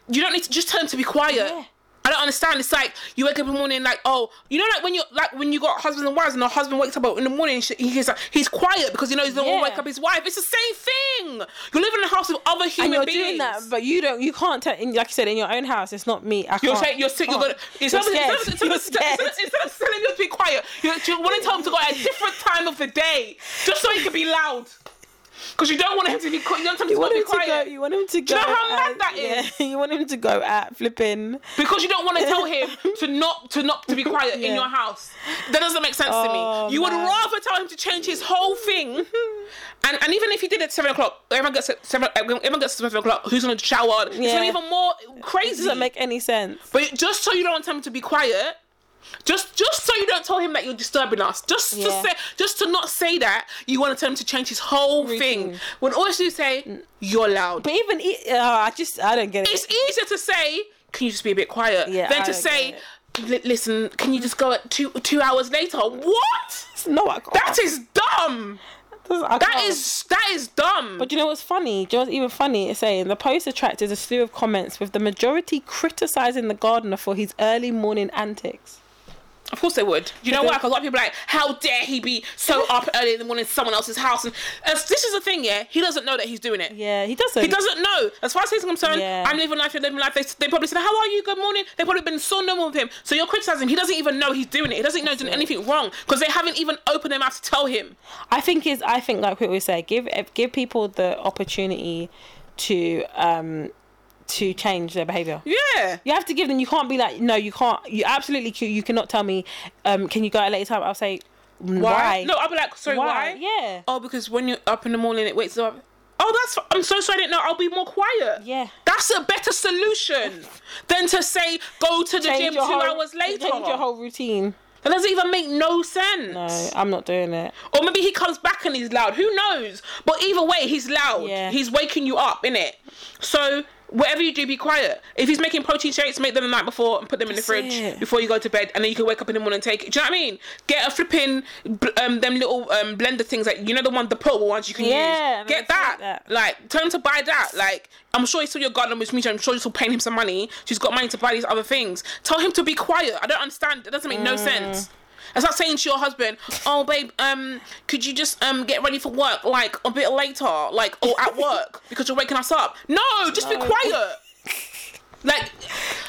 you don't need to just tell him to be quiet.
Yeah.
I don't understand. It's like you wake up in the morning, like oh, you know, like when you like when you got husbands and wives, and the husband wakes up in the morning, and she- he's like he's quiet because he knows he don't
Yeah.
wake up his wife. It's the same thing. You're living in a house with other
And
human
you're
beings.
doing that, but you don't. You can't tell. in- Like you said, in your own house, it's not me. I
You're
can't.
saying you're sick. You're gonna. It's
Oh,
not
You're
instead of-
scared.
instead of-
You're
instead of-
scared.
instead of telling you to be quiet, you, you want to tell him to go at a different time of the day, just so he can be loud. Because you don't want him to be. qui- You don't want him to
You want
not be
him to go.
quiet.
You want him to go.
you know how mad
at-
that is?
Yeah, you want him to go at flipping.
because you don't want to tell him to not to not to be quiet in
Yeah.
your house. That doesn't make sense to
Oh,
me. You would
man.
rather tell him to change his whole thing, and and even if he did it at seven o'clock, everyone gets at seven. uh, Everyone gets to seven o'clock. Who's gonna shower? It's gonna be
Yeah.
even more
It
crazy.
doesn't make any sense.
But just so you don't tell him to be quiet, just just so you don't tell him that you're disturbing us, just to
Yeah.
say, just to not say that you want to tell him to change his whole thing.
Routine.
When all you say, you're loud.
But even e- uh, I just I don't get it.
it's easier to say, can you just be a bit quiet,
Yeah,
than
I
to
don't
say,
get
"Li- listen, can you just go at two two hours later? What?
no, I can't.
That is dumb.
I
That
can't.
is that is dumb.
But do you know what's funny? Do you know what's even funny? It's saying the post attracted a slew of comments with the majority criticising the gardener for his early morning antics.
Of course they would. You know why? Because a lot of people are like, how dare he be so up early in the morning in someone else's house? And and this is the thing, yeah. He doesn't know that he's doing it.
Yeah, he doesn't.
He doesn't know. As far as he's concerned,
Yeah.
I'm living life, you're living life. They, they probably said, How are you? Good morning. They've probably been so normal with him. So you're criticizing. him. He doesn't even know he's doing it. He doesn't know he's doing anything wrong because they haven't even opened their mouth to tell him.
I think is I think like we always say, give eh, give people the opportunity to um to change their behavior.
Yeah.
You have to give them. You can't be like, no, you can't. You absolutely, c- you cannot tell me. Um, can you go at a later time? I'll say, "Mm, why?
No, I'll be like, Sorry, why?
Yeah.
Oh, because when you're up in the morning, it wakes up. Oh, that's. f- I'm so sorry. I didn't know. I'll be more quiet.
Yeah.
That's a better solution than to say go to the gym two
your whole-
hours later.
Change your whole routine.
that doesn't even make no sense.
No, I'm not doing it.
Or maybe he comes back and he's loud. Who knows? But either way, he's loud.
Yeah.
He's waking you up, innit? So whatever you do, be quiet. If he's making protein shakes, make them the night before and put them
That's
in the fridge
it.
before you go to bed, and then you can wake up in the morning and take it. Do you know what I mean? Get a flipping bl- um them little um blender things like you know the one the portable ones you can
Yeah,
use.
and
Get
I
that.
like that.
Like tell him to buy that. Like I'm sure he saw your garden, which means I'm sure you're still paying him some money. She's got money to buy these other things. Tell him to be quiet. I don't understand. It doesn't make no sense. It's like saying to your husband, "Oh, babe, um, could you just um get ready for work like a bit later, like or at work because you're waking us up?" No, just be
No.
quiet. Like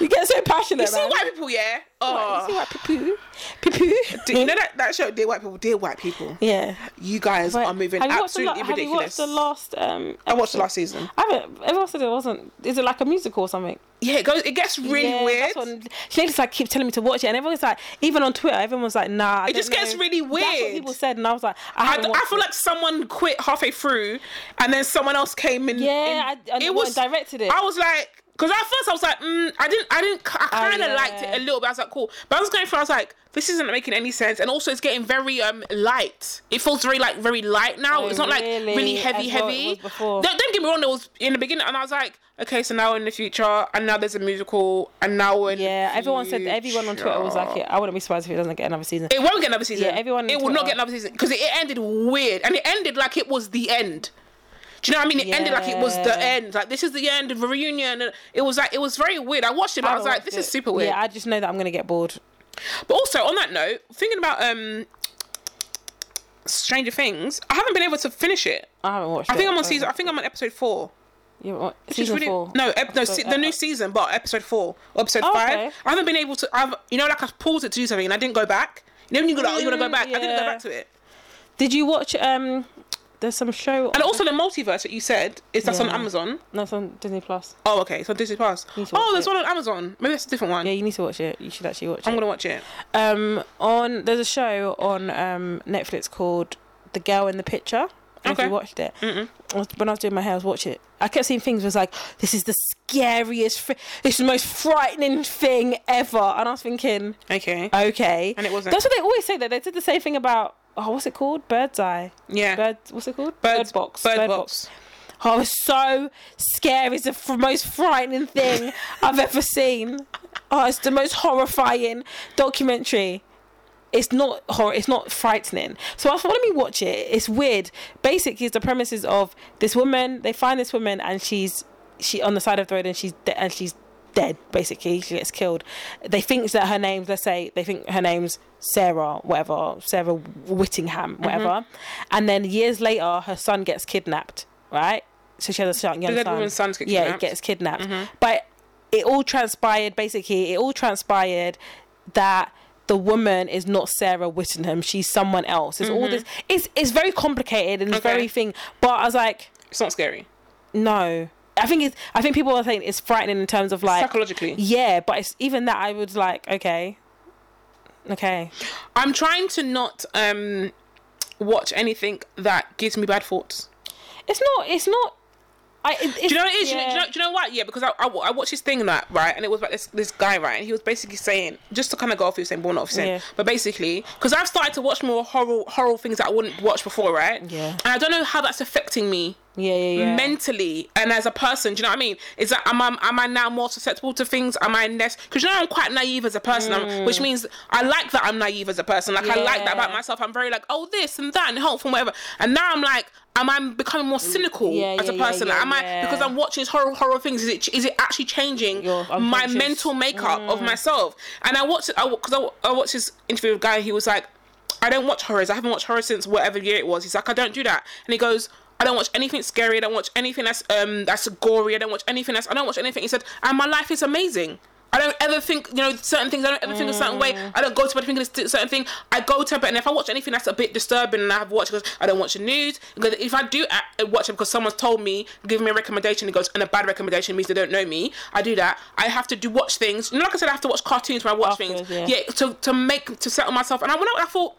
You get so passionate.
You see
man.
white people, yeah?
You see
Oh.
white people. People.
Do you know that, that show, Dear White People? Dear White People.
Yeah.
You guys
But
are moving
have you watched the
absolutely
la-
ridiculous.
Have you watched the last? Um,
I watched the last season.
I haven't. Everyone said it wasn't. Is it like a musical or something?
Yeah, it goes. It gets really
Yeah,
weird.
That's what, ladies like keep telling me to watch it, and everyone's like, even on Twitter, everyone's like, nah. I
It just
don't
gets
know.
really
That's what
weird.
people said, and I was like,
I,
I,
d- I feel like someone quit halfway through, and then someone else came in.
Yeah,
in-
I- I know what directed it.
I was like, because at first I was like, mm, I didn't, I didn't, I
Oh,
kind of
yeah.
liked it a little bit. I was like, cool, but I was going through. I was like, this isn't making any sense, and also it's getting very um light. It feels very like very light now.
Oh,
it's not like
really?
really heavy,
As what it
heavy.
was before.
Don't, don't get me wrong. It was in the beginning, and I was like, okay, so now in the future, and now there's a musical, and now we're in the
yeah, everyone said everyone on Twitter was
future.
like, yeah, I wouldn't be surprised if it doesn't get another season.
It won't get another season.
Yeah, everyone
It
on
will not
Twitter-
get another season because it, it ended weird, and it ended like it was the end. Do you know what I mean? It ended like it was
Yeah.
the end. Like this is the end of the reunion. It was like it was very weird. I watched it. but I, was
haven't
like, this
watched
is
it.
super weird.
Yeah, I just know that I'm gonna get bored.
But also on that note, thinking about um Stranger Things, I haven't been able to finish it.
I haven't watched.
I think
it.
I'm on
so-
season. I think I'm on episode four.
You haven't wa-
She's
Oh. season
really-
four.
No, ep- no, se- the new
uh,
season, but episode four or episode
Oh,
five.
okay.
I haven't been able to. I've you know like I paused it to do something and I didn't go back. You know when you go like, oh, you want to go
Mm,
back? I didn't go
yeah.
back to it.
Did you watch? Um, there's some show.
And also the multiverse that you said is that's on
Yeah.
Amazon.
no, it's on Disney Plus.
Oh, okay, so Disney Plus.
Need to
Oh,
watch
there's
it.
one on Amazon. Maybe that's a different one.
Yeah, you need to watch it. You should actually watch
I'm
it.
gonna watch it.
Um, on there's a show on um Netflix called The Girl in the Picture. I don't know If
Okay.
you watched it,
Mm-mm.
I was- when I was doing my hair, I was watching it. I kept seeing things was like, "This is the scariest, fr- this is the most frightening thing ever," and I was thinking,
Okay.
Uh, "Okay."
And it wasn't.
That's what they always say. That they did the same thing about oh, what's it called? Bird's Eye.
yeah.
Bird. What's it called?
Bird-
Box.
Bird Box.
Oh, it was so scary. It's the f- most frightening thing I've ever seen. Oh, it's the most horrifying documentary. It's not horror. It's not frightening. So I thought, let me watch it. It's weird. Basically, it's the premises of this woman. They find this woman, and she's she on the side of the road, and she's de- and she's dead. Basically, she gets killed. They think that her name's let's say they think her name's Sarah, whatever, Sarah Whittingham,
Mm-hmm.
whatever. And then years later, her son gets kidnapped. Right. So she has a son- young
The dead
son.
woman's son gets
yeah,
kidnapped.
it gets kidnapped.
Mm-hmm.
But it all transpired. Basically, it all transpired that the woman is not Sarah Whittingham. She's someone else. It's all this. It's it's very complicated and it's
Mm-hmm. Okay.
very thing. But I was like,
It's not scary
no. I think it's. I think people are saying it's frightening in terms of like.
psychologically.
Yeah, but it's even that I was like, okay, okay,
I'm trying to not um watch anything that gives me bad thoughts.
it's not. It's not. I.
Do
It,
you know what it is? You, know, do, you know, do you know what? Yeah, because I, I, wa- I watched this thing like right, and it was about this this guy right, and he was basically saying just to kind of go off what you were saying, but not off saying,
Yeah.
but basically because I've started to watch more horror horror things that I wouldn't watch before, right?
Yeah.
and I don't know how that's affecting me
Yeah, yeah, yeah.
mentally and as a person. Do you know what I mean? Is that am I am I now more susceptible to things? Am I less? Because you know I'm quite naive as a person, I'm- which means I like that I'm naive as a person. Like I like that about
Mm. Yeah.
myself. I'm very like oh this and that and health and whatever. And now I'm like. Am I becoming more cynical
Mm. Yeah,
as a
yeah, yeah,
person?
yeah,
Like, am I
yeah.
because I'm watching these horror horror things? Is it is it actually changing
Your
my
unconscious. Mm.
mental makeup of myself? And I watched I because I, wa- I watched this interview with a guy. He was like, I don't watch horrors. I haven't watched horror since whatever year it was. He's like, I don't do that. And he goes, I don't watch anything scary. I don't watch anything that's um that's gory. I don't watch anything that's I don't watch anything. He said, and my life is amazing. I don't ever think, you know, certain things. I don't ever think a certain way.
Mm.
I don't go to bed thinking a certain thing. I go to bed, and if I watch anything that's a bit disturbing, and I have watched because I don't watch the news. Because if I do uh, watch it because someone's told me, give me a recommendation, it goes, and a bad recommendation means they don't know me. I do that. I have to do watch things. You know, like I said, I have to watch cartoons when I watch
Afterwards,
things.
yeah.
Yeah, to, to make to settle myself. And I went out. I thought,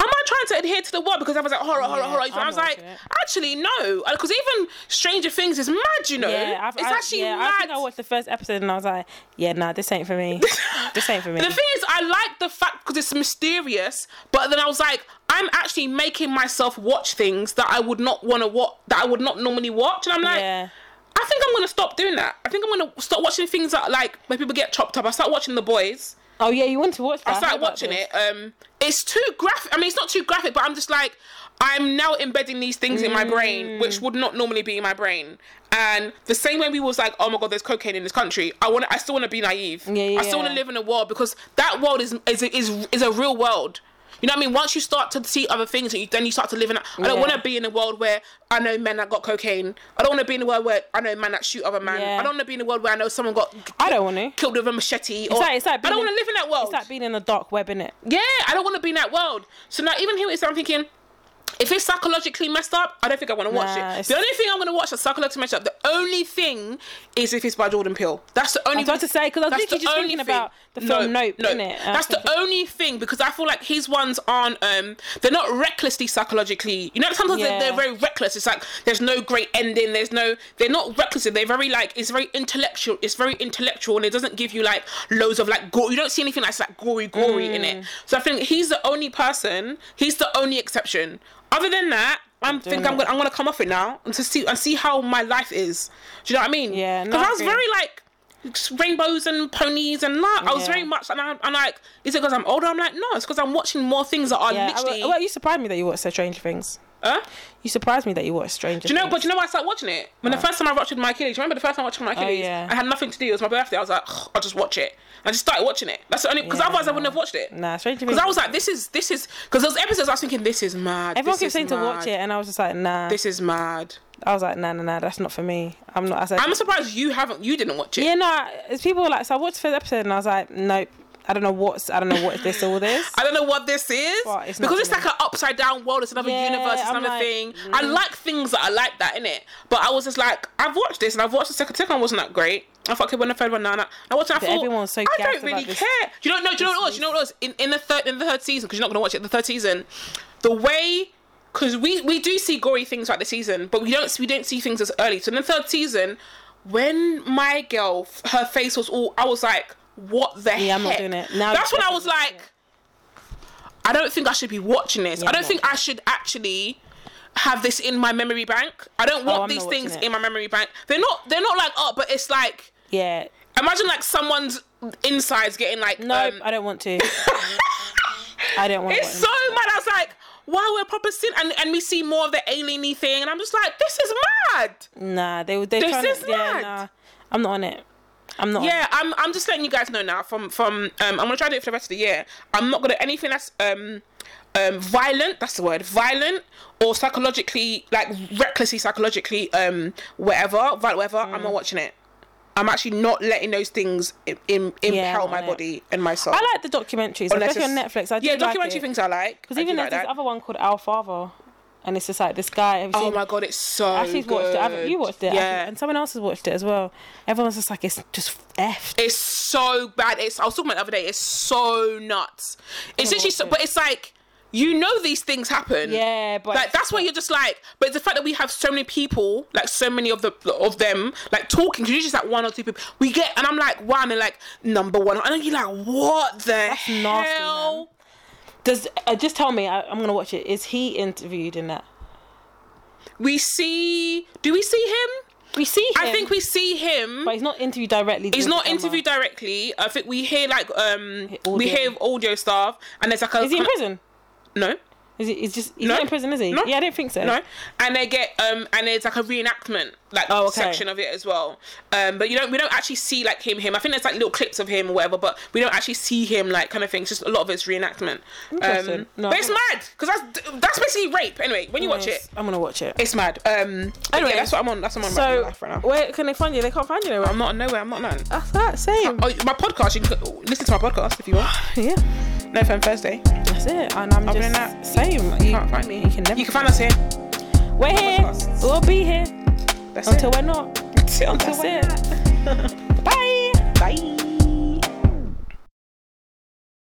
am I trying to adhere to the word? Because I was like horror, horror,
Yeah,
horror. I
I'm
was like,
watching it.
actually no, because even Stranger Things is mad. You know,
Yeah, I've,
it's
I,
actually
yeah,
mad.
I think I watched the first episode and I was like, yeah, nah, this ain't for me. this ain't for me.
The thing is, I like the fact because it's mysterious, but then I was like, I'm actually making myself watch things that I would not want to watch, that I would not normally watch, and I'm like,
yeah.
I think I'm gonna stop doing that. I think I'm gonna stop watching things that like when people get chopped up. I start watching The Boys.
Oh yeah, you want to watch? That.
I started watching it. Um, it's too graphic. I mean, it's not too graphic, but I'm just like, I'm now embedding these things in my brain,
Mm.
which would not normally be in my brain. And the same way we was like, oh my god, there's cocaine in this country. I want, I still want to be naive.
Yeah,
I still want
yeah.
to live in a world because that world is is is is a real world. You know what I mean? Once you start to see other things, and you, then you start to live in. that- I don't
Yeah.
want to be in a world where I know men that got cocaine. I don't want to be in a world where I know men that shoot other men.
Yeah.
I don't want to be in a world where I know someone got
I don't want to.
killed with a machete. Or,
like- it's like
I don't
being
want to
in-
live in that world.
It's like being in the dark web, innit?
Yeah, I don't want to be in that world. So now, even here, it's I'm thinking, if it's psychologically messed up, I don't think I want to watch
Nah,
it.
it's-
The only thing I'm going to watch that's psychologically messed up, the only thing is if it's by Jordan Peele. That's the only.
was about to say, 'cause I was
that's
literally
the
just
only
thinking about the film Nope, innit? And I
That's
was
the only thing because I feel like his ones aren't. Um, they're not recklessly psychologically. You know, sometimes
Yeah.
they're, they're very reckless. It's like there's no great ending. There's no. They're not reckless. They're very like. It's very intellectual. It's very intellectual, and it doesn't give you like loads of like gore. You don't see anything that's like gory, gory in
Mm.
it. So I think he's the only person. He's the only exception. Other than that. I'm think I'm
it.
gonna I'm gonna come off it now and to see and see how my life is. Do you know what I mean?
Yeah, no,
Because
I
I was
agree.
very like just rainbows and ponies and that. I was
Yeah.
very much and I, I'm like, is it because I'm older? I'm like, no, it's because I'm watching more things that are
Yeah. I-
literally.
well, you surprised me that you watched so Stranger Things.
huh?
You surprised me that you watched Stranger.
Do you know?
Things.
But do you know why I started watching it? When the first time I watched with my Achilles, do you remember the first time I watched with my Achilles?
Oh, yeah.
I had nothing to do. It was my birthday. I was like, "Ugh, I'll just watch it. I just started watching it. That's the only because
Yeah.
otherwise I wouldn't have watched it.
Nah, Stranger Things.
Because I was like, this is this is because those episodes I was thinking, this is mad.
everyone
this
keeps
is
saying to watch
mad,
it, and I was just like, nah.
This is mad.
I was like, nah, nah, nah. That's not for me. I'm not. I said,
I'm surprised you haven't. You didn't watch it.
yeah, no. I- It's people were like, so I watched the first episode, and I was like, nope. I don't know what's. I don't know what's this all this.
I don't know what this is
But it's not
because it's
for
like
me.
an upside down world. It's another
Yeah,
universe. It's
I'm
another
like, mm.
thing. I like things that I like that in it. But I was just like, I've watched this and I've watched the second. Second one wasn't that great. I thought, okay, when the third one, now, nah. I watched. it, I thought,
everyone was so
I
gassed
don't really
about this-
care. Do you know? No, do you know what it was? Do you know what it was? In, in the third, in the third season, because you're not gonna watch it. The third season, the way. Because we, we do see gory things throughout the season, but we don't we don't see things as early. So in the third season, when my girl f- her face was all, I was like, what the
Yeah, I'm not
heck?
doing it. Now-
That's when I was like, I don't think I should be watching this. I
I'm
don't
not.
think I should actually have this in my memory bank. I don't want
Oh, I'm
these
not
things
watching it.
in my memory bank. They're not they're not like oh, but it's like
Yeah.
imagine like someone's insides getting like
No,
um,
I don't want to. I don't want.
it's
one.
so mad. I was like, wow, we're proper sin and, and we see more of the alieny thing and I'm just like, this is mad.
Nah, they were. They
This
trying
is
to, yeah,
mad.
nah. I'm not on it. I'm not.
Yeah, I'm I'm just letting you guys know now from from um I'm gonna try to do it for the rest of the year. I'm not gonna anything that's um um violent, that's the word, violent or psychologically like recklessly psychologically um whatever, violent whatever, I'm
Mm.
not watching it. I'm actually not letting those things Im- im-
I'm
impel
not
my
on it.
body and my soul.
On it. I like the documentaries,
Unless
especially on
it's-
Netflix. I do
yeah,
like
documentary
it.
things I like.
Because even
I do
there's
like
this
that.
other one called Our Father, and it's just like this guy. Have you
Oh
seen?
my god, it's so
Ashley's
good.
watched it. I haven't- you watched it.
Yeah.
Yeah. And someone else has watched it as well. Everyone's just like, it's just effed.
It's so bad. It's I was talking about it the other day. It's so nuts. It's literally, so,
watch it.
but it's like you know these things happen.
Yeah, but
like
it's-
that's where you're just like. But it's the fact that we have so many people, like so many of the of them, like talking. Cause you just like one or two people. We get, and I'm like one, and like number one, and then you're like, what the
nasty,
hell?
Does uh, just tell me? I, I'm gonna watch it. Is he interviewed in that?
we see. Do we see him?
We see him.
I think we see him.
But he's not interviewed directly.
He's not interviewed directly. I think we hear like um we
Audio.
hear audio stuff, and there's like a
Is he in prison?
no.
Is he? He's just. He's
No.
not in prison, is he?
No.
Yeah, I don't think so.
No, and they get um, and it's like a reenactment like
Oh, okay.
section of it as well. Um, but you don't we don't actually see like him him. I think there's like little clips of him or whatever, but we don't actually see him like kind of thing. It's just a lot of it's reenactment. Um,
Interesting. No,
but
I
it's
haven't-
mad because that's that's basically rape. Anyway, when you watch
Yes,
it,
I'm gonna watch it.
it's mad. Um, anyway,
Anyway,
that's what I'm on. That's what I'm on so, my
so
life right now.
where can they find you? They can't find you nowhere.
I'm not nowhere. I'm not known.
That's that same.
Oh, my podcast. You can listen to my podcast if you want.
Yeah,
No FM Thursday.
that's it. And I'm
Other than
just
that,
same. You
Can't find me.
You can never.
You can find us here.
We're here.
podcasts.
We'll be here
That's
until
it.
we're not.
Until
That's
we're
it.
not.